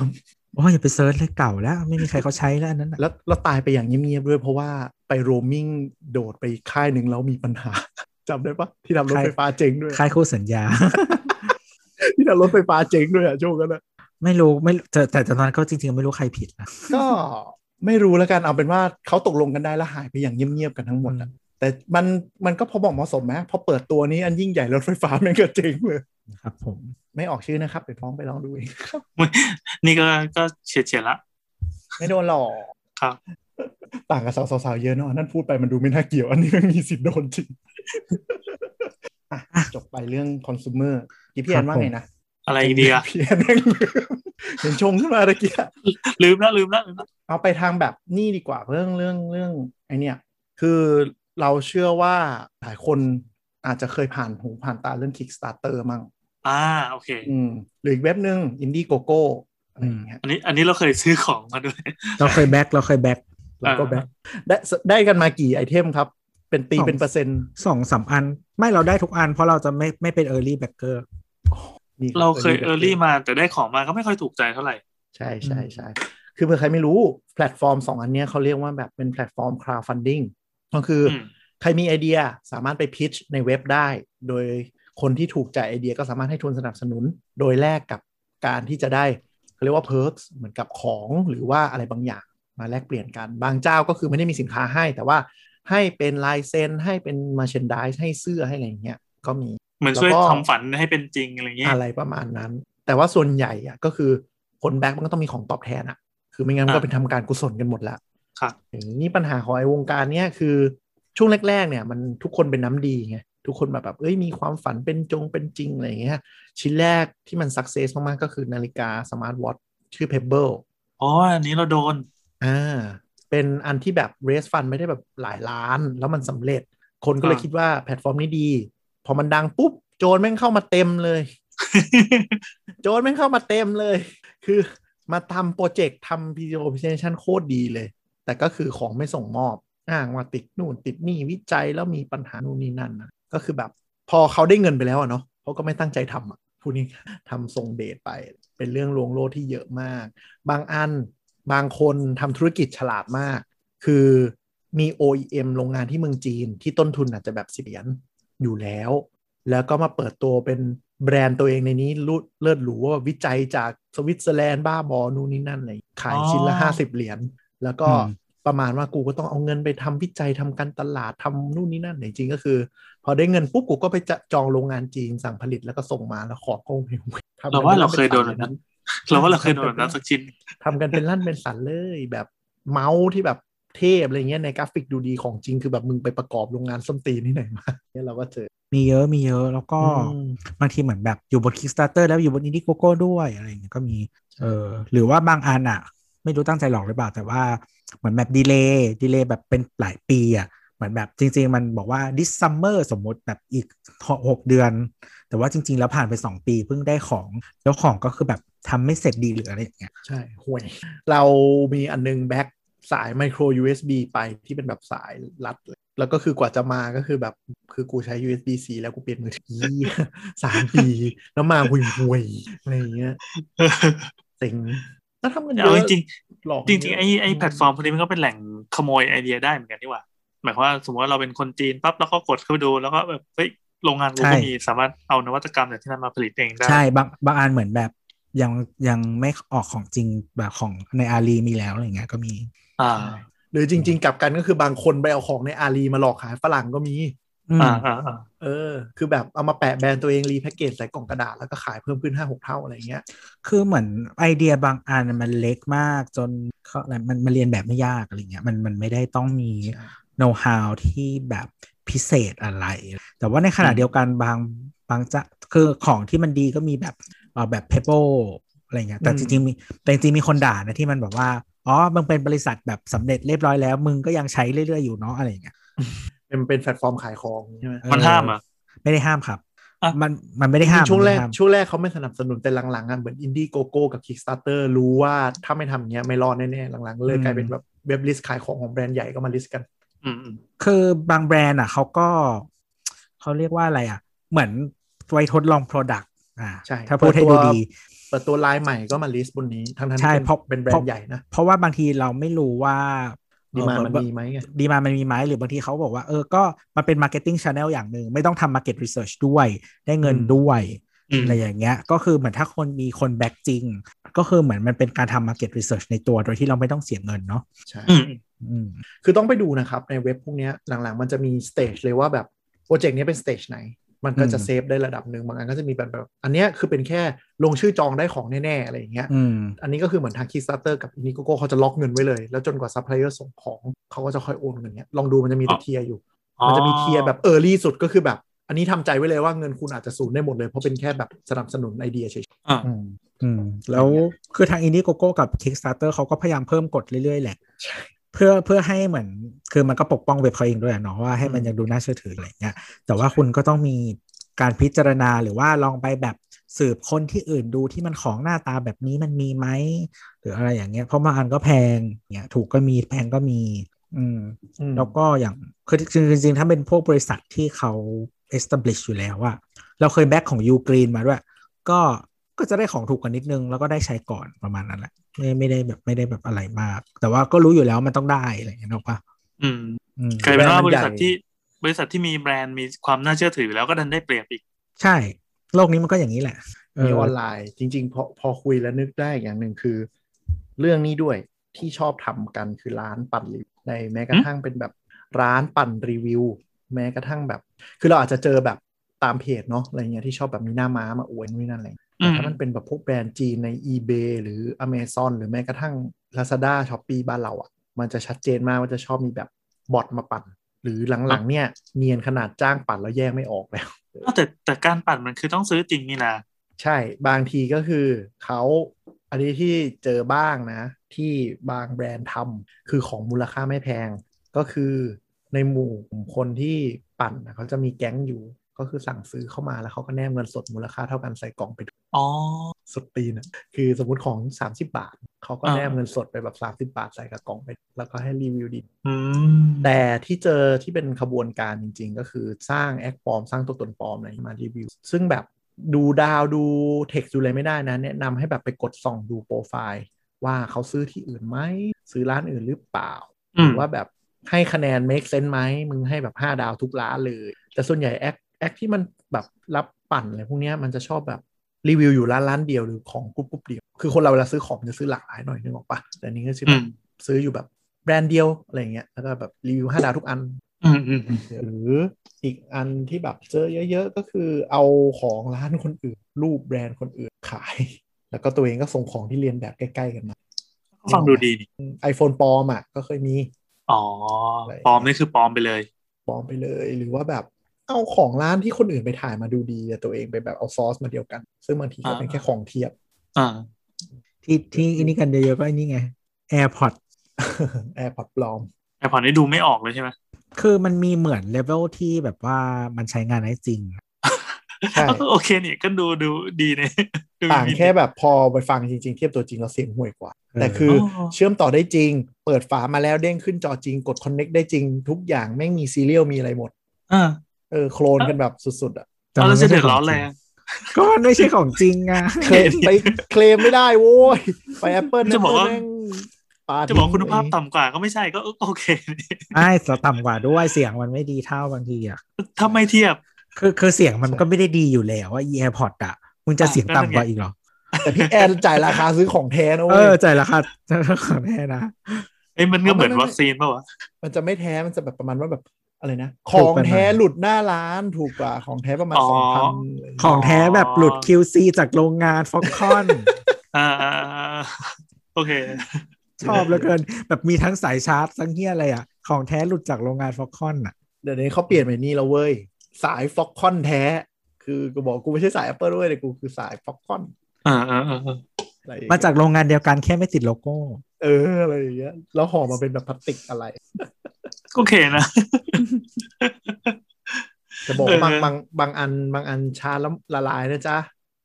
S3: โอ้ยอย่าไปเซิร์ชเลยเก่าแล้ว ไม่มีใครเขาใช้แล้วอันนั้น
S2: ำ
S3: น่ะ
S2: แล้วแล้วตายไปอย่างเงียบๆด้วยเพราะว่าไปโรมมิ่งโดดไปค่ายหนึ่งแล้วมีปัญหา จำได้ปะที่ทำรถไฟฟ้าเจ๊งด้วย
S3: ค่ายคู่สัญญา
S2: ที่ทำรถไฟฟ้าเจ๊งด้วยอะช่วงนั้นอะ
S3: ไม่รู้ไม่แต่แต่ตอนนั้นก็จริง ๆ ไม่รู้ใครผิดนะ
S2: ก็ไม่รู้แล้วกันเอาเป็นว่าเขาตกลงกันได้แล้วหายไปอย่างเงียบๆกันทั้งหมดอะแต่มันมันก็พอบอกเหมาะสมไหมพอเปิดตัวนี้อันยิ่งใหญ่รถไฟฟ้าแม่งก็เจ๋งเลย
S3: ครับ ผม
S2: ไม่ออกชื่อนะครับ ไปฟ้องไปลองดูเองครับ
S4: นี่ก็ก็เฉียดเฉียดๆละ
S2: ไม่โดนหลอก
S4: ครับ
S2: ต่างกับสาวๆเยอะเนาะอันนั่นพูดไปมันดูไม่น่าเกี่ยว อันนี้มันมีสิทธิ์โดนจริงอ่ะจบไปเรื่องคอน sumer ที่พี่แอนว่าไงนะ
S4: อะไรอีกดี อะ
S2: พี่แอนแม่งลืม เห็นชงขึ้นมาตะกี้อะ
S4: ลืมละลืมละลืมละ
S2: เอาไปทางแบบนี่ดีกว่าเรื่องเรื่องเรื่องไอเนี่ยคือเราเชื่อว่าหลายคนอาจจะเคยผ่านหูผ่านตาเรื่อง Kickstarter มั่ง
S4: อ่าโอเค
S2: อืมหรืออีกเว็บหนึ่ง Indiegogo อะไรอย่างเงี้ย
S4: อันนี้อันนี้เราเคยซื้อของมาด้วย
S3: เราเคยแบ็กเราเคยแบ็ก
S2: เราก็แบกได้ได้กันมากี่ไอเทมครับ เป็นตี
S3: สอง
S2: เป็นเปอร์เซ็นต์
S3: สองสามอัน ไม่เราได้ทุกอัน เพราะเราจะไม่ไม่เป็น early backer
S2: นี่
S4: เราเคย
S2: แบบ
S4: เออร์ลี่มาแต่ได้ของมาก็ไม่ค่อยถูกใจเท่าไหร่
S2: ใช่ใช่ใช่คือเผื่อใครไม่รู้แพลตฟอร์มสองอันเนี้ยเขาเรียกว่าแบบเป็นแพลตฟอร์ม crowdfunding ก็คืออ
S4: ม
S2: ใครมีไอเดียสามารถไปพิชในเว็บได้ โดยคนที่ถูกใจไอเดียก็สามารถให้ทุนสนับสนุน โดยแลกกับการที่จะได้เขาเรียกว่า perks เหมือนกับของหรือว่าอะไรบางอย่าง มาแลกเปลี่ยนกัน บางเจ้าก็คือไม่ได้มีสินค้าให้ แต่ว่าให้เป็นลายเซ็นให้เป็นมาเชนด s e ให้เสื้อให้อะไรอย่างเงี้ยก็มี
S4: เหมือนช่วย
S2: แล้วก็
S4: ทำฝันให้เป็นจริงอะไรเงี้ย
S2: อะไรประมาณนั้น แต่ว่าส่วนใหญ่อะก็คือคนแบ็คมันก็ต้องมีของตอบแทนอะคือไม่งั้นมันก็
S4: อ่ะ
S2: เป็นทำการกุศลกันหมดละ
S4: ครับ
S2: อย่างนี้ปัญหาของไอ้วงการเนี้ยคือช่วงแรกๆเนี่ยมันทุกคนเป็นน้ำดีไงทุกคนแบบแบบเอ้ยมีความฝันเป็นจงเป็นจริงอะไรอย่างเงี้ยชิ้นแรกที่มันสักเซสมากๆก็คือนาฬิกาสมาร์ทวอทชื่อ Pebble
S4: อ๋ออันนี้เราโดน
S2: อ่าเป็นอันที่แบบ raise fund ไม่ได้แบบหลายล้าน แล้วมันสำเร็จ คนก็เลย
S4: อ่า
S2: คิดว่าแพลตฟอร์มนี้ดี พอมันดังปุ๊บ โจรแม่งเข้ามาเต็ม เลย โจรแม่งเข้ามาเต็มเลย คือมาทำโปรเจกต์ทำ PDO presentation โคตรดีเลย แต่ก็คือของไม่ส่งมอบ อ้างว่าติดนู่นติดนี่วิจัยแล้วมีปัญหานู่นนี่นั่นนะก็คือแบบพอเขาได้เงินไปแล้วอะเนาะเขาก็ไม่ตั้งใจทำอะพูดนี้ ทำส่งเดทไป เป็นเรื่องลวงโลกที่เยอะมาก บางอันบางคนทำธุรกิจฉลาดมาก คือมี OEM โรงงานที่เมืองจีนที่ต้นทุนอาจจะแบบสิบเหรียญอยู่แล้ว แล้วก็มาเปิดตัวเป็นแบรนด์ตัวเองในนี้รู้เลิศหรูว่าวิจัยจากสวิตเซอร์แลนด์บ้าบอนู่นนี่นั่นอะไรขายชิ้นละ
S4: อ๋อ
S2: ห้าสิบเหรียญแล้วก็
S3: อืม
S2: ประมาณว่ากูก็ต้องเอาเงินไปทำวิจัยทำการตลาดทำนู่นนี่นั่นแต่จริงๆก็คือ พอได้เงินปุ๊บกูก็ไปจะจองโรงงานจีนสั่งผลิตแล้วก็ส่งมาแล้วขอก็ไม่ไหวทำ
S4: เราว่าเราเคยโดนแบบนั้น เราว่าเราเคยโดนแบบนั้นสักชิ้น
S2: ทำกันเป็นลั่นเป็นสันเลยแบบเมาส์ที่แบบเทพอะไรเงี้ยในกราฟิกดูดีของจริงคือแบบมึงไปประกอบโรงงานส้มตีนที่ไหนมาเนี่ยเราก็เจอ
S3: มีเยอะมีเยอะแล้วก็
S2: ม
S3: บางทีเหมือนแบบอยู่บน Kickstarter แล้วอยู่บน Indiegogo ด้วยอะไรอย่างเงี้ยก็มี เออหรือว่าบางอันอ่ะ ไม่รู้ตั้งใจหรอกหรือเปล่า แต่ว่าเหมือนแบบดีเลย์ดีเลย์แบบเป็นหลายปีอ่ะเหมือนแบบจริง ๆ มันบอกว่า this summer สมมติแบบอีกหกหกเดือน แต่ว่าจริง ๆ แล้วผ่านไป 2 ปีเพิ่งได้ของ แล้วของก็คือแบบทำไม่เสร็จดีหรืออะไรอย่างเงี้ย
S2: ใช่ห่วย เรามีอันนึงแบ็คสายไมโคร USB ไปที่เป็นแบบสายรัดเลยแล้วก็คือกว่าจะมาก็คือแบบคือกูใช้ USB C แล้วกูเปลี่ยนมือ ถือ สามปี แล้วมาห่วยห่วยๆอะไรอย่างเงี้ยเต็งแล้วทำกันเย
S4: เอาจ
S2: อะ
S4: ริง
S2: หลอก
S4: ๆจริงๆไอ้ไอ้แพลตฟอร์มพวกนี้มันก็เป็นแหล่งขโมยไอเดียได้เหมือนกันนี่หว่า หมายความว่าสมมติว่าเราเป็นคนจีนปั๊บแล้วก็กดเข้าไปดูแล้วก็แบบเฮ้ยโรงงานกูก็
S3: ใช่
S4: มีสามารถเอานวัตกรรมจากที่นั่นมาผลิตเองได้
S3: ใช่บางบางอันเหมือนแบบยังยังไม่ออกของจริงแบบของในอารีมีแล้วอะไรอย่างเงี้ยก็มี
S4: อ่า
S2: หรือจริง ๆกลับกันก็คือบางคนไปเอาของในอาลีมาหลอกขายฝรั่งก็มี
S3: อืม
S4: อ่าอ่าอ่า
S2: เออ คือแบบเอามาแปะแบรนด์ตัวเองรีแพ็กเกจใส่กล่องกระดาษแล้วก็ขายเพิ่มขึ้นห้าหกเท่าอะไรอย่างเงี้ย
S3: คือเหมือนไอเดียบางอันมันเล็กมากจนเขาอะไรมันมันเรียนแบบไม่ยากอะไรเงี้ยมันมันไม่ได้ต้องมี โน้ตฮาวที่แบบพิเศษอะไร แต่ว่าในขณะเดียวกันบางบางจะคือของที่มันดีก็มีแบบเอ่อแบบเพเปอะไรเงี้ยแต่
S2: อืม
S3: จริงๆมีแต่จริงๆมีคนด่านะที่มันแบบว่า อ๋อมันเป็นบริษัทแบบสำเร็จเรียบร้อยแล้ว มึงก็ยังใช้เรื่อยๆอยู่เนาะอะไรเงี้ย
S2: เป็นเป็นแพลตฟอร์มขายของใช่ไหม
S3: เออ
S4: มันห้ามอ่ะ
S3: ไม่ได้ห้ามครับ
S4: อ่ะ
S3: มันมันไม่ได้ห้าม
S2: ช่วงแรก
S3: มันไม่ได้ห้าม
S2: ช่วงแรกเขาไม่สนับสนุนแต่หลังๆอะเหมือนอินดี้โกโก้กับ Kickstarter รู้ว่าถ้าไม่ทำเนี้ยไม่รอดแน่ๆ หลังๆ เลยกลายเป็นแบบเว็บลิสต์ขายของของแบรนด์ใหญ่ก็มาลิสต์กัน
S4: อืมอืม
S3: คือบางแบรนด์อ่ะเขาก็เขาเรียกว่าอะไรอ่ะ เหมือนไว้ทดลอง Product อ่า
S2: ใช่
S3: ถ้าพูดให้
S2: เปิ
S3: ดู
S2: ดตัว
S3: ดี
S2: เปิดตัวไลน์ใหม่ก็มาลิสต์บนนี้ ทั้งๆที่
S3: ใช่
S2: เป็น
S3: เพราะ
S2: เป็นแบรนด์ใหญ่นะ
S3: เพราะว่าบางทีเราไม่รู้ว่า
S2: ดีมา
S3: เออ
S2: มัน
S3: แบบ
S2: ดีไหมไง
S3: ดีมามันมีไหมหรือบางทีเขาบอกว่าเออก็มันเป็น marketing channel อย่างหนึ่งไม่ต้องทำ market research ด้วย ได้เงินด้วย
S4: อืม
S3: อะไรอย่างเงี้ย ก็คือเหมือนถ้าคนมีคนแบ็กจริง ก็คือเหมือนมันเป็นการทำ market research ในตัวโดยที่เราไม่ต้องเสียเงินเนาะ
S2: ใช่
S4: อืม
S3: อืม
S2: คือต้องไปดูนะครับ ในเว็บพวกเนี้ยหลังๆ มันจะมีสเตจเลยว่าแบบ โปรเจกต์เนี้ยเป็นสเตจไหน มันก็จะ
S3: อืม
S2: เซฟได้ระดับหนึ่งบางอันก็จะมีแบบแบบอันเนี้ยคือเป็นแค่ลงชื่อจองได้ของแน่ๆอะไรอย่างเงี้ย
S3: อืม
S2: อันนี้ก็คือเหมือนทาง Kickstarter กับ Indiegogo เขาจะล็อกเงินไว้เลย แล้วจนกว่าซัพพลายเออร์ส่งของเขาก็จะค่อยโอนเงินเนี้ยลองดูมันจะมี
S4: อ๋
S2: แต่
S4: อ
S2: เทียร์อยู่
S4: อ๋อ
S2: มันจะมีเทียร์แบบเออร์ลี่สุดก็คือแบบ อันนี้ทำใจไว้เลยว่าเงินคุณอาจจะสูญได้หมดเลย เพราะเป็นแค่แบบสนับสนุนไอเดียเฉย
S4: อ่า
S2: ๆอืม
S3: อืม แล้ว
S2: อะไรเงี้ย
S3: คือทาง Indiegogo กับ Kickstarter เขาก็พยายามเพิ่มกฎเรื่อยๆ แหละ เพื่อเพื่อให้เหมือนคือมันก็ปกป้องเว็บเขาเองด้วยอะเนาะว่าให้มันยังดูน่าเชื่อถืออะไรเงี้ยแต่ว่าคุณก็ต้องมีการพิจารณาหรือว่าลองไปแบบสืบคนที่อื่นดูที่มันของหน้าตาแบบนี้มันมีไหมหรืออะไรอย่างเงี้ยเพราะบางอันก็แพงเงี้ยถูกก็มีแพงก็มี อืม
S2: อืม
S3: แล้วก็อย่างคือจริงจริงๆถ้าเป็นพวกบริษัทที่เขา establish อยู่แล้วอะเราเคยแบ็กของยูกรีนมาด้วย ก็ก็จะได้ของถูกกว่านิดนึง แล้วก็ได้ใช้ก่อนประมาณนั้นแหละไม่ไม่ได้แบบไม่ได้แบบอะไรมาก แต่ว่าก็รู้อยู่แล้วมันต้องได้อะไรอย่างเงี้ยนึกปะ
S4: อืม
S3: อืม
S4: กลายเป็นว่า
S5: แบรนด์มันใหญ่
S4: บริษัทที่บริษัทที่มีแบรนด์มีความน่าเชื่อถือแล้วก็ดันได้เปรียบอีก
S3: ใช่ โลกนี้มันก็อย่างนี้แหละเ
S2: มีออนไลน์ จริง ๆ พอพอคุยแล้วนึกได้อีกอย่างหนึ่งคือ เรื่องนี้ด้วยที่ชอบทำกันคือร้านปั่นรีวิวในแม้กระทั่งเป็นแบบร้านปั่นรีวิว แม้กระทั่งแบบ คือเราอาจจะเจอแบบตามเพจเนาะอะไรเงี้ยที่ชอบแบบมีหน้าม้ามาอวยนู่นนนั่นอะไรเงี้ย
S4: อื
S2: แต่
S4: ม
S2: ถ้ามันเป็นแบบพวกแบรนด์จีนใน eBay หรือ Amazon หรือแม้กระทั่ง Lazada s h o p e e บ้านเราอะ่ะ มันจะชัดเจนมากว่าจะชอบมีแบบบอทมาปั่น หรือหลังๆเนี่ยเนียนขนาดจ้างปั่นแล้วแยกไม่ออกแล้ว
S4: อ้าวแต่แต่การปั่นมันคือต้องซื้อจริงนี่นะ
S2: ใช่บางทีก็คือเขาอันนี้ที่เจอบ้างนะ ที่บางแบรนด์ทำคือของมูลค่าไม่แพง ก็คือในหมู่กลุ่มคนที่ปั่นนะเขาจะมีแก๊งอยู่ ก็คือสั่งซื้อเข้ามาแล้วเขาก็แนมเงินสดมูลค่าเท่ากันใส่กล่องไปด้วย
S4: อ๋อ
S2: สดตีนอะคือสมมติของ 30 บาท เขาก็
S4: อ่า
S2: แนมเงินสดไปแบบ 30 บาทใส่กับกล่องไป แล้วก็ให้รีวิวดี
S4: อืม
S2: แต่ที่เจอที่เป็นขบวนการจริง ๆ ก็คือสร้างแอคปลอม สร้างตัวตนปลอมอะไรมารีวิว ซึ่งแบบดูดาวดูเท็กซ์ดูอะไรไม่ได้นะ แนะนำให้แบบไปกดส่องดูโปรไฟล์ ว่าเขาซื้อที่อื่นไหม ซื้อร้านอื่นหรือเปล่า
S4: อืม
S2: ว่าแบบให้คะแนน make sense ไหมมึงให้แบบ 5 ดาวทุกร้านเลย แต่ส่วนใหญ่แอคแอคที่มันแบบรับปั่นอะไรพวกเนี้ยมันจะชอบแบบรีวิวอยู่ร้านร้านเดียวหรือของกรุ๊ปกรุ๊ปเดียว คือคนเราเวลาซื้อของมันจะซื้อหลากหลายหน่อยนึกออกปะแต่อันนี้ก็จะ
S4: อื
S2: แบบ
S4: ม
S2: ซื้ออยู่แบบแบรนด์เดียวอะไรอย่างเงี้ยแล้วก็แบบรีวิวห้าดาวทุกอัน
S4: อืมอืมอืม
S2: หรืออีกอันที่แบบเจอเยอะ ๆ ก็คือเอาของร้านคนอื่น รูปแบรนด์คนอื่นขาย แล้วก็ตัวเองก็ส่งของที่เรียนแบบใกล้ ๆ กันมา
S4: ฟังดูดีนี่
S2: iPhone ปลอมอ่ะก็เคยมี
S4: อ๋อ
S2: อะไร
S4: ปลอมนี่คือปลอมไปเลย
S2: ปลอมไปเลยหรือว่าแบบเอาของร้านที่คนอื่นไปถ่ายมาดูดีแต่ตัวเองไปแบบเอาซอสมาเดียวกัน ซึ่งบางทีก็เป็นแค่ของเทียบ
S4: อ่า
S3: ที่ที่อันนี้กันเยอะๆก็อันนี้ไง AirPod
S2: แอร์พอร์ตปลอม
S4: แต่ผ่อนนี่ดูไม่ออกเลยใช่ไหม
S3: คือมันมีเหมือนเลเวลที่แบบว่ามันใช้งานได้จริง
S2: ใช่
S4: โอ เคเนี่ยก็ดูดูดีเนี่ยดู
S2: ต่าง
S4: มี
S2: แค่แบบพอไปฟังจริง ๆ เทียบตัวจริงเราเสียงห่วยกว่า
S3: เออ
S2: แต่คืออ
S4: อ
S2: เชื่อมต่อได้จริง เปิดฝามาแล้วเด้งขึ้นจอจริงกด Connect ได้จริง ทุกอย่างแม่งมีซีเรียลมีอะไรหมด
S4: อ่า
S2: เออโคลนกันแบบสุดๆอ่ะ
S3: แต่มัน
S4: เอาแล้วจะ
S3: ไม่
S4: เดื
S3: ใช่
S4: อดร้อนอะไร
S3: ขงจ
S4: อะ
S3: งก็มันไม่ใช่ของจริงอ่ะ
S2: เคลมไปเคลมไม่ได้โว้ย ไป Apple
S4: จะบอกว่า
S2: แม่งปา
S4: จะบอก
S2: ทิ้ง
S4: คุณภาพ
S2: เอง
S4: ต่ำกว่าก็ไม่ใช่ก็โอเคนี่
S3: ไม่เราต่ำกว่าด้วยเสียงมันไม่ดีเท่าบางทีอ่ะ
S4: ถ้าไม่เทียบ
S3: คือคือเสียงมันก็ไม่ได้ดีอยู่แล้วว่า AirPod อ่ะ มึงจะเสียงต่ำกว่าอีกเหรอ
S2: แต่พี่แอนจ่ายราคาซื้อของแท้นะ
S3: เอ
S2: เว้ย
S3: อใจายราคาของแท้นะ
S4: เอ้ยมันก็เหมือน
S2: เอาไม่
S4: วัคซีนป่าวะ
S2: มันจะไม่แท้ มันจะแบบประมาณว่าแบบอะไรนะ ข
S3: ถูก
S2: อง
S3: ไปหน่อย
S2: แท้หลุดหน้าร้านถูกกว่าของแท้ประมาณสองพัน
S3: ของแท้แบบหลุด QC จากโรงงานฟ็อกคอน
S4: อ่าอ่าอ่าโอเค
S3: ชอบเหลือเกิน แบบมีทั้งสายชาร์จทั้งเฮียอะไรอ่ะ ของแท้หลุดจากโรงงานฟ็อกคอนอ่ะ
S2: เดี๋ยวนี้เขาเปลี่ยนไปนี่แล้วเว้ย สายฟ็อกคอนแท้ คือกูบอกกูไม่ใช่สาย Apple ด้วยแต่กูคือสายฟ็อกคอน
S4: อ่าอ่าอ่าอ่า
S2: อะไรอย่ง
S3: มา
S2: เงี้ย
S3: จากโรงงานเดียวกันแค่ไม่ติดโลโก้
S2: เอออะไรอย่างเงี้ยแล้วห่อมาเป็นแบบพลาสติกอะไร
S4: โอเคนะ
S2: จะบอก
S4: เออ
S2: บางบางบางอันบางอันชาแล้วละลายนะจ๊ะ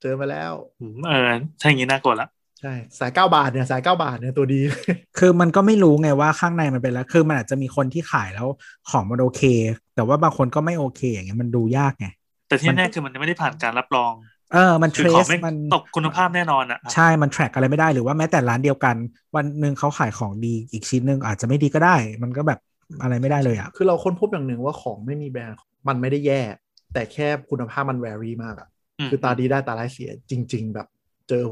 S2: เจอมาแล้ว
S4: อืมเออถ้าอย่างนี้น่ากลัวละ
S2: ใช่สาย 9 บาทเนี่ยสาย 9 บาทเนี่ยตัวดี เลย
S3: คือมันก็ไม่รู้ไงว่าข้างในมันเป็นแล้ว คือมันอาจจะมีคนที่ขายแล้วของมันโอเค แต่ว่าบางคนก็ไม่โอเค อย่างเงี้ยมันดูยากไง
S4: แต่ที่
S3: มัน
S4: แน่คือมันไม่ได้ผ่านการรับรอง
S3: เออ มันเท
S4: คือ
S3: ร
S4: ของ
S3: ส
S4: ไม่ง
S3: มัน
S4: ตกคุณภาพแน่นอนอ่ะ
S3: ใช่ มัน track อะไรไม่ได้ หรือว่าแม้แต่ร้านเดียวกัน วันหนึ่งเขาขายของดีอีกชิ้นหนึ่งอาจจะไม่ดีก็ได้ มันก็แบบอะไรไม่ได้เลยอ่ะ
S2: คือเราค้นพบอย่างหนึ่งว่าของไม่มีแบรนด์มันไม่ได้แย่ แต่แค่คุณภาพมันแวรี่มากอะ
S4: ม
S2: คือตาดีได้ตาร้ายเสียจริง ๆ แบบเจอ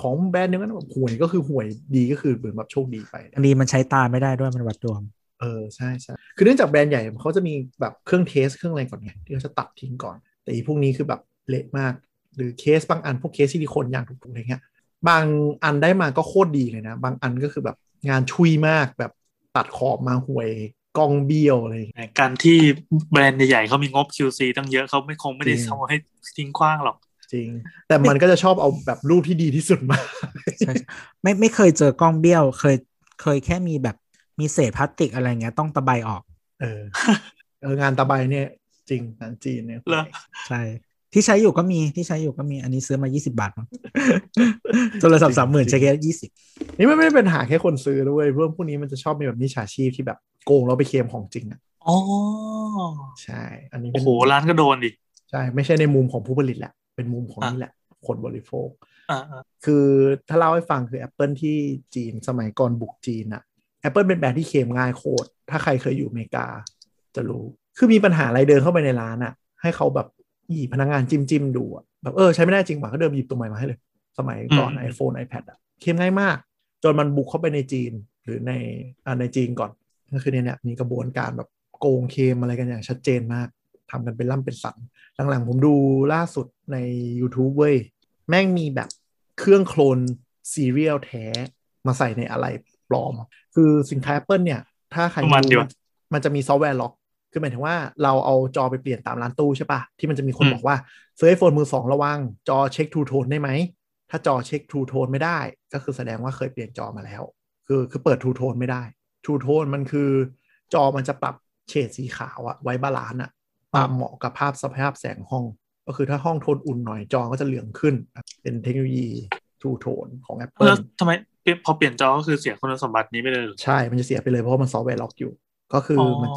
S2: ของแบรนด์เดียวกันแบบห่วยก็คือห่วยดีก็คือเหมือนแบบโชคดีไป
S3: อันนี้มันใช้ตาไม่ได้ด้วยมันวัดดวง
S2: เออใช่ใช่คือเนื่องจากแบรนด์ใหญ่เขาจะมีแบบเครื่องเทสเครื่องอะไรก่อนไงที่เขาจะตัดทิ้งก่อน แต่อีพวกนี้คือแบบเละมาก หรือเคสบางอันพวกเคสซิลิโคนอย่างถูกๆอะไรเงี้ยบางอันได้มาก็โคตรดีเลยนะ บางอันก็คือแบบงานชุยมากแบบตัดขอบมาห่วยกองเบี้ยวอะไรอย่างเงี้ย
S4: การที่แบรนด์ใหญ่ๆเขามีงบ QC ตั้งเยอะเขาไม่คงไม่ได้
S2: จริง
S4: ทำให้ทิ้งขว้างหรอก
S2: จริง แต่มันก็จะชอบเอาแบบรูปที่ดีที่สุดมา
S3: ใช่ไม่ไม่เคยเจอกล้องเบี้ยว เคยเคยแค่มีแบบมีเศษพลาสติกอะไรเงี้ยต้องตะไบออก
S2: เออเอองานตะไบเนี่ยจริงงานจีนเนี่ย
S4: เหรอ
S3: ใช่ ที่ใช้อยู่ก็มีที่ใช้อยู่ก็มีอันนี้ซื้อมา 20 บาทมั้ง โทรศัพท์สามหมื่นใช้แค่ยี่สิบ
S2: นี่มันไม่ได้เป็นปัญหาแค่คนซื้อด้วยเพื่อนพวกนี้มันจะชอบมีแบบมิจฉาชีพที่แบบ โกงเราไปเคลมของจริงอ่ะ
S4: อ๋อ
S2: ใช่ อันนี้
S4: โอ้
S2: เป็น
S4: โหร้านก็โดนดิ
S2: ใช่ไม่ใช่ในมุมของผู้ผลิตแหละ เป็นมุมของนี่แหละ คนบริโภค
S4: อ่าอ่า
S2: คือถ้าเล่าให้ฟังคือ Apple ที่จีนสมัยก่อนบุกจีนอะ Apple เป็นแบรนด์ที่เคลมง่ายโคตร ถ้าใครเคยอยู่อเมริกา จะรู้ คือมีปัญหาอะไรเดินเข้าไปในร้านอะให้เขาแบบหยิบพนักงานจิ้มจิ้มๆดูอะแบบเออใช้ไม่ได้จริงหว่าก็เดินไปหยิบตัวใหม่มาให้เลย สมัยก่อน iPhone iPad อะเคลมง่ายมาก จนมันบุกเข้าไปในจีนหรือในอ่าในจีนก่อน ก็คือเนี่ยเนี่ยมีกระบวนการแบบโกงเคลมอะไรกันอย่างชัดเจนมากทำกันเป็นล่ำเป็นสัน หลังๆผมดูล่าสุดใน YouTube เว้ย แม่งมีแบบเครื่องโคลนซีเรียลแท้มาใส่ในอะไรปลอม คือสินค้า Apple เนี่ย ถ้าใคร
S4: ประมาณเดียว
S2: มันจะมีซอฟต์แวร์ล็อก คือหมายถึงว่าเราเอาจอไปเปลี่ยนตามร้านตู้ใช่ปะที่มันจะมีคน
S4: อืม
S2: บอกว่าซื้อไอโฟนมือสองระวัง จอเช็คทูโทนได้ไหม ถ้าจอเช็คทูโทนไม่ได้ ก็คือแสดงว่าเคยเปลี่ยนจอมาแล้ว คือคือเปิดทูโทนไม่ได้ทูโทนมันคือ จอมันจะปรับเฉดสีขาวอะไว้บาลานซ์อะตามเหมาะกับภาพสภาพแสงห้อง ก็คือถ้าห้องโทนอุ่นหน่อยจอก็จะเหลืองขึ้น เป็นเทคโนโลยีทูโทนของ
S4: แล้ว
S2: Apple
S4: ทำไมเปลี่ยนพอเปลี่ยนจอก็คือเสียคุณสมบัตินี้ไปเลยเหรอ
S2: ใช่มันจะเสียไปเลยเพราะว่ามันซอฟต์แวร์ล็อกอยู่ ก็คืออมัน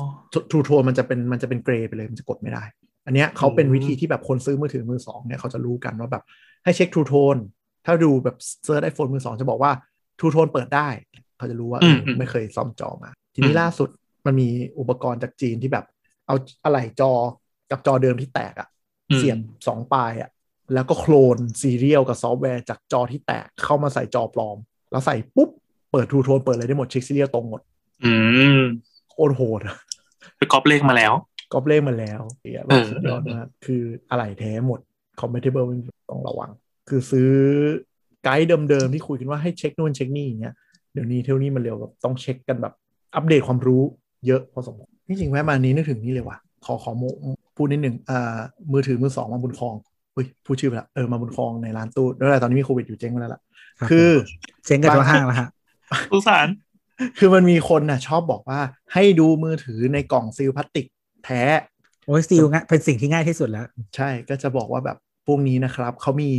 S2: ทูโทนมันจะเป็นมันจะเป็นเกรย์ไปเลยมันจะกดไม่ได้ อันเนี้ยเขาเป็นวิธีที่แบบคนซื้อมือถือมือสองเนี่ยเขาจะรู้กันว่าแบบให้เช็คทูโทนถ้าดูแบบเซิร์ชไอโฟนมือสองจะบอกว่าทูโทนเปิดได้ เขาจะรู้ว่าเอออ
S4: ม
S2: ไม่เคยซ่อมจอมา ทีนี้ล่าสุดมันมีอุปกรณ์จากจีนที่แบบเอาอะไหล่จอกับจอเดิมที่แตกอะ
S4: อืม
S2: เสียบสองปลายอะแล้วก็โคลนซีเรียลกับซอฟต์แวร์จากจอที่แตกเข้ามาใส่จอปลอม แล้วใส่ปุ๊บเปิดทูโทนเปิดเลยได้หมดเช็คซีเรียลตรงหมด
S4: อืม
S2: โคตรโหดอะ
S4: ไปก๊อปเลขมาแล้ว
S2: ก๊อปเล่มาแล้วเนี่ยแบ
S4: เอบ อ
S2: สุดยอดมากคืออะไรแท้หมด compatible ต้องระวัง คือซื้อไกด์เดิมๆที่คุยกันว่าให้เช็คนู่นเช็คนี่อย่างเงี้ยเดี๋ยวนี้เท่านี้มันเร็วแบบต้องเช็คกันแบบอัปเดตความรู้เยอะพอสมควรที่จริงแวะมานี้นึกถึงนี่เลยว่ะ ขอขอโมพูดนิดหนึ่งอ่ามือถือมือสองมาบุญครองอุ้ยพูดชื่อไปละเออมาบุญครองในร้านตู้แล้วแหละตอนนี้มีโควิดอยู่เจ๊งไปแล้วล่ะ
S3: รับ
S2: คือ
S3: ผมเจ๊งกับตัวห้างแล้วฮะ
S4: สงสาร
S2: คือมันมีคนน่ะชอบบอกว่าให้ดูมือถือในกล่องซีลพลาสติกแท้
S3: โอ้ยซีลง่ายเป็นสิ่งที่ง่ายที่สุดแล้ว
S2: ใช่ก็จะบอกว่าแบบพวกนี้นะครับ เขามี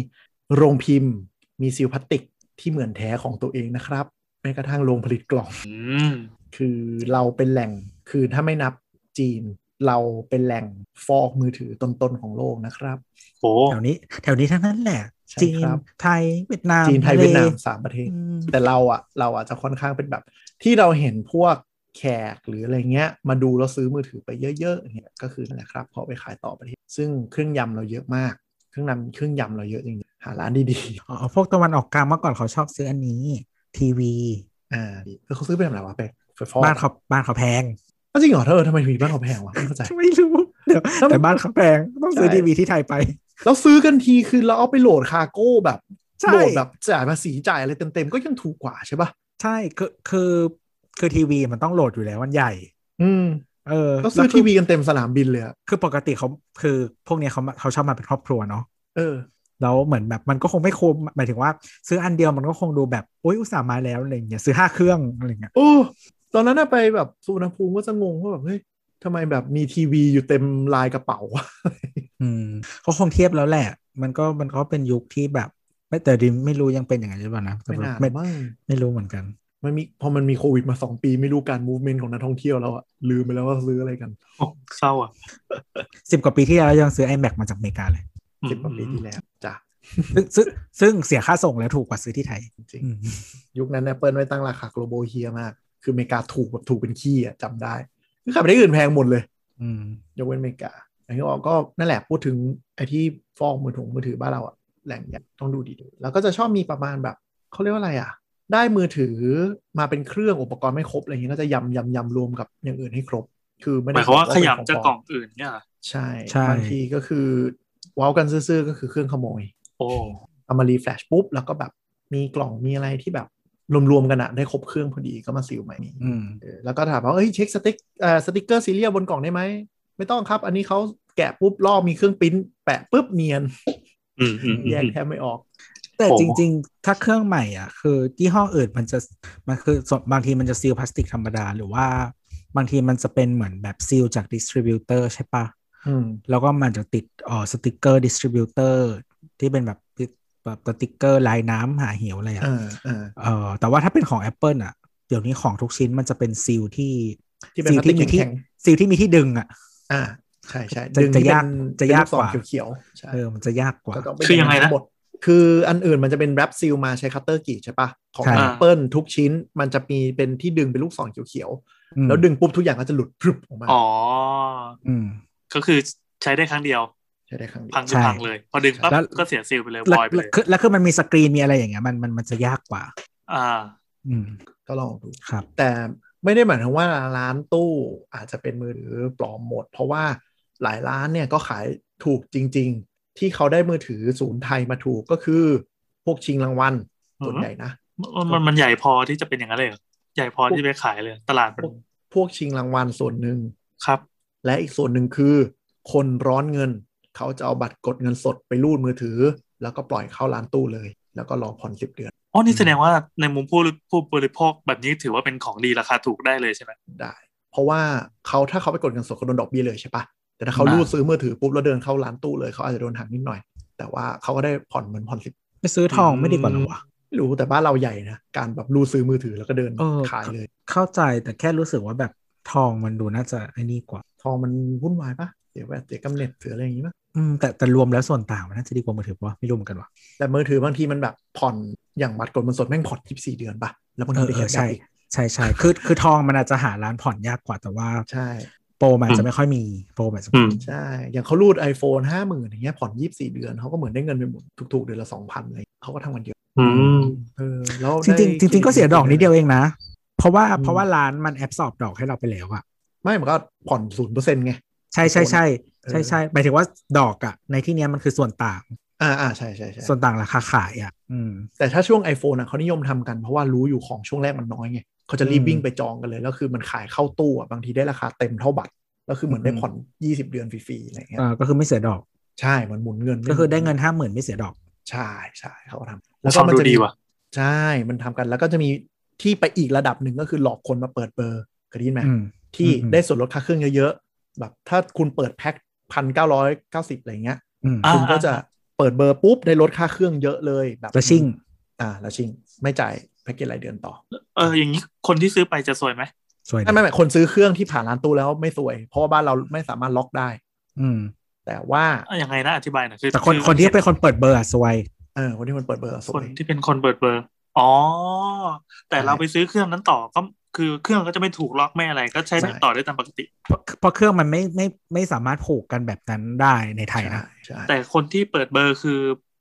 S2: โรงพิมพ์ มีซีลพลาสติกที่เหมือนแท้ของตัวเองนะครับแม้กระทั่งโรงผลิตกล่อง
S4: อืม
S2: คือเราเป็นแหล่งคือถ้าไม่นับจีน เราเป็นแหล่งฟอกมือถือต้นๆของโลกนะครับ
S4: โห
S3: แถวนี้ แถวนี้ทั้งนั้นแหละ
S2: ใช่
S3: จีน
S2: ครับ
S3: ไทย เวียดนาม
S2: จีนไทยเวียดนาม
S3: ล
S2: สามประเทศ
S3: อืม
S2: แต่เราอะเราอะจะค่อนข้างเป็นแบบ ที่เราเห็นพวกแขกหรืออะไรเงี้ย มาดูแล้วซื้อมือถือไปเยอะๆอย่างเงี้ยก็คือนั่นแหละครับพอไปขายต่อประเทศ ซึ่งเครื่องยำเราเยอะมาก เครื่องนำเครื่องยำเราเยอะจริงๆหาร้านดีๆ
S3: อ๋อพวกตะวันออกกลางเมื่อก่อนเขาชอบซื้ออันนี้ ทีวี
S2: อ่าคือเขาซื้อไปทำอะไรวะไปไฟฟ้า
S3: บ้านเขาบ้านเขาแพง
S2: อ้าวจริงเหรอเธอทำไมถึงมีบ้านเขาแพงวะไม่เข้าใจ
S3: ไม่รู้เดี๋ยว
S2: แล้ว
S3: แต่บ้านเขาแพงต้องซื้อ
S2: ใช่
S3: ทีวีที่ไทยไป
S2: แล้วซื้อกันทีคือเราเอาไปโหลดคาร์โก้แบบ
S3: ใช่
S2: โหลดแบบจ่ายภาษีจ่ายอะไรเต็มๆ ก็ยังถูกกว่าใช่ป่ะ
S3: ใช่คือคือคือทีวีมันต้องโหลดอยู่แล้วมันใหญ่
S2: อืม
S3: เออ
S2: ก็ซื้อ
S3: แล้คื
S2: ทีวีกันเต็มสนามบินเลยอะ
S3: คือปกติเขาคือพวกเนี้ยเขามาเขาชอบมาเป็นครอบครัวเนาะ
S2: เออ
S3: แล้วเหมือนแบบมันก็คงไม่คุ้มหมายถึงว่า ซื้ออันเดียวมันก็คงดูแบบโอ๊ยอุตส่าห์มาแล้วอะไรอย่างเงี้ยซื้อห้าเครื่องอะไรอย่างเงี้ย
S2: โอ้ ตอนนั้นน่ะไปแบบสุวรรณภูมิก็จะงงว่าแบบเฮ้ยทำไมแบบมีทีวีอยู่เต็มลายกระเป๋าวะ
S3: อืมเขาคงเทียบแล้วแหละ มันก็มันก็เป็นยุคที่แบบ ไม่แต่ดิมไม่รู้ยังเป็นอย่างนั้นหรือเปล่านะแต่
S2: ไม่น่า
S3: ไม่
S2: มั้ง
S3: ไม่รู้เหมือนกัน
S2: มันมีพอมันมีโควิดมาสองปีไม่รู้การมูฟเมนต์ของนักท่องเที่ยวแล้วอะลืมไปแล้วว่าซื้ออะไรกัน
S4: โอ้เศร้าอ่ะ
S3: สิบกว่าปีที่แล้วยังซื้อ iMac มาจากอเมริกาเลย
S4: อืม
S2: สิบกว่าปีที่แล้วจ้ะ
S3: ซึ่งซึ่งซึ่งเสียค่าส่งแล้วถูกกว่าซื้อที่ไทย
S2: จริง
S3: อืม
S2: ยุคนั้น Apple ไม่ตั้งราคาโกลบอลเฮียมาก คืออเมริกาถูกแบบถูกเป็นขี้อ่ะจำได้คือขายไปได้อื่นแพงหมดเลย
S3: อืม
S2: ยกเว้นอเมริกาอันนี้ก็นั่นแหละพูดถึงไอ้ที่ฟอกมือถงมือถือบ้านเราอ่ะ แหล่งใหญ่ต้องดูดีๆ แล้วก็จะชอบมีประมาณแบบเขาเรียกว่าอะไรอ่ะ ได้มือถือมาเป็นเครื่องอุปกรณ์ไม่ครบอะไรอย่างเงี้ยก็จะยำยำยำรวมกับอย่างอื่นให้ครบ คือไม่
S4: ห
S2: ได้
S4: มายความว่า
S2: บอก
S4: ข
S2: เป็น
S4: ยำจากกล่องอื่นเนี่ยเหรอ
S2: ใช่บางทีก็คือว้าวกันซื่อๆก็คือเครื่องขโมย
S4: โอ้
S2: เอามารีแฟลชปุ๊บแล้วก็แบบมีกล่องมีอะไรที่แบบรวมๆกันอะได้ครบเครื่องพอดีก็มาซิลใหม่นี้
S3: อืม
S2: เออแล้วก็ถามว่าเอ้ยเช็คสติ๊กเอ่อสติ๊กเกอร์ซีเรียลบนกล่องได้ไหม ไม่ต้องครับ อันนี้เขาแกะปุ๊บลอกมีเครื่องปริ้นแปะปุ๊บเนียน
S4: อืมอืมอืม
S2: แยกแทบไม่ออก
S3: แต่
S4: โอ้
S3: จริง ๆ ถ้าเครื่องใหม่อ่ะ คือยี่ห้ออื่นมันจะมันคือส่วนบางทีมันจะซีลพลาสติกธรรมดา หรือว่าบางทีมันจะเป็นเหมือนแบบซีลจากดิสทริบิวเตอร์ใช่ปะ
S2: อืม
S3: แล้วก็มันจะติดเอ่อสติกเกอร์ดิสทริบิวเตอร์ที่เป็นแบบแบบสติกเกอร์ลายน้ำหาเหวอะไรอ่ะ
S2: อ่าอ่า
S3: เออแต่ว่าถ้าเป็นของ Apple อ่ะ เดี๋ยวนี้ของทุกชิ้นมันจะเป็นซีลที่
S2: ที่เป็น
S3: ซี
S2: พ
S3: ล
S2: ลาสติก
S3: ที่มีที่
S2: แข็ง
S3: ซีลที่มีที่ดึงอ่ะ
S2: ๆอ่า ใช่ใช่
S3: จะ
S2: ดึง
S3: จะ
S2: ที่
S3: ยาก
S2: เป็น
S3: จะยาก
S2: เป็นลูศร
S3: กว่า
S2: เขียวๆใช่
S3: เออมันจะยากกว่า
S2: ก็ต้ป
S4: คือยังไงนะ
S2: ทั้หมดคืออันอื่นมันจะเป็นแรปซีลมาใช้คัตเตอร์กรีดใช่ปะของ
S3: ใช่
S2: แอปเปิลทุกชิ้นมันจะมีเป็นที่ดึงเป็นลูกศรเขียว
S3: อืม
S2: ๆแล้วดึงปุ๊บทุกอย่างก็จะหลุดพรึบออกมา
S4: อ๋อ
S3: อืม
S4: ก็คือใช้ได้ครั้งเดียว
S2: ใช่ได้ครั้งเดีย
S4: พัง
S2: ว
S4: คือพังเลย พอดึงปั๊บ
S3: แล้ว
S4: ก็เสียซิลไปเลย
S3: แล้ว
S4: บอยไป
S3: แล้
S4: เล
S3: วย คือแล้วคือมันมีสกรีนมีอะไรอย่างเงี้ยมันมันมันจะยากกว่า
S4: อ่า
S3: อืม
S2: ก็ลองดู
S3: ครับ
S2: แต่ไม่ได้หมายถึงว่าร้านตู้อาจจะเป็นมือถือปลอมหมด เพราะว่าหลายร้านเนี่ยก็ขายถูกจริง ๆ ที่เขาได้มือถือศูนย์ไทยมาถูกก็คือ พวกชิงรางวัลส่วนใหญ่นะ
S4: มันมันมันใหญ่พอที่จะเป็นอย่างนั้นเลยเหรอใหญ่พอที่จะไปขายเลย ตลาดมัน
S2: พวกชิงรางวัลส่วนหนึ่ง
S4: ครับ
S2: และอีกส่วนหนึ่งคือ คนร้อนเงิน เขาจะเอาบัตรกดเงินสดไปรูดมือถือ แล้วก็ปล่อยเข้าร้านตู้เลย แล้วก็รอผ่อนสิบเดือน
S4: อ๋อ นี่แสดงว่าในมุมผู้ผู้บริโภคแบบนี้ถือว่าเป็นของดีราคาถูกได้เลยใช่ไหม
S2: ได้ เพราะว่าเขาถ้าเขาไปกดเงินสดเขาโดนดอกเบี้ยเลยใช่ปะแต่ถ้าเขา
S3: อ่า
S2: รูดซื้อมือถือปุ๊บแล้วเดินเข้าร้านตู้เลยเขาอาจจะโดนหักนิดหน่อย แต่ว่าเขาก็ได้ผ่อนเหมือนผ่อนสิบ
S3: ไปซื้อทองไม่ดีกว่าเหรอวะ
S2: ไม่รู้แต่บ้านเราใหญ่นะการแบบรูดซื้อมือถือแล้วก็เดิน
S3: เออ
S2: ขายเลย
S3: เข้าใจแต่แค่รู้สึกว่าแบบทองมันดูน่าจะไอ้นี่กว่า
S2: ทองมันวุ่นวายปะเดี๋ยวแบบเดี๋ยวกำเน็ตเสืออะไรอย่างงี้ปะ
S3: อืมแต่แต่รวมแล้วส่วนต่างมันน่าจะดีกว่ามือถือปะไม่รู้เหมือนกันวะ
S2: แต่มือถือบางทีมันแบบผ่อนอย่างบัตรกดเงินสดแม่งผ่อนยี่สิบสี่เดือนปะแล้วบางทีไป
S3: เออเออ
S2: แข่ง
S3: ใช่
S2: กันอีก
S3: ใช่ใช่คือคือทองมันอาจจะหาร้านผ่อนยากกว่าแต่ว่า
S2: ใช่
S3: โปรมันอาจจะไม่ค่อยมีโปรมันอาจจะ
S4: อืม
S2: ใช่ อย่างเขารูด iPhone ห้าหมื่นอย่างเงี้ย ผ่อนยี่สี่เดือน เขาก็เหมือนได้เงินไปหมดถูกๆ เดือนละสองพันอะไรเขาก็ทำกันเยอะ
S4: อืม
S2: เออแล้ว
S3: จริงจริง
S2: ได้
S3: ๆจริง ๆ ก็เสียดอกนิดเดียวเองนะ เพราะว่า
S2: อืม
S3: เพราะว่าร้านมันแอบสอบดอกให้เราไปแล้วอะ
S2: ไม่มันก็ผ่อนศูนย์เปอร์เซ็นต์ไง
S3: ใช่ใช่ใช่
S2: เออ
S3: ใช่ใช่หมายถึงว่าดอกอะในที่เนี้ยมันคือส่วนต่าง
S2: อ่าอ่าใช่ใช่ใช่
S3: ส่วนต่างราคาขายอะอืม
S2: แต่ถ้าช่วง iPhone อ่ะเขานิยมทำกันเพราะว่ารู้อยู่ของช่วงแรกมันน้อยไงเขาจะรีบ
S3: อืม
S2: วิ่งไปจองกันเลย แล้วคือมันขายเข้าตู้อ่ะบางทีได้ราคาเต็มเท่าบัตรแล้วคือเหมือนได้
S3: อืม
S2: ผ่อนยี่สิบเดือนฟรีๆอะไรเงี้ย
S3: เออก็คือไม่เสียดอก
S2: ใช่เหมันหมุนเงินม่
S3: ก็คือได้เงินห้าหมื่นไม่เสียดอก
S2: ใช่ใช่เขาก็ทำ
S4: ฟังดูดีว่ะ
S2: ใช่มันทำกันแล้วก็จะมีที่ไปอีกระดับหนึ่งก็คือหลอกคนมาเปิดเบอร์เคยได้ยินไหม
S3: อืม
S2: ที่
S3: อืม
S2: ได้ส่วนลดค่าเครื่องเยอะๆ แบบถ้าคุณเปิดแพ็คพันเก้าร้อยเก้าสิบอะไรเงี้ย
S3: อืม
S4: อ่ะ
S2: คุณก็จะเปิดเบอร์ปุ๊บ ได้ลดค่าเครื่องเยอะเลยแบบ
S3: แล้วชิ่ง
S2: อ่าแล้วชิง ไม่จ่ายแพ็กเกจรายเดือนต่อ
S4: เออ อย่างนี้คนที่ซื้อไปจะซวยไหม
S3: สวย
S2: ไม่
S3: นะ
S2: ไม่ไม่คนซื้อเครื่องที่ผ่านร้านตู้แล้วไม่สวย เพราะว่าบ้านเราไม่สามารถล็อกได้
S3: อืม
S2: แต่ว่า
S4: อ่ะยังไงนะอธิบายหน่อยคือ
S3: แต่คน
S4: อ
S3: คนที่เป็นคนเปิดเบอร์อะสวย
S2: เออคนที่มันเปิดเบอร์ส
S4: ค
S2: วน ย
S4: ที่เป็นคนเปิดเบอร์ อ๋อ แต่
S2: ใช่
S4: เราไปซื้อเครื่องนั้นต่อก็คือเครื่องก็จะไม่ถูกล็อกไม่อะไรก็ใช้
S2: ใช่
S4: ต่อได้ตามปกติ
S3: เพราะเพราะเครื่องมันไม่ไม่ไม่สามารถผูกกันแบบนั้นได้ในไทยนะ
S2: ใช่
S4: แต่คนที่เปิดเบอร์คือ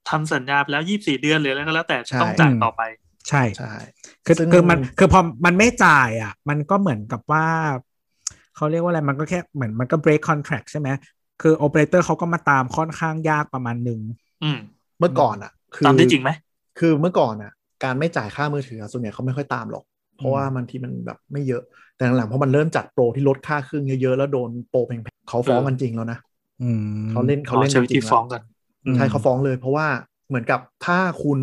S4: ทำสัญญาไปแล้วยี่สี่เดือนหรืออะไรก็แล้วแต่
S2: ใช่
S4: ต้องจ่ายต่อไป
S3: ใช่
S2: ใช่
S3: คือ
S2: ซึ่ง
S3: คือมันคือพอมันไม่จ่ายอ่ะ มันก็เหมือนกับว่า เขาเรียกว่าอะไรมันก็แค่เหมือนมันก็ break contract ใช่ไหมคือโอเปอเรเตอร์เขาก็มาตามค่อนข้างยากประมาณหนึ่ง
S4: อืม
S2: เมื่อก่อนอ่ะ คือ
S4: ตามได้จริงไหม
S2: คือเมื่อก่อนอ่ะ การไม่จ่ายค่ามือถืออะส่วนใหญ่เขาไม่ค่อยตามหรอก เพราะว่าบางทีมันแบบไม่เยอะ แต่หลังๆเพราะมันเริ่มจัดโปรที่ลดค่าเครื่องเยอะๆแล้วโดนโปรแพงๆเขาฟ้องกันจริงแล้วนะ
S3: อืม
S2: เขาเล่นเขา
S4: อ๋อ
S2: เล่น
S4: ใช้วิธี
S2: จริๆแล้ว
S4: ฟ้องกัน
S3: อืม
S2: ใช่เขาฟ้องเลยเพราะว่าเหมือนกับถ้าคุณ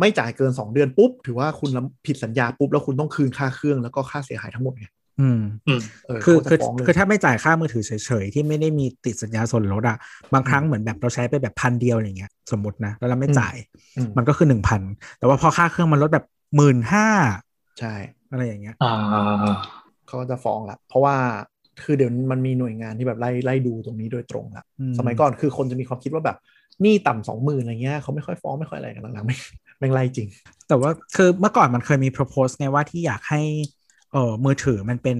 S2: ไม่จ่ายเกิน 2 เดือนปุ๊บ ถือว่าคุณละผิดสัญญาปุ๊บ แล้วคุณต้องคืนค่าเครื่องแล้วก็ค่าเสียหายทั้งหมดไง
S3: อืม
S4: อืม
S2: เออ
S3: คือ
S2: เขา
S3: คื
S2: จะ
S3: อ
S2: ฟ้องเลย
S3: คือถ้าไม่จ่ายค่ามือถือเฉยๆ ที่ไม่ได้มีติดสัญญาส่วนลดอ่ะ บางครั้งเหมือนแบบเราใช้ไปแบบพันเดียวอย่างเงี้ย สมมตินะ แล้วเราไม่จ่าย
S2: ม
S3: มันก็คือหนึ่งพันแต่ว่าพอค่าเครื่องมันลดแบบหมื่นห้า
S2: ใช่
S3: อะไรอย่างเงี้ย
S4: อ่า
S2: เขาก็จะฟ้องละเพราะว่าคือเดี๋ยวมันมีหน่วยงานที่แบบไล่ไล่ดูตรงนี้โดยตรงละ
S3: อืม
S2: สมัยก่อนคือคนจะมีความคิดว่าแบบหนี่ต่ำสองหมื่นอะไรเงี้ยเขาไม่ค่อยฟ้องไม่ค่อยอะไรกันหลังๆไม่ไม่งไล่จริง
S3: แต่ว่าคือเมื่อก่อนมันเคยมี propose ไงว่าที่อยากให้เออมือถือมันเป็น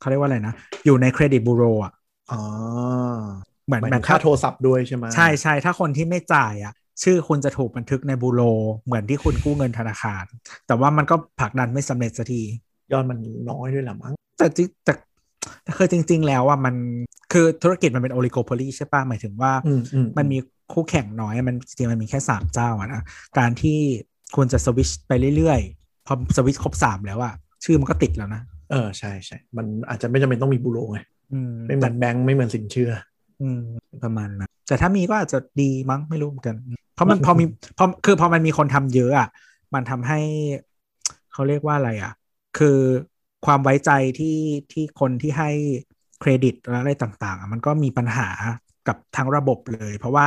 S3: เขาเรียกว่าอะไรนะ อยู่ในเครดิตบูโรอ่ะ
S2: อ๋อ
S3: เหมือน
S2: หมาย
S3: แบ
S2: ถึ
S3: บ
S2: งค่าโทรศัพท์ด้วยใช่ไหม
S3: ใช่ใช่ถ้าคนที่ไม่จ่ายอ่ะ ชื่อคุณจะถูกบันทึกในบูโร เหมือนที่คุณกู้เงินธนาคาร แต่ว่ามันก็ผลักดันไม่สำเร็จสักที
S2: ยอดมันน้อยด้วยละมั้ง
S3: แต่จริแต่แต่คือจริง ๆ แล้วอ่ะมันคือธุรกิจมันเป็น oligopoly ใช่ป่ะหมายถึงว่า
S2: อืมอืม
S3: มันมีคู่แข่งน้อยมันจริงๆมันมีแค่สามเจ้าอะนะการที่ควรจะสวิชไปเรื่อยๆ พอสวิชครบสามแล้วอะชื่อมันก็ติดแล้วนะ
S2: เออใช่ใช่มันอาจจะไม่จำเป็นต้องมีบูโรไง
S3: อืม
S2: ไม่เหมือนแบงค์ไม่เหมือนสินเชื่อ
S3: อืมประมาณนั้นแต่ถ้ามีก็อาจจะดีมั้งไม่รู้เหมือนกัน เพ ราะมันพอมีพอคือพอมันมีคนทำเยอะอะมันทำให้ เขาเรียกว่าอะไรอะคือความไว้ใจที่ที่คนที่ให้เครดิตและอะไรต่างๆอะมันก็มีปัญหากับทั้งระบบเลย เพราะว่า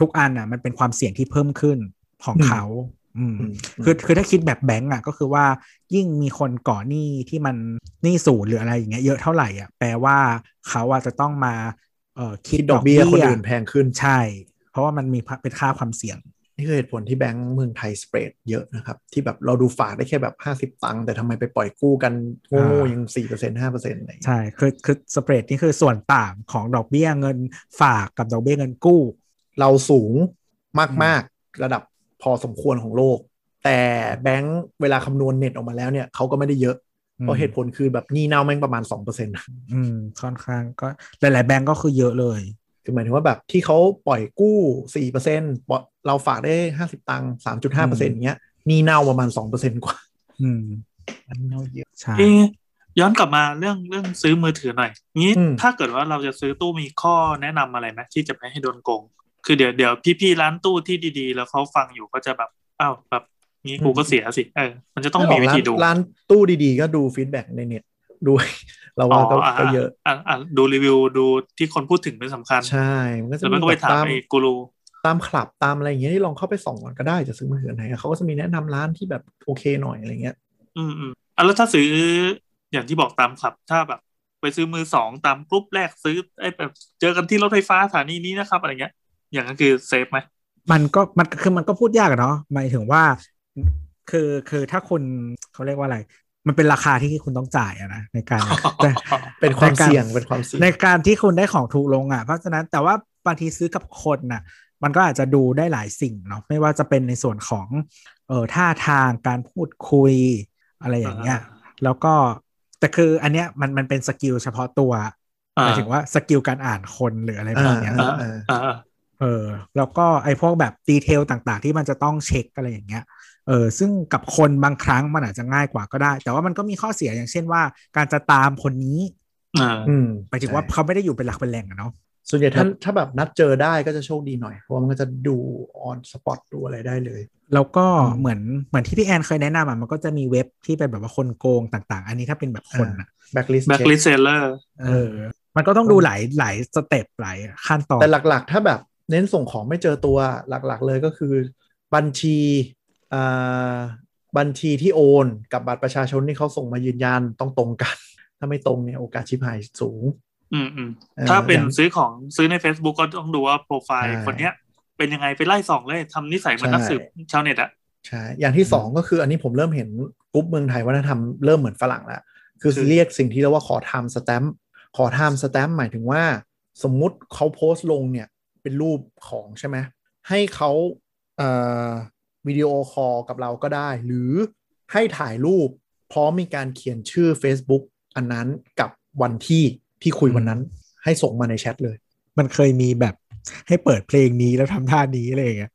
S3: ทุกอันอะมันเป็นความเสี่ยงที่เพิ่มขึ้นของ
S2: อืม
S3: เขา อืม
S2: อืม
S3: คือคือถ้าคิดแบบแบงก์อ่ะก็คือว่ายิ่งมีคนก่อหนี้ที่มันหนี้ศูนย์หรืออะไรอย่างเงี้ยเยอะเท่าไหร่อ่ะแปลว่าเขาอ่ะจะต้องมาเอ่อคิด
S2: คิดดอกเบี้ยคนอื่นแพงขึ้น
S3: ใช่ เพราะว่ามันมีพะเป็นค่าความเสี่ยง
S2: นี่คือเหตุผลที่แบงก์เมืองไทยสเปรดเยอะนะครับ ที่แบบเราดูฝากได้แค่แบบ 50 ตังค์แต่ทำไมไปปล่อยกู้กันโง่
S3: อ่า
S2: ๆ
S3: ยั
S2: ยัง4%เปอร์เซ็นต์ห้าเปอร์เซ็นต์อะไรอย่างเงี้ย
S3: ใช่คือคือสเปรดนี่คือส่วนต่างของดอกเบี้ยเงินฝากกับดอกเบี้ยเงินกู้
S2: เราสูงมากๆระดับพอสมควรของโลก แต่แบงก์เวลาคำนวณเน็ตออกมาแล้วเนี่ยเขาก็ไม่ได้เยอะ เพราะเหตุผลคือแบบหนี้เน่าแม่งประมาณ2%นะ
S3: อืมค่อนข้างก็หลาย ๆ แบงก์ก็คือเยอะเลย
S2: คือหมายถึงว่าแบบที่เขาปล่อยกู้สี่เปอร์เซ็นต์เราฝากได้ห้าสิบตังค์สามจุดห้าเปอร์เซ็นต์เงี้ยหนี่เน่าประมาณสองเปอร์เซ็นต์กว่า
S3: อืม
S2: เน่าเยอะ
S3: ใช่
S4: เอะย้อนกลับมาเรื่องเรื่องซื้อมือถือหน่อย งี้
S2: อืม
S4: ถ้าเกิดว่าเราจะซื้อตู้มีข้อแนะนำอะไรไหมที่จะไม่ให้โดนโกง คือเดี๋ยวเดี๋ยวพี่ๆร้านตู้ที่ดีๆ แล้วเขาฟังอยู่ก็จะแบบอ้าวแบบงี้กูก็เสียสิเออมันจะต้องมีวิธีดู
S2: ร้านตู้ดีๆ ก็ดูฟีดแบ็กในเน็ตด้วย เรา
S4: อ๋อ
S2: ว่าก็
S4: อ่ะ
S2: ก็เยอะ
S4: อ่ะอ่ะดูรีวิวดูที่คนพูดถึงเป็นสำคัญ
S2: ใช่ มันก็จะ
S4: แล้ว
S2: มี
S4: มันก็
S2: แบ
S4: ไป
S2: บ
S4: ถาม
S2: ตาม
S4: ไอ้กูรู
S2: ตามคลับตามอะไรอย่างเงี้ยที่ลองเข้าไปส่องก่อนก็ได้จะซื้อมือถือไหนเขาก็จะมีแนะนำร้านที่แบบโอเคหน่อยอะไรเงี้ย
S4: อืมอืมอ่ะแล้วถ้าซื้ออย่างที่บอกตามครับ ถ้าแบบ ไปซื้อมือสองตามกรุ๊ปแรกซื้อไอ้แบบเจอกันที่รถไฟฟ้าสถานีนี้นะครับ อะไรเงี้ย อย่างนั้นคือเซฟไหม
S3: มันก็มันคือมันก็พูดยากอะเนาะหมายถึงว่า คือคือถ้าคุณเขาเรียกว่าอะไร มันเป็นราคาที่คุณต้องจ่ายอะนะในการ แต่
S2: เป็นความ
S3: ในการ
S2: เสี่ยงเป็นความเสี่ยง
S3: ในการที่คุณได้ของถูกลงอะ่ะ เพราะฉะนั้นแต่ว่าบางทีซื้อกับคนน่ะ มันก็อาจจะดูได้หลายสิ่งเนาะไม่ว่าจะเป็นในส่วนของเออท่าทางการพูดคุยอะไรอย่างเงี้ย แล้วก็แต่คืออันเนี้ยมันมันเป็นสกิลเฉพาะตัวห
S4: อ่า
S3: มายถึงว่าสกิลการอ่านคนหรืออะไรแบ
S2: อ่า
S3: บเนี้ย
S2: อ่า
S4: อ่า
S2: อ่า
S4: อ่า
S3: เออแล้วก็ไอ้พวกแบบดีเทลต่างๆ ที่มันจะต้องเช็คอะไรอย่างเงี้ยเออซึ่งกับคนบางครั้งมันอาจจะง่ายกว่าก็ได้ แต่ว่ามันก็มีข้อเสียอย่างเช่นว่า การจะตามคนนี้
S4: อ่า
S2: อืม
S3: หมายถึงว่าเขาไม่ได้อยู่เป็นหลักเป็นแหล่งอะเนาะ
S2: ส่วนใหญ่ถ้าถ้าแบบนัดเจอได้ก็จะโชคดีหน่อยเพราะว่ามันก็จะดูออนสปอตดูอะไรได้เลย
S3: แล้วก็
S2: อืม
S3: เหมือนเหมือนที่พี่แอนเคยแนะนำอะมันก็จะมีเว็บที่เป็นแบบว่าคนโกงต่างๆ อันนี้ถ้าเป็นแบบคนอะ
S2: แบ็กลิสต์
S4: แบ็กลิสเซลเลอร์
S3: เออ มันก็ต้องดูหลายหลายสเต็ปหลายขั้นตอน
S2: แต่หลักๆ ถ้าแบบเน้นส่งของไม่เจอตัวหลักๆ เลยก็คือ บัญชีอ่าบัญชีที่โอนกับบัตรประชาชนที่เขาส่งมายืนยันต้องตรงกัน ถ้าไม่ตรงเนี่ยโอกาสชิบหายสูง
S4: อืมอืม
S2: เออ
S4: ถ้าเป็น
S2: อย่าง
S4: ซื้อของซื้อใน Facebook ก็ต้องดูว่าโปรไฟล์
S2: ใช่
S4: คนเนี้ย เป็นยังไงไปไล่ส่องเลยทำนิสัยเหมือนนัก
S2: ใช่
S4: สืบชาวเน็ตอะ
S2: ใช่อย่างที่สองก็คืออันนี้ผมเริ่มเห็นกรุ๊ปเมืองไทยวัฒนธรรมเริ่มเหมือนฝรั่งแล้ว คือ
S4: คือ
S2: เรียกสิ่งที่เรียกว่าขอ time stamp ขอ time stamp หมายถึงว่า สมมุติเขาโพสต์ลงเนี่ยเป็นรูปของใช่ไหมให้เขาเอ่อวิดีโอคอลกับเราก็ได้ หรือให้ถ่ายรูปพร้อมมีการเขียนชื่อ Facebook อันนั้นกับวันที่ที่คุยวันนั้น ให้ส่งมาในแชทเลย
S3: มันเคยมีแบบให้เปิดเพลงนี้แล้วทำท่านี้อะไรอย่างเงี้ย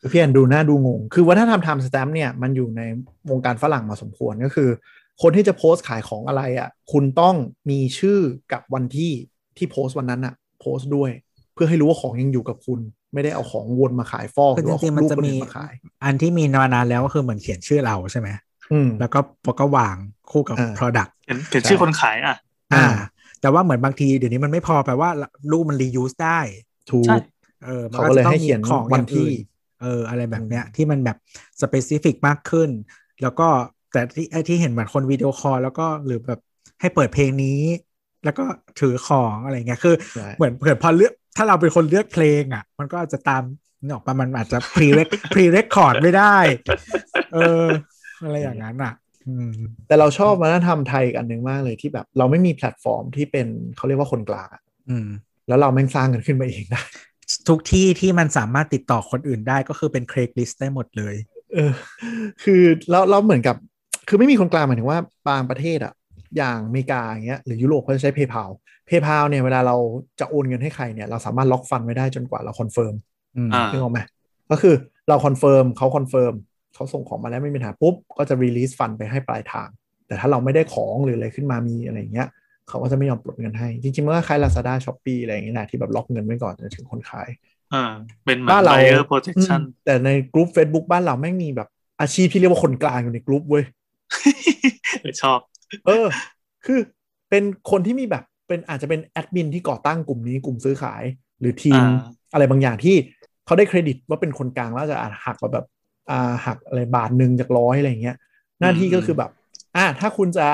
S2: คือพี่แอนดูหน้าดูงง คือวัฒนธรรมไทม์สแตมป์เนี่ยมันอยู่ในวงการฝรั่งมาสมควรก็คือ คนที่จะโพสต์ขายของอะไรอะ่ะ คุณต้องมีชื่อกับวันที่ที่โพสต์วันนั้นอะ่ะ โพสต์ด้วย เพื่อให้รู้ว่าของยังอยู่กับคุณ ไม่ได้เอาของวนมาขายฟอกห
S3: คือ
S2: รือ
S3: จ
S2: เอาข
S3: ริ
S2: อง ง
S3: ๆมัน
S2: ลูก
S3: จะ
S2: คน
S3: มี
S2: อื่นมาขาย
S3: อันที่มีมานานแล้วก็คือเหมือนเขียนชื่อเราใช่ไหม
S2: อืม
S3: แล้วก็ปก็วางคู่กับ
S2: อ่า
S3: product
S4: เห็นเห็นชื่อคนขายอ่ะ
S3: อ่า
S2: อ่า
S3: แต่ว่าเหมือนบางทีเดี๋ยวนี้มันไม่พอแปลว่ารูปมัน reuse ได้
S2: ถูก
S4: ใช่
S3: เออมัน
S2: เขา
S3: ก็
S2: ก็เลย
S3: จะต้อ
S2: ให้
S3: งมี
S2: เขียน
S3: ของ
S2: วั
S3: วัน น
S2: ที่
S3: ที่เอออะไรแบบเนี้ยที่มันแบบ specific มากขึ้น แล้วก็แต่ที่ไอ้ที่เห็นเหมือนคนวิดีโอคอลแล้วก็หรือแบบให้เปิดเพลงนี้ แล้วก็ถือของอะไรเงี้ยคือ
S2: ใช่
S3: เหมือนเผื่อพอเลือกถ้าเราเป็นคนเลือกเพลงอ่ะ มันก็อาจจะตามนี่ออกปะมันอาจจะ pre rec pre record ไม่ได้ เอออะไรอย่างนั้นอ่ะ อืม
S2: แต่เราชอบวัฒนธรรมไทยอีกอันหนึ่งมากเลยที่แบบ เราไม่มีแพลตฟอร์มที่เป็นเขาเรียกว่าคนกลางอะ
S3: อืม
S2: แล้วเราแม่งสร้างกันขึ้นมาเองได้
S3: ทุกที่ที่มันสามารถติดต่อคนอื่นได้ก็คือเป็น Craigslist ได้หมดเลย
S2: เออ คือแล้วเราเหมือนกับ คือไม่มีคนกลางหมายถึงว่าบางประเทศอะอย่างอเมริกาอย่างเงี้ยหรือยุโรปเขาจะใช้ PayPal PayPal เนี่ยเวลาเราจะโอนเงินให้ใครเนี่ยเราสามารถล็อกฟันไว้ได้จนกว่าเราคอนเฟิร์ม
S3: อืม
S4: อ่า
S2: นึกออกไหมก็คือเราคอนเฟิร์มเขาคอนเฟิร์มเขาส่งของมาแล้วไม่มีปัญหาปุ๊บ ก็จะรีลีสฟันไปให้ปลายทาง แต่ถ้าเราไม่ได้ของหรืออะไรขึ้นมามีอะไรอย่างเงี้ยเขาก็จะไม่ยอมปลดเงินให้ จริงๆมันก็คล้าย Lazada Shopee อะไรอย่างเงี้ยแหละที่แบบล็อกเงินไว้ก่อนจนถึงคนขาย
S4: อ่า เป็นเหมือ
S2: บ้าน นเรา
S4: buyer protection
S2: อืมแต่ในกลุ่ม Facebook บ้านเราแม่งมีแบบอาชีพที่เรียกว่าคนกลางอยู่ในกลุ่มเว้ย
S4: เออชอบ
S2: เออ คือเป็นคนที่มีแบบเป็นอาจจะเป็นแอดมินที่ก่อตั้งกลุ่มนี้กลุ่มซื้อขาย หรือทีม
S4: อ่า
S2: อะไรบางอย่างที่เขาได้เครดิตว่าเป็นคนกลางแล้วอาจจะอาจหักมาแบบ อ่าหักอะไรบาทหนึ่งจากร้อยอะไรอย่างเงี้ย หน้าที่ก็คือแบบอ่าถ้าคุณจะ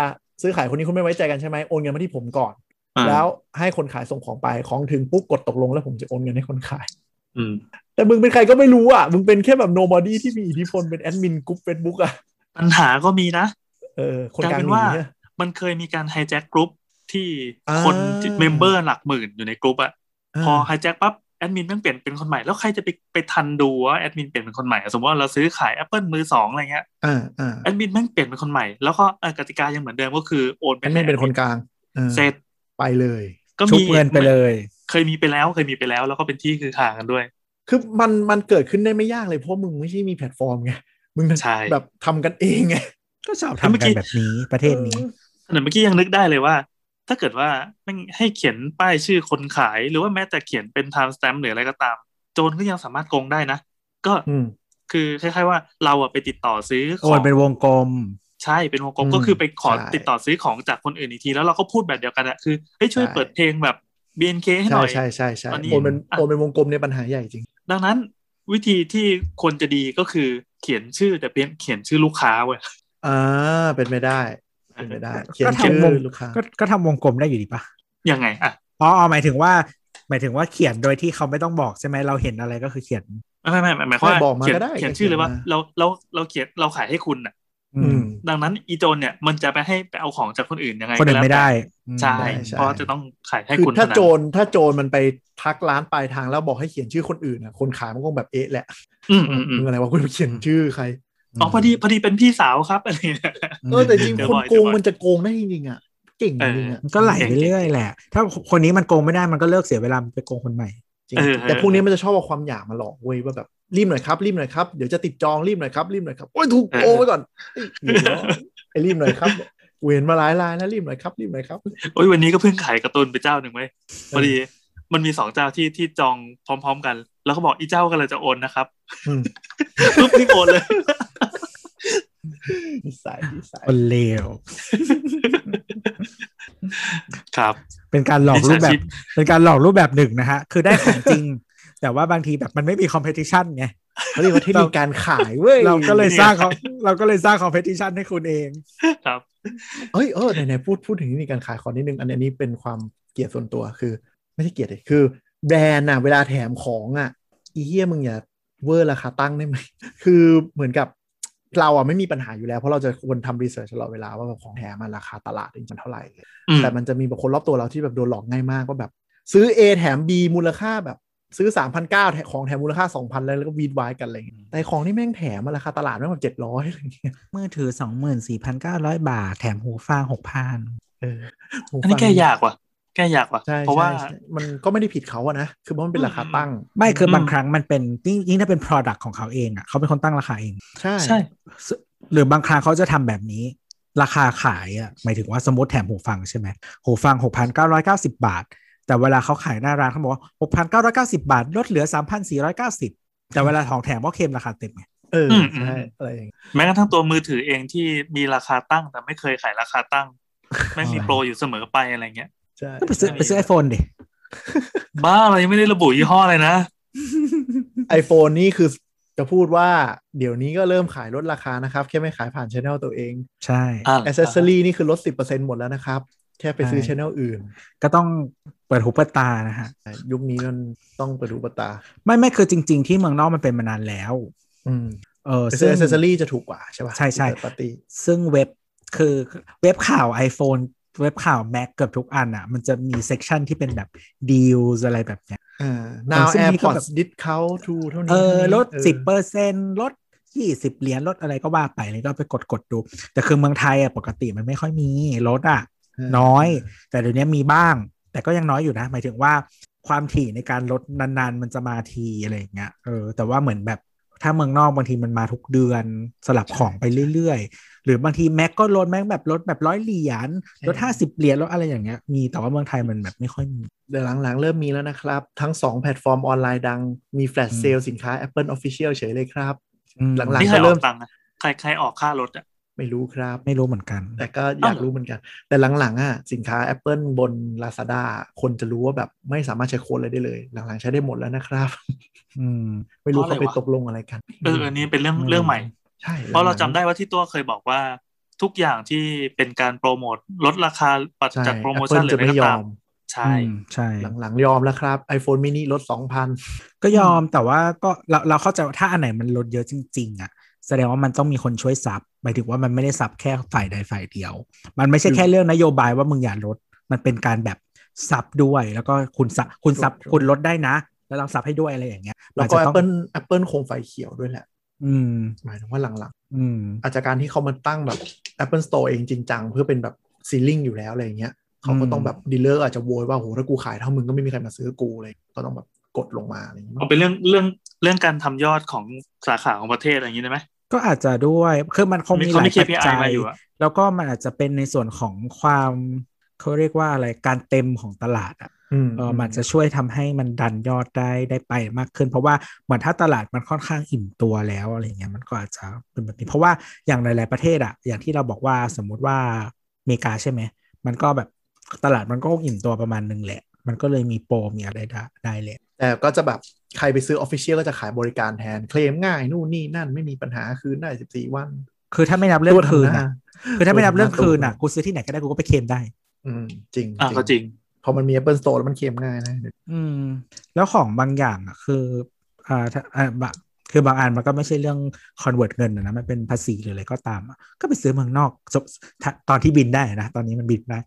S2: ซื้อขายคนนี้คุณไม่ไว้ใจกันใช่ไหมโอนเงินมาที่ผมก่อน
S5: อ่า
S2: แล้วให้คนขายส่งของไปของถึงปุ๊บกดตกลงแล้วผมจะโอนเงินให้คนขาย
S5: อืม
S2: แต่มึงเป็นใครก็ไม่รู้อ่ะ มึงเป็นแค่แบบโนบอดี้ที่มีอิทธิพลเป็นแอดมินกรุ๊ปเฟซบุ๊กอ่ะ
S4: ปัญหาก็มีนะ
S2: เออคน
S4: ก
S2: ก
S4: ลา
S2: ลายง
S4: เป็น
S2: หนี
S4: ว่า
S2: เนี่ย
S4: มันเคยมีการไฮแจ็คกรุ๊ปที่
S2: อ่า
S4: คนเมมเบอร์หลักหมื่นอยู่ในกรุ๊ปอะพอ
S2: อ่า
S4: ไฮแจ็คปั๊บแอดมินต้องเปลี่ยนเป็นคนใหม่ แล้วใครจะไปไปทันดูว่าแอดมินเปลี่ยนเป็นคนใหม่อะสมมติว่าเราซื้อขาย Apple มือสองอะไรเงี้ย
S2: อ่าอ่า
S4: แอดมินแม่งเปลี่ยนเป็นคนใหม่ แล้วก็เอ่อกติกายังเหมือนเดิมก็คือโอน
S2: แอดมินเป็นคนกลางออ
S4: เสร็จ
S2: ไปเลย
S4: ก็
S3: ชุบ
S4: มี
S3: เงินไปเลย
S4: เคยมีไปแล้วเคยมีไปแล้ว แล้วก็เป็นที่คือขางกันด้วย
S2: คือมันมันเกิดขึ้นได้ไม่ยากเลยเพราะมึงไม่ใช่มีแพลตฟอร์มไง มึง
S4: ใช่
S2: แบบทำกันเองไง
S3: ก็ชอบ
S4: แล้วเมื่
S3: ทำกั
S4: อกี้
S3: นแบบนี้ประเทศนี้
S4: แต่เมื่อกี้ยังนึกได้เลยว่า ถ้าเกิดว่าแม่งให้เขียนป้ายชื่อคนขาย หรือว่าแม้แต่เขียนเป็น time stamp หรืออะไรก็ตาม โจรก็ยังสามารถโกงได้นะ ก็
S2: อืม
S4: คือคล้ายๆว่าเราอะไปติดต่อซื้อข
S3: โอ
S4: อน ง
S3: เป็นวงกลม
S4: ใช่เป็นวงกลม
S2: อืม
S4: ก็คือไปขอ
S2: ใช่
S4: ติดต่อซื้อของจากคนอื่นอีกที แล้วเราก็พูดแบบเดียวกันอะคือเฮ้ยช่วย
S2: ใช่
S4: เปิดเพลงแบบ BNK ให้ห
S2: ใช่
S4: น่อย
S2: ใช่ใช่ใช่
S4: ตอนนี้
S2: โอนเป็นโอนเป็นวงกลมในยปัญหาใหญ่จริง
S4: ดังนั้นวิธีที่ควรจะดีก็คือเขียนชื่อแต่เพียงเขียนชื่อลูกค้าเว้ย
S2: อ่าเป็นไปได้เป็นไปได้เขีย
S3: ก็
S2: นชื่
S3: ทำวง
S2: อลูกค้า
S3: ก็ก็ทำวงกลมได้อยู่ดีปะ
S4: ยังไงอะ
S3: อ๋ออ๋อหมายถึงว่า หมายถึงว่าเขียนโดยที่เขาไม่ต้องบอกใช่ไหมเราเห็นอะไรก็คือเขียน
S4: ไม่ไม่ไม่หมายความว่า
S2: ไม่บอกมา
S4: เขียน
S2: ก็ได้
S4: เขียนชื่อเลยว่า
S2: ขีนม
S4: เราเราเราเขียนเราขายให้คุณอะ
S3: อื
S2: อื
S3: ม
S2: ม
S4: ดังนั้นอีโจนเนี่ยมันจะไปให้ไปเอาของจากคนอื่นยังไง
S3: คนอื่น
S4: ก็
S3: ไม่
S4: แล้ว
S3: ได้
S4: แต่
S3: อืม
S4: ใช่
S2: ได้ใช่
S4: เพราะจะต้องขายให้
S2: คือ
S4: คุณ
S2: ถ้า
S4: เท่นั้น
S2: โจรถ้าโจรมันไปทักร้านปลายทางแล้วบอกให้เขียนชื่อคนอื่นอ่ะคนขายมันคงแบบเอ๊ะแหละ
S4: อืมอืมอืม
S2: มึงอะไรวะคุณไปเขียนชื่อใคร
S4: อ๋อพอดีพอดีเป็นพี่สาวครับอะไรเนี่ย
S2: เออแต่จริง
S4: เดี๋ยว
S2: ค
S4: บ่
S2: น
S4: อย
S2: โกง
S4: เดี๋ยวบ่อย
S2: มันจะโกงได้จริงๆอ่ะเก่งจริงๆอ่ะ
S3: มันก็ไหลไปเรื่อยแหละ ถ้าคนนี้มันโกงไม่ได้มันก็เลิกเสียเวลาไปโกงคนใหม่
S2: จริง
S4: เออ
S2: ๆแต่พวกนี้มันจะชอบเอาความอยากมาหลอกเว้ยว่าแบบรีบหน่อยครับรีบหน่อยครับเดี๋ยวจะติดจองรีบหน่อยครับรีบหน่อยครับโอ้ยถูกโกงไปก่อนเอ้ยอยู่แล้วไอ้รีบหน่อยครับเวียนมาหลายรายแล้วรีบหน่อยครับรีบหน่อยครับ
S4: โอ้ยวันนี้ก็เพิ่งขายการ์ตูนไปเจ้าหนึ่งไว้ยพอดีมันมีสองเจ้าที่ที่จองพร้อม ๆ กัน แล้วก็บอกอีเจ้ากำลังจะโอนนะครับ
S2: อืม
S4: ปุ๊บนี่โอนเลย
S2: นิสัยนิสัย
S3: คนเลว
S4: ครับ
S3: เป็นการหลอกรูปแบบ เป็นการหลอกรูปแบบหนึ่งนะฮะ คือได้ของ จริง แต่ว่าบางทีแบบมันไม่มีคอมเพติชันไง
S2: เขาเรียกว่าเทคนิคการขายเว้ย
S3: เราก็เลยสร้างเขาเราก็เลยสร้างคอมเพติชันให้คุณเอง
S4: ครับ
S2: เอ้ยเออไหนๆพูดพูดถึงนี่การขายของนิดนึงอันอันนี้เป็นความเกลียดส่วนตัวคือ ไม่ใช่เกลียดดิคือแบรนด์อ่ะเวลาแถมของอ่ะอีเหี้ยมึงอย่าเวอร์ราคาตั้งได้ไหม คือเหมือนกับเราอ่ะไม่มีปัญหาอยู่แล้ว เพราะเราจะควรทำรีเสิร์ชตลอดเวลาว่าแบบของแถมมันราคาตลาดจริงๆมันเท่าไหร่
S4: อืม
S2: แต่มันจะมีแบบคนรอบตัวเราที่แบบโดนหลอกง่ายมากว่าแบบ ซื้อ A แถม B มูลค่าแบบซื้อ 3 9 0 0แถมของแถมมูลค่า 2,000 แล้วแล้วก็วีดไว้กันอะไรอย่างเงี้ยแต่ของที่แม่งแถมมาราคาตลาดแม่งแบบ700อะไรอย่างเงี้ย
S3: มือถือ 24,900 บาท แถมหูฟัง6,000
S2: เออ
S4: อันนี้แก้ยากว่ะแก้ยากว่ะ
S2: ใช่
S4: เพราะว่า
S2: ใช่ใช่มันก็ไม่ได้ผิดเขาอะนะ คือเพราะมันเป็นราคาตั้ง
S3: ไม่คือ
S4: ม
S3: บางครั้งมันเป็นยิ่งยิ่งถ้าเป็น Product ของเขาเองอ่ะเขาเป็นคนตั้งราคาเอง
S2: ใช่
S4: ใช่
S3: ซึ่งหรือบางครั้งเขาจะทำแบบนี้ ราคาขายอ่ะหมายถึงว่าสมมติแถมหูฟังใช่ไหมหูฟัง 6,990 บาท แต่เวลาเขาขายหน้าร้านเขาบอกว่า 6,990 บาท ลดเหลือ 3,490 แต่เวลาของแถมก็เคลมราคาเต็มไง
S2: เออใช่อะไรอย่างเงี้ย
S4: แม้กระทั่งตัวมือถือเองที่มีราคาตั้ง แต่ไม่เคยขายราคาตั้งแม่งมีโปรอยู่เสมอไปอะไรเงี้ย
S2: ใช่
S3: ก็ไปซื้อไปซื้อไอโฟนดิ
S4: บ้าเรายังไม่ได้ระบุยี่ห้อเลยนะ
S2: ไอโฟนนี่คือจะพูดว่าเดี๋ยวนี้ก็เริ่มขายลดราคานะครับ แค่ไม่ขายผ่านช anel ตัวเอง
S3: ใช่
S4: อ่า
S2: อ c เซสซอรีนี่คือลด 10%หมดแล้วนะครับ แค่ไปซื้อ
S3: ใช่
S2: ช anel อื่น
S3: ก็ต้องเปิดหูเปิดตานะฮะ
S2: ยุคนี้มันต้องเปิดหูเปิดตา
S3: ไม่ไม่คือจริง ๆ ที่เมืองนอกมันเป็นมานานแล้ว
S2: อืม
S3: เออ
S2: ไปซื้
S3: ซึ่
S2: อง อ c เซสซอรีจะถูกกว่าใช่ป่ะ
S3: ใช่ใช่
S2: ปาร์ตี้
S3: ซึ่งเว็บคือเว็บข่าว iPhone เว็บข่าว Mac เกือบทุกอันอ่ะ มันจะมีเซกชันที่เป็นแบบ deals อะไรแบบเนี้ย
S2: อ่า now
S3: ซึ่งนี่ก็
S2: AirPods
S3: แบบ
S2: discount to เท่านี้
S3: เออลด
S2: เออ
S3: สิบเปอร์เซ็นลดยี่สิบเหรียญลดอะไรก็ว่าไปเลยก็ไปกดกดดู แต่คือเมืองไทยอ่ะปกติมันไม่ค่อยมีลดอ่ะ น้อย แต่เดี๋ยวนี้มีบ้าง แต่ก็ยังน้อยอยู่นะ หมายถึงว่าความถี่ในการลดนานๆ มันจะมาทีอะไรอย่างเงี้ยเออแต่ว่าเหมือนแบบถ้าเมืองนอกบางทีมันมาทุกเดือนสลับของไปเรื่อยๆ หรือบางทีแม็กก็ลดแม็กแบบลดแบบร้อยเหรียญลดห้าสิบเหรียญลดอะไรอย่างเงี้ยมีแต่ว่าเมืองไทยมันแบบไม่ค่อยมี
S2: เดี๋ยวหลังๆ เริ่มมีแล้วนะครับ ทั้ง 2 แพลตฟอร์มออนไลน์ดังมีแฟลชเซลสินค้า Apple Official เฉยเลยครับ หลังๆ
S4: นี่ใคร
S2: จะ
S4: อ
S2: เริ่
S4: อก
S2: ม
S4: ตังค์อะใครใครออกค่ารถอ่ะ
S2: ไม่รู้ครับ
S3: ไม่รู้เหมือนกัน
S2: แต่ก็อยากรู้เหมือนกัน แต่หลังๆอ่ะสินค้า Apple บน Lazada คนจะรู้ว่าแบบไม่สามารถใช้โค้ดอะไรได้เลย หลังๆใช้ได้หมดแล้วนะครับ
S3: อืม
S2: ไม่รู้เขาไป
S4: เพราะอะไรวะ
S2: ตกลงอะไรกัน
S4: เอออันนี้เป็นเรื่อง
S3: อืม
S4: เรื่องใหม่
S2: ใช่
S4: เพราะเราจำได้ว่าที่ตัวเคยบอกว่า ทุกอย่างที่เป็นการโปรโมทลดราคาปัจ
S2: ใช่
S4: จากโปรโมชั่น
S2: Apple
S4: หรือ
S2: จะ
S4: อะไร
S2: ไม่ย
S4: ก็
S2: อ
S4: ตาม
S2: ม
S4: ใช่
S3: อืมใช่
S2: หลังๆยอมแล้วครับ iPhone mini ลด 2,000
S3: ก็ยอมแต่ว่าก็เราเราเข้าใจว่าถ้าอันไหนมันลดเยอะจริง ๆ อ่ะ แสดงว่ามันต้องมีคนช่วยซับหมายถึงว่ามันไม่ได้ซับแค่ฝ่ายใดฝ่ายเดียว มันไม่ใช่แค่เรื่องนโยบายว่ามึงอย่าลด มันเป็นการแบบซับด้วย แล้วก็คุณซับคุณซับ
S2: ถูกๆ
S3: คุณลดได้นะ แล้วเราซับให้ด้วยอะไรอย่างเงี้ย
S2: แล้วก็
S3: อาจจะต้อง
S2: Apple Apple คงไฟเขียวด้วยแหละ
S3: อืม
S2: หมายถึงว่าหลัง
S3: อืม
S2: ๆ อาจจะการที่เขามาตั้งแบบ Apple Store เองจริงจังเพื่อเป็นแบบซีลิงอยู่แล้วอะไรอย่างเงี้ยเขาก็ต้องแบบดีลเลอร์อาจจะโวยว่าโหถ้ากูขายเท่ามึงก็ไม่มีใครมาซื้อกูเลยก็ต้องแบบกดลงมาอะไรอย่างเงี้ย
S4: เอาเป็นเรื่องเรื่องเรื่องการทำยอดของสาขาของประเทศอะไรอย่างนี้ได้ไหม
S3: ก็อาจจะด้วยคือมันคงมีห
S4: เขา
S3: ลาย
S4: มี
S3: ปัจ
S4: KPI
S3: จั
S4: มาย อยู่อะ
S3: แล้วก็มันอาจจะเป็นในส่วนของความเขาเรียกว่าอะไรการเต็มของตลาดอ่ะ เออมันจะช่วยทำให้มันดันยอดได้ได้ไปมากขึ้น เพราะว่าเหมือนถ้าตลาดมันค่อนข้างอิ่มตัวแล้วอะไรเงี้ยมันก็อาจจะเป็นแบบนี้ เพราะว่าอย่างหลาย ๆ ประเทศอะอย่างที่เราบอกว่าสมมุติว่าอเมริกาใช่ไหมมันก็แบบตลาดมันก็อิ่มตัวประมาณหนึงแหละ มันก็เลยมีโปรมีอะไรได้ได้เลย
S2: แต่ก็จะแบบใครไปซื้อออฟฟิเชียลก็จะขายบริการแทน เคลมง่าย นู่นนี่นั่นไม่มีปัญหาคืนได้ 14 วัน
S3: คือถ้าไม่นับเรื่องคืนอะคือถ้าไม่นับเรื่องคืนอะ
S2: ตัวทำหา
S3: กูซื้อที่ไหนก็ได้กูก็ไปเคลมได้
S2: อืมจริง
S4: อ่ะก็จริง
S2: พอมันมี Apple Store แล้วมันเคลมง่ายนะ
S3: อืมแล้วของบางอย่างอ่ะคืออ่าถ้าอ่าบะคือบางอันมันก็ไม่ใช่เรื่อง convert เงินนะนะมันเป็นภาษีหรืออะไรก็ตามอะก็ไปซื้อเมืองนอกสมถ้าตอนที่บินได้นะ ตอนนี้มันบินได้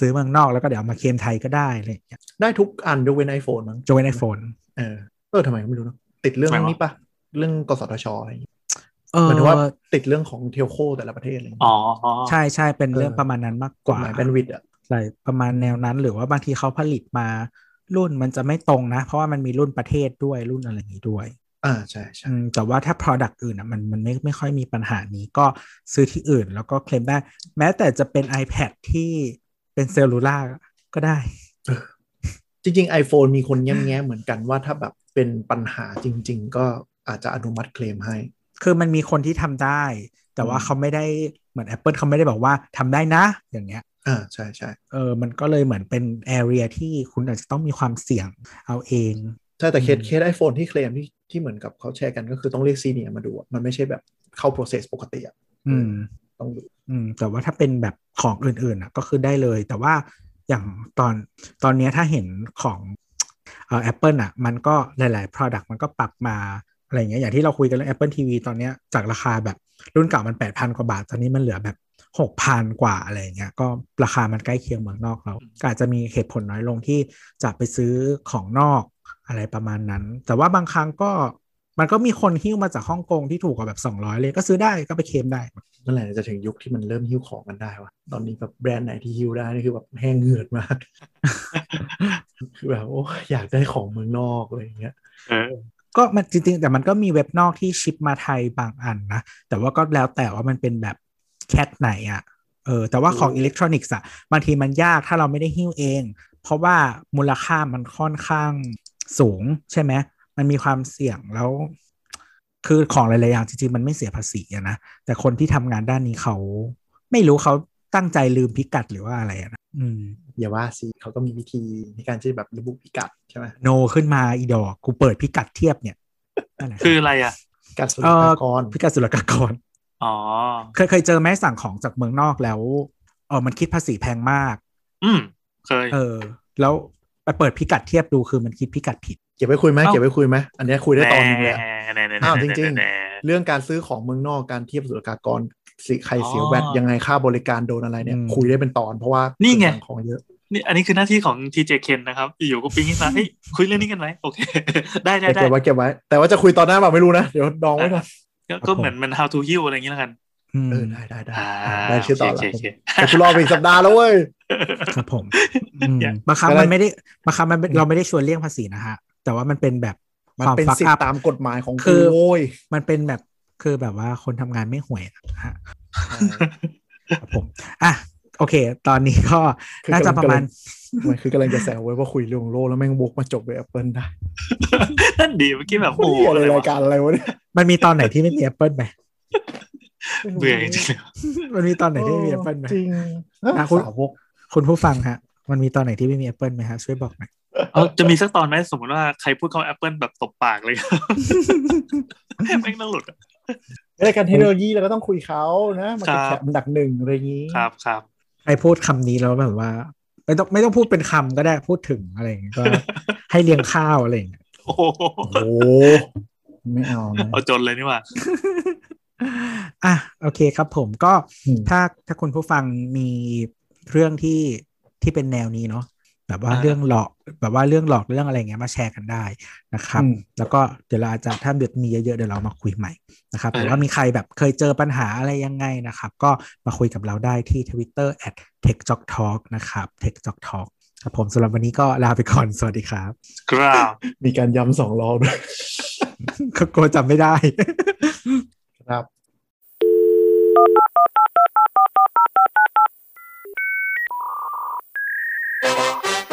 S3: ซื้อเมืองนอกแล้วก็เดี๋ยวเอามาเคลมไทยก็ได้อะไรอย่างเงี้ย
S2: ได้ทุกอันยกเว้น iPhone มั้ง
S3: จงไว้ในโฟน
S2: เออเออทำไมก็ไม่รู้เนอะติดเรื่อง
S4: ทำไมวะ
S2: นี้ปะเรื่องกสทชอะไรอย่างเงี้ย
S3: เอ
S2: ห
S3: อ
S2: มายถึงว่าติดเรื่องของเทลโคแต่ละประเทศอะไรอย่างเงี้ย
S4: อ๋อ
S3: ใช่ใช่เป็นเรื่อง
S2: เออ
S3: ประมาณนั้นมากก
S2: กฎ
S3: ว่า
S2: หมายแบนด์วิดต์อ่ะ
S3: ใช่ประมาณแนวนั้น หรือว่าบางทีเขาผลิตมารุ่นมันจะไม่ตรงนะ เพราะว่ามันมีรุ่นประเทศด้วยรุ่นอะไรอย่างงี้ด้วย
S2: อ่าใช่ใช่
S3: อืมแต่ว่าถ้า Product อื่นอ่ะมันมันไม่ไม่ค่อยมีปัญหานี้ก็ซื้อที่อื่นแล้วก็เคลมได้ แม้แต่จะเป็น iPad ที่เป็นเซลลูล่าก็ได้
S2: จริง ๆ iPhone มีคนแง้มแง้เหมือนกันว่าถ้าแบบเป็นปัญหาจริง ๆ ก็อาจจะอนุมัติเคลมให้
S3: คือมันมีคนที่ทำได้ แต่ว่า
S2: อืม
S3: เขาไม่ได้เหมือน Apple เขาไม่ได้บอกว่าทำได้นะ อย่างเงี้ย
S2: อ่าใช่ใช่
S3: เออมันก็เลยเหมือนเป็น area ที่คุณอาจจะต้องมีความเสี่ยงเอาเอง
S2: ใช่แต่เคส
S3: อืม
S2: เคสไอโฟนที่เคลมที่ที่เหมือนกับเขาแชร์กันก็คือต้องเรียกซีเนียร์มาดูอะมันไม่ใช่แบบเข้า process ปกติอะ
S3: อืม
S2: ต้องดู
S3: อืมแต่ว่าถ้าเป็นแบบของอื่นๆนะก็คือได้เลย แต่ว่าอย่างตอนตอนเนี้ยถ้าเห็นของเอ่อแอปเปิลอ่ะมันก็หลาย ๆ Product มันก็ปรับมาอะไรอย่างเงี้ยอย่างที่เราคุยกันเรื่อง Apple TV ตอนเนี้ยจากราคาแบบรุ่นเก่ามัน 8,000 กว่าบาท ตอนนี้มันเหลือแบบ 6,000 กว่าอะไรอย่างเงี้ยก็ราคามันใกล้เคียงเมืองนอกเราก็อาจจะมีเหตุผลน้อยลงที่จะไปซื้อของนอกอะไรประมาณนั้น แต่ว่าบางครั้งก็มันก็มีคนหิ้วมาจากฮ่องกงที่ถูกกว่าแบบ 200 เลยก็ซื้อได้ก็ไปเคลมได้
S2: นั่นแหละจะถึงยุคที่มันเริ่มหิ้วของกันได้วะตอนนี้แบบแบรนด์ไหนที่หิ้วได้นี่คือแบบแห้งเหือดมาก คือแบบโอ้ยอยากได้ของเมืองนอกอะไรอย่างเงี้ย
S4: เออ
S3: ก็มันจริงๆ แต่มันก็มีเว็บนอกที่ชิปมาไทยบางอันนะ แต่ว่าก็แล้วแต่ว่ามันเป็นแบบแคทไหนอะ่ะเออแต่ว่าของอิเล็กทรอนิกส์อ่ะบางทีมันยากถ้าเราไม่ได้หิ้วเอง เพราะว่ามูลค่ามันค่อนข้างสูงใช่ไหมมันมีความเสี่ยงแล้ว คือของหลายๆอย่างจริงๆ มันไม่เสียภาษีอะนะแต่คนที่ทำงานด้านนี้เขา ไม่รู้เขาตั้งใจลืมพิกัดหรือว่าอะไรอะนะอืม
S2: อย่าว่าสิเขาก็มีวิธีในการที่แบบระบุพิกัดใช่ไหม
S3: โนขึ้นมาอีดอกกูเปิดพิกัดเทียบเนี่ยนั่นแหละรับ
S4: คืออะไรอ่ะ
S2: การสุลกากร
S3: พิกัดศุลกากร
S4: อ๋อ
S3: เคยเคยเจอไหมสั่งของจากเมืองนอกแล้วเออมันคิดภาษีแพงมาก
S4: อืม เคย
S3: เออ แล้วไปเปิดพิกัดเทียบดูคือมันคิดพิกัดผิด
S2: เก็บไว้คุยไหม
S4: เอ้า
S2: เก็บไว้คุยไหมอันเนี้ยคุยได้ตอนนึงเลยอะ
S4: แน่แน่
S2: อ้าวจริง
S4: แน่
S2: เรื่องการซื้อของเมืองนอกการเทียบศุลกากรสิใครเสีย
S4: อ๋อ
S2: แวดยังไงค่าบริการโดนอะไรเนี่ย
S3: อืม
S2: คุยได้เป็นตอนเพราะว่า
S4: นี่ไง
S2: สั่ของเยอะ
S4: นี่อันนี้คือหน้าที่ของทีเจเคนนะครับ อยู่ๆก็ปิ๊งขึ้นมาเฮ้ยคุยเรื่องนี้กันไหมโอเค ได้ได้ได้
S2: เก็บไว้เก็บไว้ แต่ว่าจะคุยตอนหน้าเปล่าไม่รู้นะ เดี๋ยวดองไว้ก่อน
S4: ก็ก็เหมือนมัน how to heal อะไรอย่างนี้แล้วกัน
S3: อืม
S2: เออ ได้ได้ได้
S4: อ่า
S2: ได้ชื่อต่อ
S4: โอ
S2: ละ
S4: เคโอเคโอเค
S2: แต่คุณรอไปอีกสัปดาห์แล้วเว้ย
S3: ครับผมอืม
S4: อย่า
S3: บางครั้ง
S2: อะไร
S3: มันไม่ได้บางครั้งมันไม่เราไม่ได้ชวนเลี่ยงภาษีนะฮะ แต่ว่ามันเป็นแบบ
S2: มัน
S3: ความ
S2: เป็น
S3: ฟัก
S2: สิท
S3: อัพ
S2: ธิตามกฎหมายของ
S3: คื
S2: คุณ
S3: อ
S2: โว้ย
S3: มันเป็นแบบคือแบบว่าคนทำงานไม่ห่วยอะฮะครับผมอ่ะโอเค ตอนนี้ก็น่าจะประมาณ
S2: มันคือกำลังจะแซวเว้ยว่าคุยเรื่องโลกแล้วแม่งบกมาจบด้วยแอปเปิลได้
S4: นั่นดีเมื่อกี้แบบ
S2: โอ้
S4: โอ้โห
S2: ยอะ
S4: อะไร
S2: รายว
S4: ไระ
S2: การอะไรวะเนี่ย
S3: มันมีตอนไหนที่ไม่มีแอปเปิลไหม
S4: เบื่อจริงๆเลย
S3: มันมีตอนไหนที่ไม่มีแอปเปิลไหม
S2: จริง
S3: อ่ะคุณ
S2: สาวก
S3: คุณผู้ฟังฮะ มันมีตอนไหนที่ไม่มีแอปเปิลไหมฮะช่วยบอกหน่อย
S4: เออจะมีสักตอนไหมสมมติว่าใครพูดคำแอปเปิลแบบตบปากเลย แม่งต้องหลุดอะ
S2: รายการเทคโนโลยีเราก็ต้องคุยเขานะมาเป็น
S4: ครับ
S2: แขกอันดับหนึ่งอะไรอย่างนี้
S4: ครับครับ
S3: ใครพูดคำนี้แล้วแบบว่า ไม่ต้องไม่ต้องพูดเป็นคำก็ได้พูดถึงอะไรอย่างเงี้ยก็ ให้เลี้ยงข้าวอะไรอย่างเงี้ย
S4: โอ้โห
S2: โอ้โหไม่เอานะ
S4: เอาจนเลยนี่หว่า
S3: อ่ะโอเคครับผมก็
S2: อืม
S3: ถ้าถ้าคุณผู้ฟังมีเรื่องที่ที่เป็นแนวนี้เนาะแบบว่า
S4: อ่า
S3: เรื่องหลอกแบบว่าเรื่องหลอกเรื่องอะไรอย่างเงี้ยมาแชร์กันได้นะครับ
S2: อืม
S3: แล้วก็เดี๋ยวเราอาจจะถ้าเดือดมีเยอะๆเดี๋ยวเรามาคุยใหม่นะครับ
S4: เอ
S3: หรื
S4: อ
S3: อว่ามีใครแบบเคยเจอปัญหาอะไรยังไงนะครับ ก็มาคุยกับเราได้ที่ Twitter at t e c h j o k t a l k นะครับ t e c h j o k t a l k ครับผมสำหรับวันนี้ก็ลาไปก่อน สวัสดีครับ
S4: กราบ
S2: มีการย้ำสองรอบด้วย
S3: ก็กลัวจำไม่ได้
S2: ครับ
S5: Thank